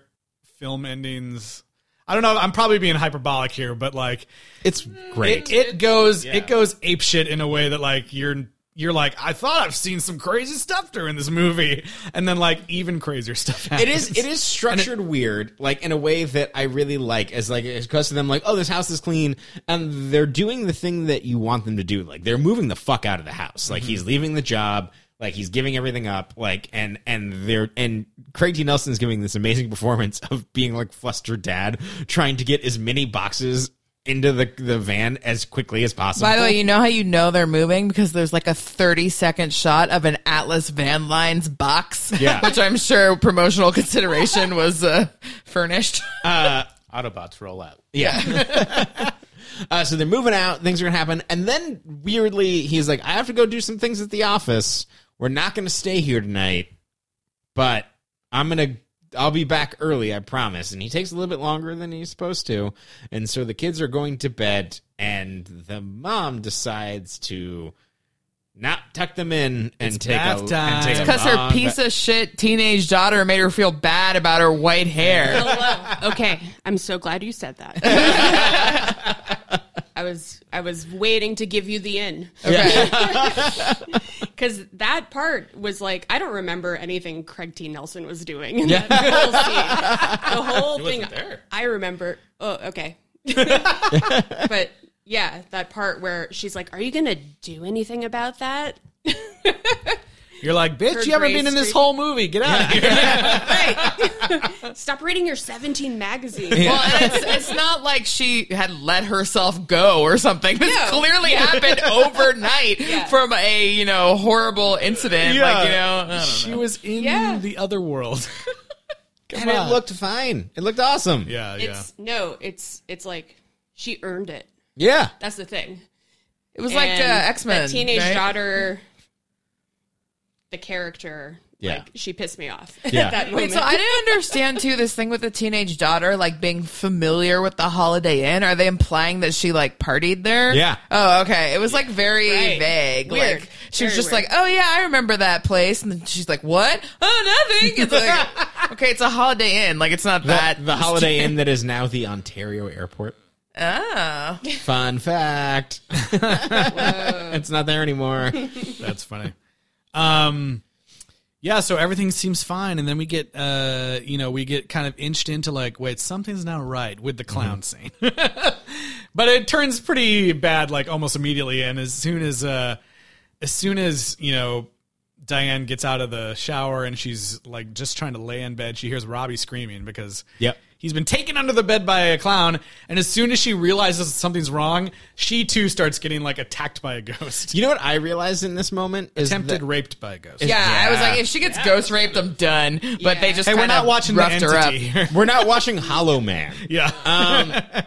[SPEAKER 2] film endings. I don't know. I'm probably being hyperbolic here, but like
[SPEAKER 1] It's great.
[SPEAKER 2] it, it goes it goes apeshit in a way that like you're you're like I thought I've seen some crazy stuff during this movie, and then like even crazier stuff. Happens.
[SPEAKER 1] it is it is structured weird, like in a way that I really like. As like it's close to them, like oh, this house is clean, and they're doing the thing that you want them to do. Like they're moving the fuck out of the house. Like
[SPEAKER 3] Mm-hmm.
[SPEAKER 1] he's leaving the job. Like he's giving everything up. Like and and they're and Craig T. Nelson's giving this amazing performance of being like flustered dad, trying to get as many boxes into the the van as quickly as possible.
[SPEAKER 3] By the way, you know how you know they're moving? Because there's like a 30 second shot of an Atlas Van Lines box,
[SPEAKER 1] Yeah.
[SPEAKER 3] <laughs> which I'm sure promotional consideration was uh, furnished.
[SPEAKER 9] Autobots roll out.
[SPEAKER 1] Yeah. <laughs> uh, so they're moving out. Things are gonna happen, and then weirdly, he's like, "I have to go do some things at the office. We're not gonna stay here tonight, but I'm gonna." I'll be back early, I promise. And he takes a little bit longer than he's supposed to. And so the kids are going to bed, and the mom decides to not tuck them in and <laughs> take
[SPEAKER 2] bath
[SPEAKER 1] a
[SPEAKER 2] time.
[SPEAKER 1] and take a
[SPEAKER 2] It's
[SPEAKER 3] Because her
[SPEAKER 1] long
[SPEAKER 3] piece
[SPEAKER 1] ba-
[SPEAKER 3] of shit teenage daughter made her feel bad about her white hair.
[SPEAKER 5] Hello. <laughs> Okay, I'm so glad you said <laughs> that. I was I was waiting to give you the in
[SPEAKER 3] Okay.
[SPEAKER 5] because that part was like I don't remember anything Craig T. Nelson was doing in that whole scene. The whole thing
[SPEAKER 9] there.
[SPEAKER 5] I remember. Oh, okay. but yeah, that part where she's like, "Are you gonna do anything about that?"
[SPEAKER 2] You're like,
[SPEAKER 5] Her
[SPEAKER 2] bitch, you haven't
[SPEAKER 5] Grace
[SPEAKER 2] been in this
[SPEAKER 5] Street-
[SPEAKER 2] whole movie. Get out of here.
[SPEAKER 5] <laughs> Stop reading your 17 magazine.
[SPEAKER 3] Well, and it's, it's not like she had let herself go or something. This
[SPEAKER 5] No.
[SPEAKER 3] clearly happened <laughs> overnight from a you know horrible incident. Like you know, uh, I don't
[SPEAKER 2] she was in
[SPEAKER 5] Yeah.
[SPEAKER 2] the other world. <laughs> Come
[SPEAKER 1] And it looked fine. It looked awesome.
[SPEAKER 2] yeah, yeah.
[SPEAKER 5] It's no, it's it's like she earned it.
[SPEAKER 1] Yeah.
[SPEAKER 5] That's the thing.
[SPEAKER 3] It was like uh, X Men.
[SPEAKER 5] teenage daughter, the character.
[SPEAKER 1] Yeah.
[SPEAKER 5] Like, she pissed me off. <laughs>
[SPEAKER 1] Yeah.
[SPEAKER 5] At that moment.
[SPEAKER 3] Wait, so I didn't understand too this thing with the teenage daughter like being familiar with the Holiday Inn. Are they implying that she like partied there?
[SPEAKER 1] Yeah.
[SPEAKER 3] Oh, okay. It was like very
[SPEAKER 5] Right.
[SPEAKER 3] vague.
[SPEAKER 5] Weird.
[SPEAKER 3] Like she was
[SPEAKER 5] Very
[SPEAKER 3] just
[SPEAKER 5] weird.
[SPEAKER 3] like, "Oh yeah, I remember that place," and then she's like, "What? Oh, nothing." It's
[SPEAKER 1] <laughs>
[SPEAKER 3] like, okay, it's a Holiday Inn. Like it's not
[SPEAKER 1] That,
[SPEAKER 3] that
[SPEAKER 1] the Holiday <laughs> Inn that is now the Ontario Airport.
[SPEAKER 3] Oh.
[SPEAKER 1] Fun fact. <laughs> it's not there anymore.
[SPEAKER 2] That's funny. Um, yeah, so everything seems fine, and then we get, uh, you know, we get kind of inched into like, wait, something's not right with the
[SPEAKER 1] Mm-hmm.
[SPEAKER 2] clown scene. <laughs> but it turns pretty bad, like almost immediately. And as soon as, uh, as soon as you know, Diane gets out of the shower and she's like just trying to lay in bed, she hears Robbie screaming because
[SPEAKER 1] Yep.
[SPEAKER 2] he's been taken under the bed by a clown. And as soon as she realizes something's wrong, she too starts getting like attacked by a ghost
[SPEAKER 1] You know what I realized in this moment is
[SPEAKER 2] tempted
[SPEAKER 1] that-
[SPEAKER 2] raped by a ghost.
[SPEAKER 3] Yeah, I was
[SPEAKER 1] Yeah.
[SPEAKER 3] like, if she gets ghost raped, I'm done. But they just
[SPEAKER 2] Hey, we're
[SPEAKER 3] kinda
[SPEAKER 2] not watching the
[SPEAKER 3] roughed her up.
[SPEAKER 2] entity
[SPEAKER 3] <laughs>
[SPEAKER 2] here.
[SPEAKER 1] we're not watching Hollow Man. <laughs> Um,
[SPEAKER 2] yeah.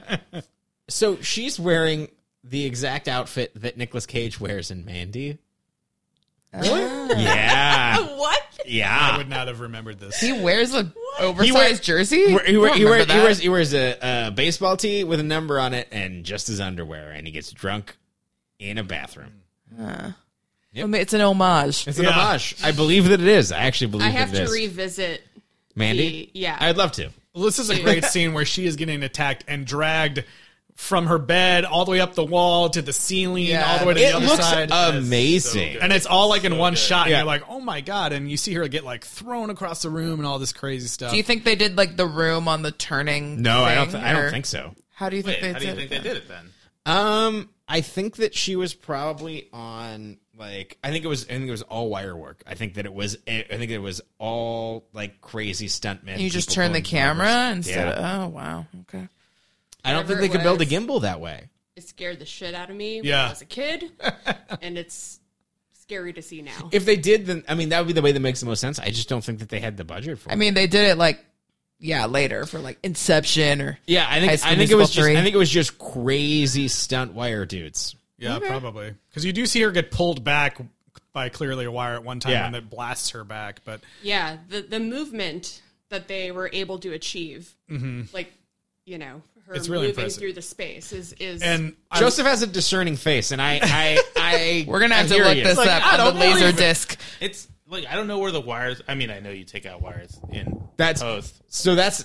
[SPEAKER 1] So she's wearing the exact outfit that Nicolas Cage wears in Mandy. Really? <laughs> Yeah.
[SPEAKER 5] <laughs> what?
[SPEAKER 1] Yeah.
[SPEAKER 2] I would not have remembered this.
[SPEAKER 3] He wears a oversized
[SPEAKER 1] wears-
[SPEAKER 3] jersey.
[SPEAKER 1] He, wear- he, wear-
[SPEAKER 3] I don't
[SPEAKER 1] he, wear-
[SPEAKER 3] remember
[SPEAKER 1] he
[SPEAKER 3] that.
[SPEAKER 1] wears, he wears a, a baseball tee with a number on it and just his underwear, and he gets drunk in a bathroom.
[SPEAKER 3] I mean, It's an homage.
[SPEAKER 1] It's an
[SPEAKER 2] Yeah.
[SPEAKER 1] homage. I believe that it is. I actually believe
[SPEAKER 5] I have
[SPEAKER 1] that it
[SPEAKER 5] to
[SPEAKER 1] is.
[SPEAKER 5] revisit
[SPEAKER 1] Mandy?
[SPEAKER 5] Yeah.
[SPEAKER 1] I'd love to.
[SPEAKER 2] Well, this is a
[SPEAKER 3] <laughs>
[SPEAKER 2] great scene where she is getting attacked and dragged from her bed all the way up the wall to the ceiling, all the way to
[SPEAKER 1] It
[SPEAKER 2] the other
[SPEAKER 1] looks
[SPEAKER 2] side.
[SPEAKER 1] amazing.
[SPEAKER 2] and it's all like in one shot.
[SPEAKER 1] Yeah.
[SPEAKER 2] And you're like, oh my god! And you see her get like thrown across the room and all this crazy stuff.
[SPEAKER 3] Do you think they did like the room on the turning?
[SPEAKER 1] no, I don't.
[SPEAKER 3] thing,
[SPEAKER 1] Th- I
[SPEAKER 3] or
[SPEAKER 1] don't think so.
[SPEAKER 3] How do you think
[SPEAKER 4] Wait,
[SPEAKER 3] they
[SPEAKER 4] how do
[SPEAKER 3] did?
[SPEAKER 4] you think they
[SPEAKER 3] it?
[SPEAKER 4] did it then?
[SPEAKER 1] Um, I think that she was probably on like I think it was I think it was all wire work. I think that it was I think it was all like crazy stuntmen.
[SPEAKER 3] You just
[SPEAKER 1] people
[SPEAKER 3] turn the
[SPEAKER 1] going
[SPEAKER 3] camera
[SPEAKER 1] wires.
[SPEAKER 3] instead.
[SPEAKER 1] Yeah.
[SPEAKER 3] Of, oh wow. Okay.
[SPEAKER 1] I don't think
[SPEAKER 5] Whatever
[SPEAKER 1] they
[SPEAKER 5] it
[SPEAKER 1] could build a
[SPEAKER 5] was.
[SPEAKER 1] gimbal that way.
[SPEAKER 5] It scared the shit out of me when
[SPEAKER 2] Yeah.
[SPEAKER 5] I was
[SPEAKER 2] <laughs>
[SPEAKER 5] a kid, and it's scary to see now.
[SPEAKER 1] If they did, then I mean that would be the way that makes the most sense. I just don't think that they had the budget for.
[SPEAKER 3] I
[SPEAKER 1] it.
[SPEAKER 3] mean, they did it like yeah later for like Inception or
[SPEAKER 1] yeah, I
[SPEAKER 3] High
[SPEAKER 1] think
[SPEAKER 3] School
[SPEAKER 1] I think it
[SPEAKER 3] Musical
[SPEAKER 1] was just I
[SPEAKER 3] three.
[SPEAKER 1] think it was just crazy stunt wire dudes.
[SPEAKER 2] yeah, probably because you do see her get pulled back by clearly a wire at one time
[SPEAKER 1] Yeah.
[SPEAKER 2] and it blasts her back. But
[SPEAKER 5] yeah, the the movement that they were able to achieve, like you know, her
[SPEAKER 2] Mm-hmm. It's really
[SPEAKER 5] moving
[SPEAKER 2] impressive.
[SPEAKER 5] through the space is is
[SPEAKER 2] and I-
[SPEAKER 1] Joseph has a discerning face, and I I, <laughs> I
[SPEAKER 3] we're gonna have
[SPEAKER 1] I
[SPEAKER 3] to
[SPEAKER 1] hear
[SPEAKER 3] look
[SPEAKER 1] you.
[SPEAKER 3] this
[SPEAKER 4] Like,
[SPEAKER 3] up
[SPEAKER 4] I
[SPEAKER 3] on
[SPEAKER 4] don't
[SPEAKER 3] the laser
[SPEAKER 4] believe it.
[SPEAKER 3] disc.
[SPEAKER 4] It's like I don't know where the wires. I mean, I know you take out wires in
[SPEAKER 1] That's-
[SPEAKER 4] post.
[SPEAKER 1] So that's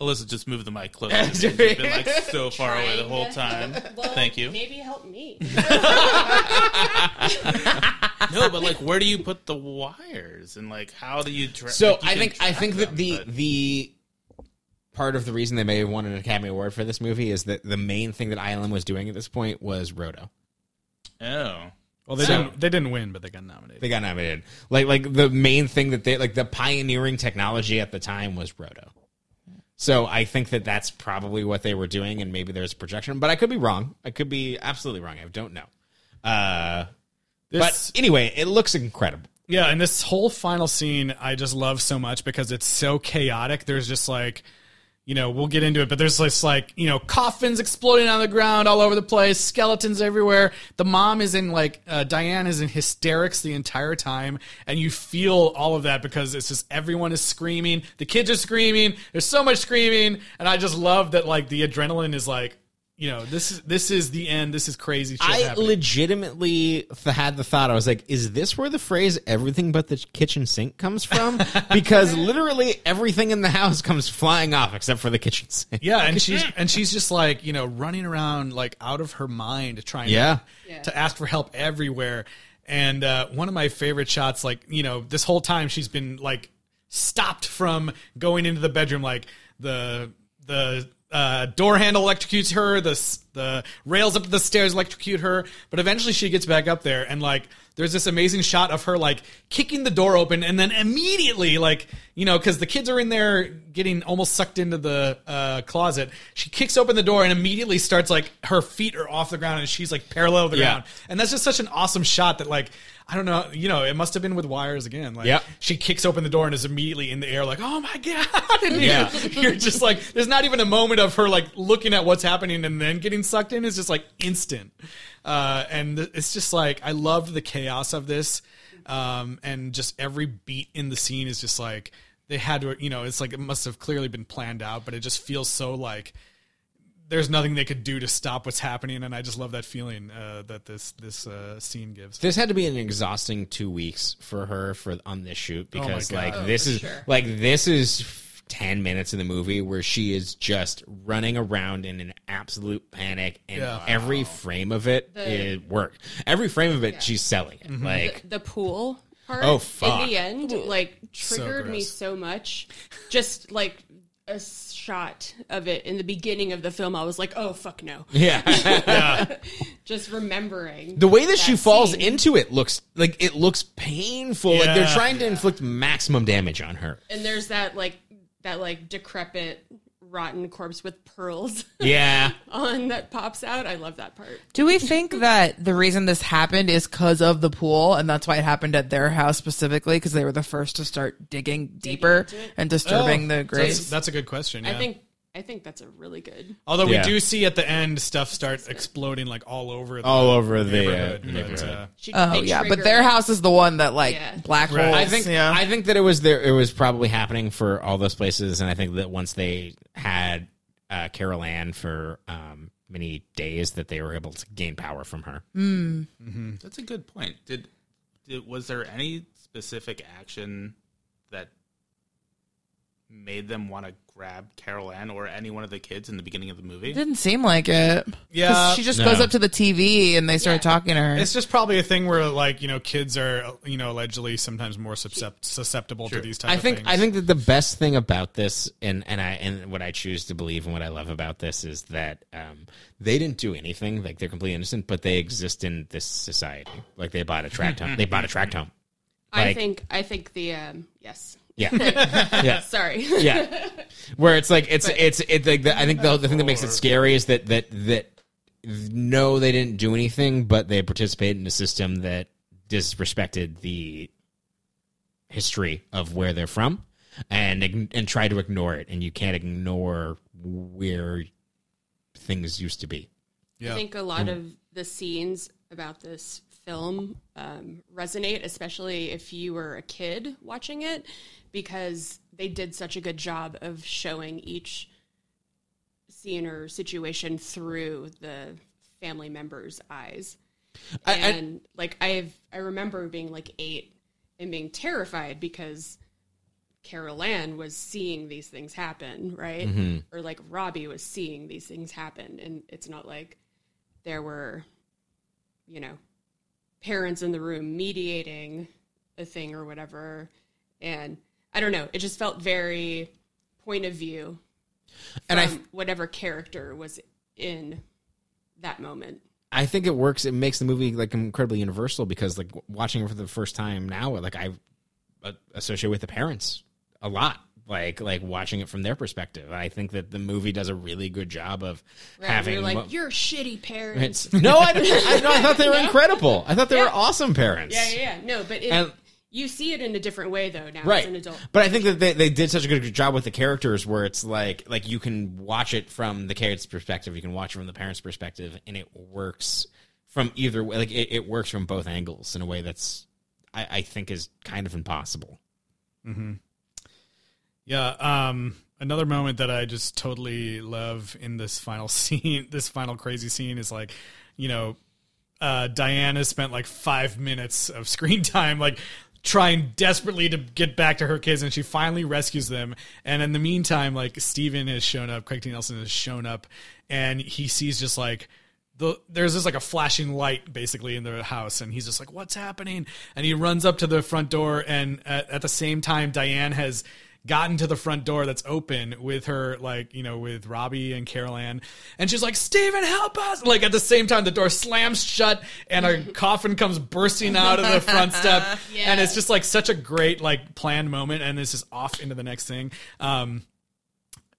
[SPEAKER 4] Alyssa just moved the mic <laughs> closer. to me. You've been like so far away the whole time. <laughs>
[SPEAKER 5] Well,
[SPEAKER 4] Thank you.
[SPEAKER 5] Maybe help me.
[SPEAKER 4] No, but like, where do you put the wires, and like, how do you? Tra-
[SPEAKER 1] So
[SPEAKER 4] like, you
[SPEAKER 1] I
[SPEAKER 4] can
[SPEAKER 1] think I
[SPEAKER 4] track
[SPEAKER 1] think that
[SPEAKER 4] them,
[SPEAKER 1] the
[SPEAKER 4] but-
[SPEAKER 1] the part of the reason they may have won an Academy Award for this movie is that the main thing that ILM was doing at this point was Roto.
[SPEAKER 4] oh
[SPEAKER 2] well, they
[SPEAKER 1] So-
[SPEAKER 2] didn't. They didn't win, but they got nominated.
[SPEAKER 1] They got nominated. Like like the main thing that they like the pioneering technology at the time was Roto. So I think that that's probably what they were doing, and maybe there's projection, but I could be wrong. I could be absolutely wrong. I don't know. Uh,
[SPEAKER 2] This-
[SPEAKER 1] but anyway, it looks incredible.
[SPEAKER 2] Yeah, and this whole final scene I just love so much because it's so chaotic. There's just like, you know, we'll get into it, but there's this like, you know, coffins exploding on the ground all over the place, skeletons everywhere. The mom is in like, uh, Diane is in hysterics the entire time, and you feel all of that because it's just everyone is screaming, the kids are screaming, there's so much screaming, and I just love that like the adrenaline is like, you know, this is this is the end. This is crazy. Shit
[SPEAKER 1] I
[SPEAKER 2] happening.
[SPEAKER 1] legitimately th- had the thought. I was like, "Is this where the phrase "everything but the kitchen sink"
[SPEAKER 2] <laughs>
[SPEAKER 1] comes from?" Because literally everything in the house comes flying off except for the kitchen sink.
[SPEAKER 2] Yeah, and she's and she's just like you know running around like out of her mind trying
[SPEAKER 1] Yeah.
[SPEAKER 2] to, to ask for help everywhere. And uh, one of my favorite shots, like you know, this whole time she's been like stopped from going into the bedroom. Like the the uh, door handle electrocutes her, the s- the rails up the stairs electrocute her, but eventually she gets back up there and like there's this amazing shot of her like kicking the door open and then immediately like you know because the kids are in there getting almost sucked into the uh, closet she kicks open the door and immediately starts like her feet are off the ground and she's like parallel to the
[SPEAKER 1] Yeah.
[SPEAKER 2] ground and that's just such an awesome shot that like i don't know you know it must have been with wires again like
[SPEAKER 1] Yep.
[SPEAKER 2] she kicks open the door and is immediately in the air like oh my god <laughs> and
[SPEAKER 1] Yeah.
[SPEAKER 2] you, you're just like there's not even a moment of her like looking at what's happening and then getting sucked in it's just like instant uh, and th- it's just like i love the chaos of this um, and just every beat in the scene is just like they had to you know it's like it must have clearly been planned out but it just feels so like there's nothing they could do to stop what's happening and i just love that feeling uh, that this this uh, scene gives
[SPEAKER 1] This had to be an exhausting two weeks for her for on this shoot because
[SPEAKER 2] Oh God.
[SPEAKER 1] like this is like this is f- ten minutes of the movie where she is just running around in an absolute panic, and
[SPEAKER 2] Yeah.
[SPEAKER 1] every frame of it
[SPEAKER 5] The-
[SPEAKER 1] it worked. Every frame of it, she's selling it.
[SPEAKER 2] Mm-hmm.
[SPEAKER 1] Like
[SPEAKER 5] the pool part
[SPEAKER 1] Oh, fuck.
[SPEAKER 5] in the end like triggered me
[SPEAKER 2] gross.
[SPEAKER 5] so much just like a shot of it in the beginning of the film i was like oh fuck no
[SPEAKER 1] yeah. <laughs>
[SPEAKER 5] just remembering
[SPEAKER 1] The way that, she falls
[SPEAKER 5] scene.
[SPEAKER 1] into it looks like it looks painful. Like they're
[SPEAKER 2] Yeah.
[SPEAKER 1] trying to inflict maximum damage on her.
[SPEAKER 5] and there's that like that like decrepit rotten corpse with pearls
[SPEAKER 1] Yeah.
[SPEAKER 5] <laughs> on that pops out i love that part
[SPEAKER 3] Do we <laughs> think that the reason this happened is because of the pool, and that's why it happened at their house specifically because they were the first to start digging deeper
[SPEAKER 5] into it?
[SPEAKER 3] and disturbing the
[SPEAKER 2] Oh, that's,
[SPEAKER 3] graves?
[SPEAKER 2] that's a good question yeah.
[SPEAKER 5] i think i think that's a really good
[SPEAKER 2] Although
[SPEAKER 1] Yeah.
[SPEAKER 2] we do see at the end stuff start exploding like all over the
[SPEAKER 1] All over the, uh,
[SPEAKER 2] neighborhood. but,
[SPEAKER 1] neighborhood.
[SPEAKER 2] uh,
[SPEAKER 5] she,
[SPEAKER 3] Oh
[SPEAKER 5] they
[SPEAKER 3] yeah, but
[SPEAKER 5] triggered-
[SPEAKER 3] their house is the one that like
[SPEAKER 5] Yeah.
[SPEAKER 3] black
[SPEAKER 2] Right.
[SPEAKER 3] holes.
[SPEAKER 1] I think
[SPEAKER 3] yeah.
[SPEAKER 1] I think that it was there. It was probably happening for all those places, and I think that once they had uh, Carol Ann for um, many days, that they were able to gain power from her.
[SPEAKER 4] that's a good point. Did did, was there any specific action that made them want to grab Carol Ann or any one of the kids in the beginning of the movie?
[SPEAKER 3] It didn't seem like it. 'Cause
[SPEAKER 2] Yeah.
[SPEAKER 3] she just
[SPEAKER 1] No.
[SPEAKER 3] goes up to the TV and they start talking to her.
[SPEAKER 2] It's just probably a thing where like you know kids are you know allegedly sometimes more suscept- susceptible to these types
[SPEAKER 1] I think
[SPEAKER 2] of things.
[SPEAKER 1] I think that the best thing about this, and and I and what I choose to believe and what I love about this is that um, they didn't do anything. Like they're completely innocent, but they exist in this society. Like they bought a tract home. They bought a tract home.
[SPEAKER 5] I
[SPEAKER 1] Like-
[SPEAKER 5] think I think the um, yes.
[SPEAKER 1] Yeah, <laughs> yeah,
[SPEAKER 5] Sorry. <laughs>
[SPEAKER 1] yeah. <laughs> Where it's like it's it's it's like the, I think the the thing that makes it scary is that that that no, they didn't do anything, but they participated in a system that disrespected the history of where they're from and ign- and try to ignore it and you can't ignore where things used to be
[SPEAKER 5] I think a lot of the scenes about this film um, resonate, especially if you were a kid watching it, because they did such a good job of showing each scene or situation through the family member's eyes.
[SPEAKER 1] I- I-
[SPEAKER 5] And like I've I remember being like eight and being terrified because Carol Ann was seeing these things happen, right?
[SPEAKER 1] Mm-hmm.
[SPEAKER 5] Or like Robbie was seeing these things happen. And it's not like there were, you know, parents in the room mediating a thing or whatever. And I don't know. It just felt very point of view
[SPEAKER 1] and i
[SPEAKER 5] from whatever character was in that moment.
[SPEAKER 1] I think it works. It makes the movie like incredibly universal because like w- watching it for the first time now, like I uh, associate with the parents a lot. Like like watching it from their perspective, I think that the movie does a really good job of having.
[SPEAKER 5] You're like,
[SPEAKER 1] mo-
[SPEAKER 5] you're shitty parents.
[SPEAKER 1] it's, <laughs> no, I, didn't- I, no, I thought they
[SPEAKER 5] <laughs>
[SPEAKER 1] were incredible. I thought they were awesome parents.
[SPEAKER 5] Yeah, yeah, yeah. No, but it,
[SPEAKER 1] And-
[SPEAKER 5] you see it in a different way though now
[SPEAKER 1] right
[SPEAKER 5] as an adult.
[SPEAKER 1] but i think that they, they did such a good job with the characters where it's like like you can watch it from the kid's perspective you can watch it from the parents perspective and it works from either way like it, it works from both angles in a way that's i, I think is kind of impossible
[SPEAKER 2] yeah. Um, another moment that I just totally love in this final <laughs> scene, this final crazy scene, is like you know uh, Diane has spent like five minutes of screen <laughs> time, like trying desperately to get back to her kids, and she finally rescues them. And in the meantime, like Steven has shown up, Craig T. Nelson has shown up, and he sees just like the there's just like a flashing light basically in the house, and he's just like, "What's happening?" And he runs up to the front door, and at, at the same time, Diane has gotten to the front door that's open with her like you know with robbie and carol ann and she's like steven help us like at the same time the door slams shut and a coffin comes bursting out of the front step and it's just like such a great like planned moment and this is off into the next thing um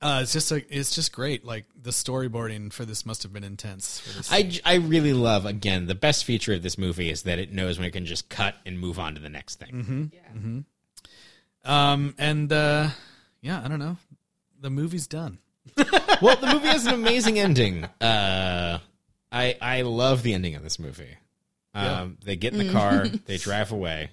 [SPEAKER 2] uh, it's just like it's just great. Like the storyboarding for this must have been intense. For this.
[SPEAKER 1] I, j- I really love again the best feature of this movie is that it knows when it can just cut and move on to the next thing
[SPEAKER 2] um, and uh, yeah, I don't know. The movie's done.
[SPEAKER 1] well the movie has an amazing ending uh i i love the ending of this movie um they get in the <laughs> car they drive away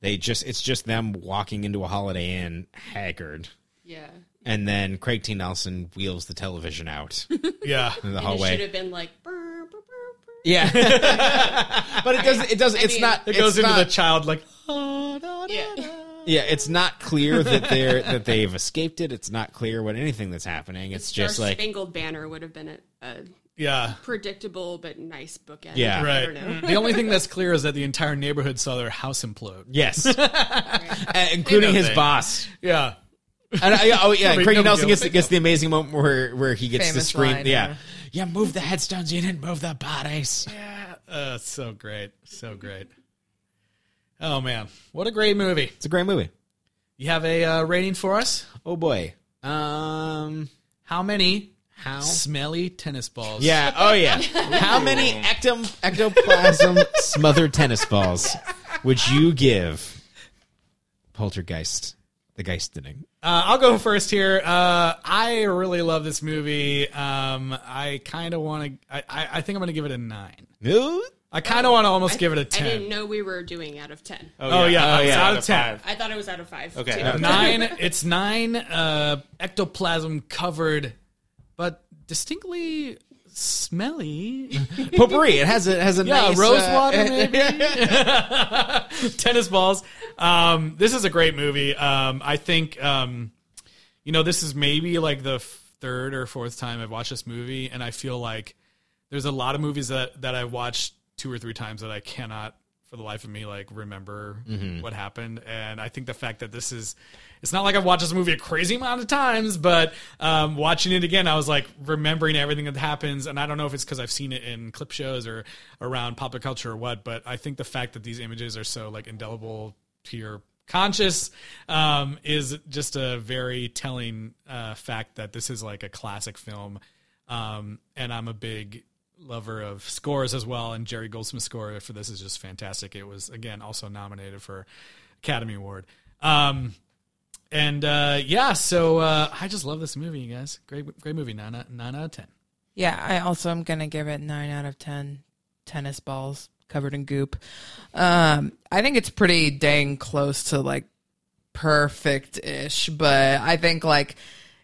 [SPEAKER 1] they just it's just them walking into a holiday inn haggard
[SPEAKER 5] Yeah.
[SPEAKER 1] and then craig t nelson wheels the television <laughs> out in
[SPEAKER 2] Yeah,
[SPEAKER 1] the
[SPEAKER 5] And it should
[SPEAKER 1] hallway
[SPEAKER 5] have been like "Brr, brr, brr, brr."
[SPEAKER 1] yeah <laughs> but it doesn't it doesn't it's
[SPEAKER 5] mean-
[SPEAKER 1] not
[SPEAKER 2] it goes
[SPEAKER 1] it's
[SPEAKER 2] into
[SPEAKER 1] not-
[SPEAKER 2] the child like. "Ah, da, da,
[SPEAKER 5] Yeah.
[SPEAKER 2] da."
[SPEAKER 1] yeah it's not clear that they're that they've escaped it it's not clear what anything that's happening <laughs> it's just
[SPEAKER 5] Star
[SPEAKER 1] like
[SPEAKER 5] Spangled Banner would have been a, a
[SPEAKER 2] <laughs> Yeah.
[SPEAKER 5] predictable but nice bookend.
[SPEAKER 1] Yeah.
[SPEAKER 5] I
[SPEAKER 2] Right. Mm-hmm.
[SPEAKER 5] don't know.
[SPEAKER 2] The
[SPEAKER 5] <laughs>
[SPEAKER 2] only thing that's clear is that the entire neighborhood saw their house implode.
[SPEAKER 1] <laughs> yes And including his
[SPEAKER 2] they-
[SPEAKER 1] boss
[SPEAKER 2] Yeah.
[SPEAKER 1] And I, oh <laughs> yeah,
[SPEAKER 2] Nobody-
[SPEAKER 1] Craig
[SPEAKER 2] nobody
[SPEAKER 1] Nelson
[SPEAKER 2] else
[SPEAKER 1] gets, gets the amazing moment where where he gets
[SPEAKER 3] Famous
[SPEAKER 1] to scream.
[SPEAKER 3] line,
[SPEAKER 1] yeah. yeah, move the headstones. You didn't move the bodies.
[SPEAKER 2] Uh, so great. So great. Oh, man. What a great movie.
[SPEAKER 1] It's a great movie.
[SPEAKER 2] You have a uh, rating for us?
[SPEAKER 1] Oh boy. Um.
[SPEAKER 2] How many
[SPEAKER 1] How?
[SPEAKER 2] smelly tennis balls?
[SPEAKER 1] Yeah. Oh yeah. How <laughs> many ectom, ectoplasm <laughs> smothered tennis balls would you give Poltergeist? The Geistening.
[SPEAKER 2] Uh, I'll go first here. Uh, I really love this movie. Um, I kind of want to, I, I, I think I'm going to give it a nine.
[SPEAKER 1] No.
[SPEAKER 2] I kind of want to almost give it a
[SPEAKER 5] Oh, I didn't
[SPEAKER 2] 10.
[SPEAKER 5] know we were doing out of 10.
[SPEAKER 2] Oh, yeah.
[SPEAKER 1] Oh,
[SPEAKER 2] it's
[SPEAKER 1] yeah.
[SPEAKER 2] out of 10.
[SPEAKER 5] I thought it was out of 5.
[SPEAKER 4] Okay.
[SPEAKER 5] too.
[SPEAKER 4] Out of
[SPEAKER 2] nine it's nine uh ectoplasm covered but distinctly smelly.
[SPEAKER 1] potpourri. It has a it has a
[SPEAKER 2] Yeah,
[SPEAKER 1] nice,
[SPEAKER 2] rose
[SPEAKER 1] uh,
[SPEAKER 2] <laughs> water, maybe. Tennis balls. Um, this is a great movie. Um, I think, um, you know, this is maybe like the third or fourth time I've watched this movie, and I feel like there's a lot of movies that that I've watched two or three times that I cannot, for the life of me, like remember what happened. And I think the fact that this is, it's not like I've watched this movie a crazy amount of times, but um, watching it again, I was like remembering everything that happens. And I don't know if it's because I've seen it in clip shows or around popular culture or what, but I think the fact that these images are so like indelible to your conscious um, is just a very telling uh, fact that this is like a classic film. Um, and I'm a big lover of scores as well. And Jerry Goldsmith's score for this is just fantastic. It was again also nominated for Academy Award. Um, and uh, yeah, so uh, I just love this movie, you guys. Great, great movie. Nine out, nine out of ten.
[SPEAKER 3] Yeah, I also am gonna give it nine out of ten tennis balls covered in goop. Um, I think it's pretty dang close to like perfect ish, but I think like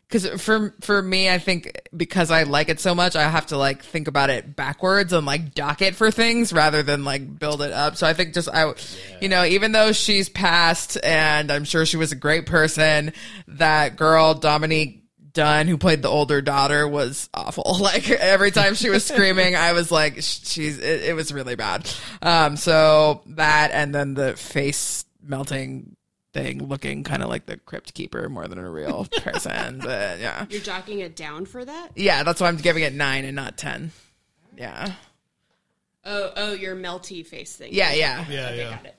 [SPEAKER 3] because for for me, I think because I like it so much, I have to like think about it backwards and like dock it for things rather than like build it up. So I think just I, you know, even though she's passed and I'm sure she was a great person, that girl Dominique Dunn, who played the older daughter, was awful. <laughs> Like every time she was screaming, I was like, sh- she's, it, it was really bad. Um, so that, and then the face melting thing looking kind of like the crypt keeper more than a real person. <laughs> but yeah.
[SPEAKER 5] You're jocking it down for that?
[SPEAKER 3] Yeah. That's why I'm giving it nine and not 10. Yeah.
[SPEAKER 5] Oh, oh, your melty face thing.
[SPEAKER 3] Yeah. Yeah.
[SPEAKER 2] Yeah,
[SPEAKER 5] Okay,
[SPEAKER 2] yeah.
[SPEAKER 5] got it.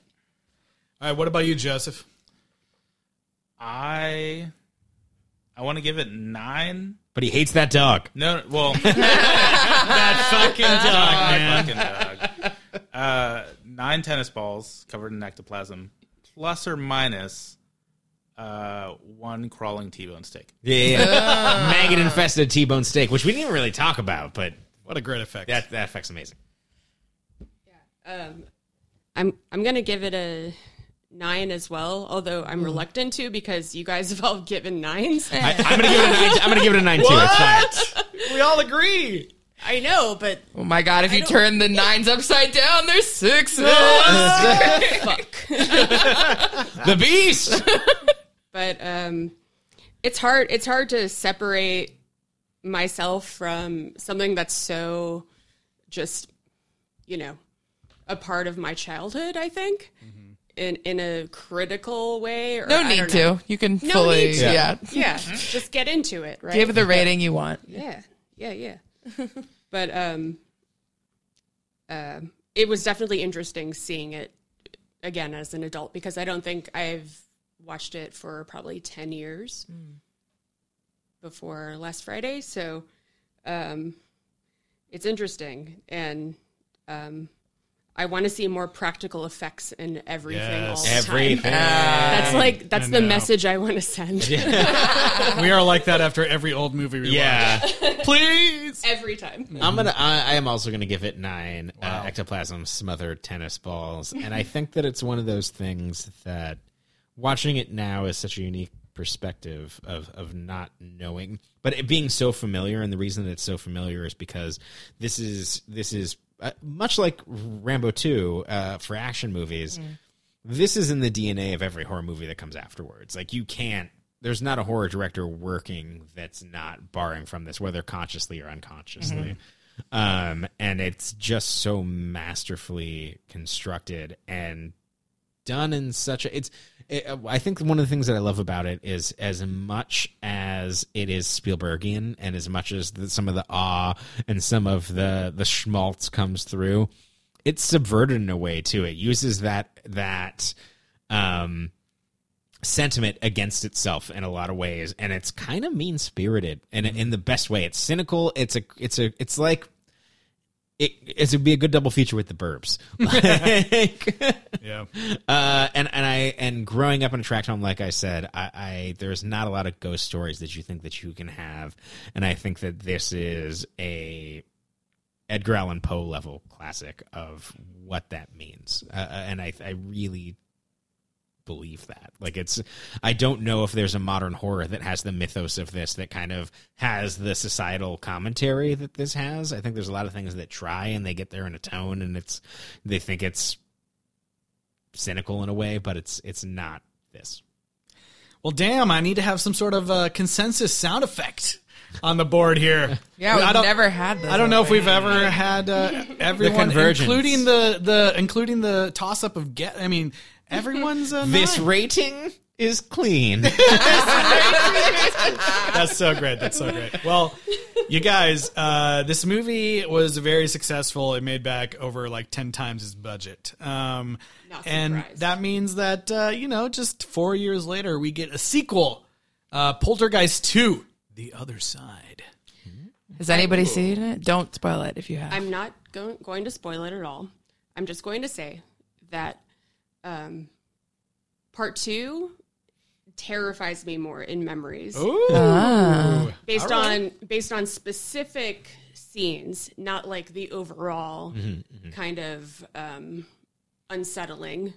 [SPEAKER 2] All right, what about you, Joseph?
[SPEAKER 4] I I want to give it nine.
[SPEAKER 1] But he hates that dog.
[SPEAKER 4] No, well, <laughs> that fucking dog, Fucking dog. Uh, nine tennis balls covered in ectoplasm, plus or minus uh, one crawling T-bone steak.
[SPEAKER 1] Yeah, yeah, yeah. <laughs> maggot infested T-bone steak, which we didn't even really talk about, but
[SPEAKER 2] What a great effect.
[SPEAKER 1] that that effect's amazing.
[SPEAKER 5] Um, I'm I'm gonna give it a nine as well, although I'm reluctant to because you guys have all given nines.
[SPEAKER 1] I, I'm gonna give it a nine. I'm gonna give it a nine too. It's fine.
[SPEAKER 2] We all agree.
[SPEAKER 5] I know, but
[SPEAKER 3] Oh my God. If you turn the nines upside down, there's sixes.
[SPEAKER 1] The beast.
[SPEAKER 5] but um, it's hard. It's hard to separate myself from something that's so just, you know, a part of my childhood. I think in in a critical way. Or
[SPEAKER 3] <laughs> No
[SPEAKER 5] I
[SPEAKER 3] need
[SPEAKER 5] don't know.
[SPEAKER 3] to. You can
[SPEAKER 5] No
[SPEAKER 3] fully,
[SPEAKER 5] need to.
[SPEAKER 3] yeah.
[SPEAKER 5] Yeah, just get into it. Right.
[SPEAKER 3] Give it the rating you want.
[SPEAKER 5] Yeah, yeah, yeah. but um, um, it was definitely interesting seeing it again as an adult because I don't think I've watched it for probably ten years before last Friday. So um, it's interesting, and um, I want to see more practical effects in everything. all the
[SPEAKER 2] Yes.
[SPEAKER 5] time. That's like that's
[SPEAKER 2] I
[SPEAKER 5] the
[SPEAKER 2] know.
[SPEAKER 5] message I want to send
[SPEAKER 2] we are like that after every old movie we
[SPEAKER 1] Yeah.
[SPEAKER 2] watch. Please.
[SPEAKER 5] <laughs> every time.
[SPEAKER 1] I'm gonna. I, I am also gonna give it nine uh, ectoplasm smothered tennis balls, and I think that it's one of those things that watching it now is such a unique perspective of of not knowing, but it being so familiar. And the reason that it's so familiar is because this is this is uh, much like Rambo two uh, for action movies. This is in the DNA of every horror movie that comes afterwards. Like you can't. There's not a horror director working that's not borrowing from this, whether consciously or unconsciously um, and it's just so masterfully constructed and done in such a it's it, i think one of the things that i love about it is as much as it is spielbergian and as much as the, some of the awe and some of the the schmaltz comes through it's subverted in a way too it uses that that um sentiment against itself in a lot of ways and it's kind of mean spirited and in the best way it's cynical it's a it's a it's like it it would be a good double feature with the burbs <laughs> Like,
[SPEAKER 2] Yeah.
[SPEAKER 1] <laughs> uh, and and I and growing up in a tract home, like I said, I, I there's not a lot of ghost stories that you think that you can have, and I think that this is a Edgar Allan Poe uh, level classic of what that means, uh, and I I really believe that. Like it's I don't know if there's a modern horror that has the mythos of this that kind of has the societal commentary that this has. I think there's a lot of things that try and they get there in a tone and it's they think it's cynical in a way, but it's it's not this.
[SPEAKER 2] Well, damn, I need to have some sort of uh, consensus sound effect on the board here.
[SPEAKER 3] Yeah,
[SPEAKER 2] I
[SPEAKER 3] we've
[SPEAKER 2] don't-
[SPEAKER 3] never had this.
[SPEAKER 2] I don't know if we've ever had <laughs> uh, everyone,
[SPEAKER 1] convergence.
[SPEAKER 2] including the the including the toss up of get. I mean, everyone's uh,
[SPEAKER 1] This
[SPEAKER 2] nine.
[SPEAKER 1] rating is clean.
[SPEAKER 2] <laughs> That's so great. That's so great. Well, you guys, uh, this movie was very successful. It made back over like 10 times its budget. Um,
[SPEAKER 5] Not
[SPEAKER 2] and
[SPEAKER 5] surprised.
[SPEAKER 2] that means that, uh, you know, just four years later, we get a sequel uh, Poltergeist 2 The Other Side.
[SPEAKER 3] Has anybody seen it? Don't spoil it if you have.
[SPEAKER 5] I'm not go- going to spoil it at all. I'm just going to say that um, part two terrifies me more in memories
[SPEAKER 2] Oh,
[SPEAKER 5] based on based on specific scenes, not like the overall kind of um, unsettling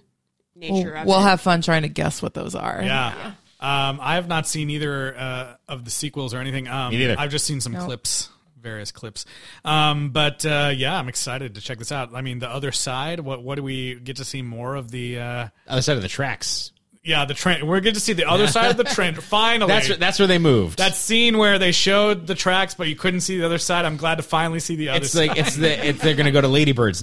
[SPEAKER 5] nature
[SPEAKER 3] we'll,
[SPEAKER 5] of
[SPEAKER 3] we'll
[SPEAKER 5] it.
[SPEAKER 3] have fun trying to guess what those are.
[SPEAKER 2] Yeah. Um, I have not seen either uh, of the sequels or anything. Um,
[SPEAKER 1] Me neither.
[SPEAKER 2] I've just seen some clips, various clips. Um, but uh, yeah, I'm excited to check this out. I mean, the other side. What what do we get to see more of the? Uh,
[SPEAKER 1] Other side of Oh, the tracks.
[SPEAKER 2] yeah, the train. We're good to see the other side
[SPEAKER 1] <laughs>
[SPEAKER 2] of the train. Finally,
[SPEAKER 1] That's where- that's where they moved.
[SPEAKER 2] that scene where they showed the tracks, but you couldn't see the other side. I'm glad to finally see the other
[SPEAKER 1] it's
[SPEAKER 2] side.
[SPEAKER 1] like it's the it's, they're gonna go to Ladybird's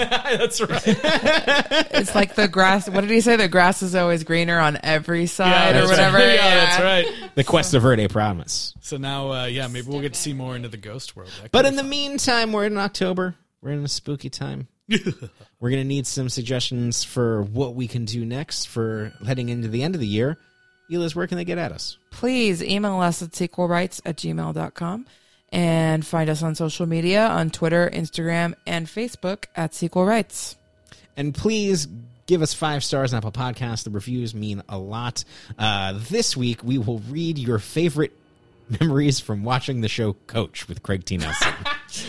[SPEAKER 2] <laughs> that's
[SPEAKER 1] <laughs>
[SPEAKER 2] right.
[SPEAKER 3] It's like the grass. What did he say? The grass is always greener on every side or
[SPEAKER 2] that's right. <laughs>
[SPEAKER 3] whatever.
[SPEAKER 2] Yeah, that's right.
[SPEAKER 1] The Cuesta Verde Promise.
[SPEAKER 2] So now, uh, yeah, maybe we'll get to see more into the ghost world. That
[SPEAKER 1] But
[SPEAKER 2] could
[SPEAKER 1] in the meantime, we're in October. We're in a spooky time. we're going to need some suggestions for what we can do next for heading into the end of the year. Eliz, where can they get at us?
[SPEAKER 3] please email us at sequelrights at gmail.com and find us on social media on Twitter, Instagram, and Facebook at Sequel Rights.
[SPEAKER 1] And please give us five stars on Apple Podcasts. The reviews mean a lot. Uh, this week, we will read your favorite memories from watching the show Coach with Craig T. Nelson.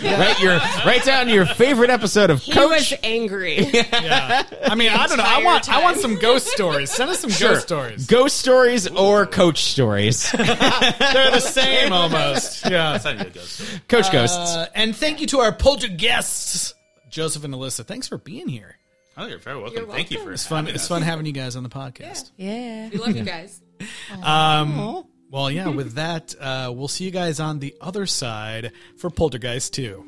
[SPEAKER 1] Write your write down your favorite episode of
[SPEAKER 5] he
[SPEAKER 1] Coach.
[SPEAKER 5] was
[SPEAKER 3] <laughs>
[SPEAKER 5] angry.
[SPEAKER 2] I mean, I don't know. I
[SPEAKER 5] entire
[SPEAKER 2] want I
[SPEAKER 5] time.
[SPEAKER 2] want some ghost stories. Send us some ghost stories.
[SPEAKER 1] Ghost stories or coach stories.
[SPEAKER 2] They're the same almost. Yeah.
[SPEAKER 4] That's not even a ghost story.
[SPEAKER 1] <laughs> coach ghosts.
[SPEAKER 2] Uh, and thank you to our poltergeists, Joseph and Alyssa. Thanks for being here.
[SPEAKER 4] Oh, you're very welcome.
[SPEAKER 5] You're
[SPEAKER 4] Thank you
[SPEAKER 5] welcome.
[SPEAKER 4] for
[SPEAKER 2] It's fun. It's fun having you guys on the podcast.
[SPEAKER 3] Yeah.
[SPEAKER 5] we love you guys.
[SPEAKER 2] Well, yeah. With that, uh, we'll see you guys on the other side for Poltergeist Two.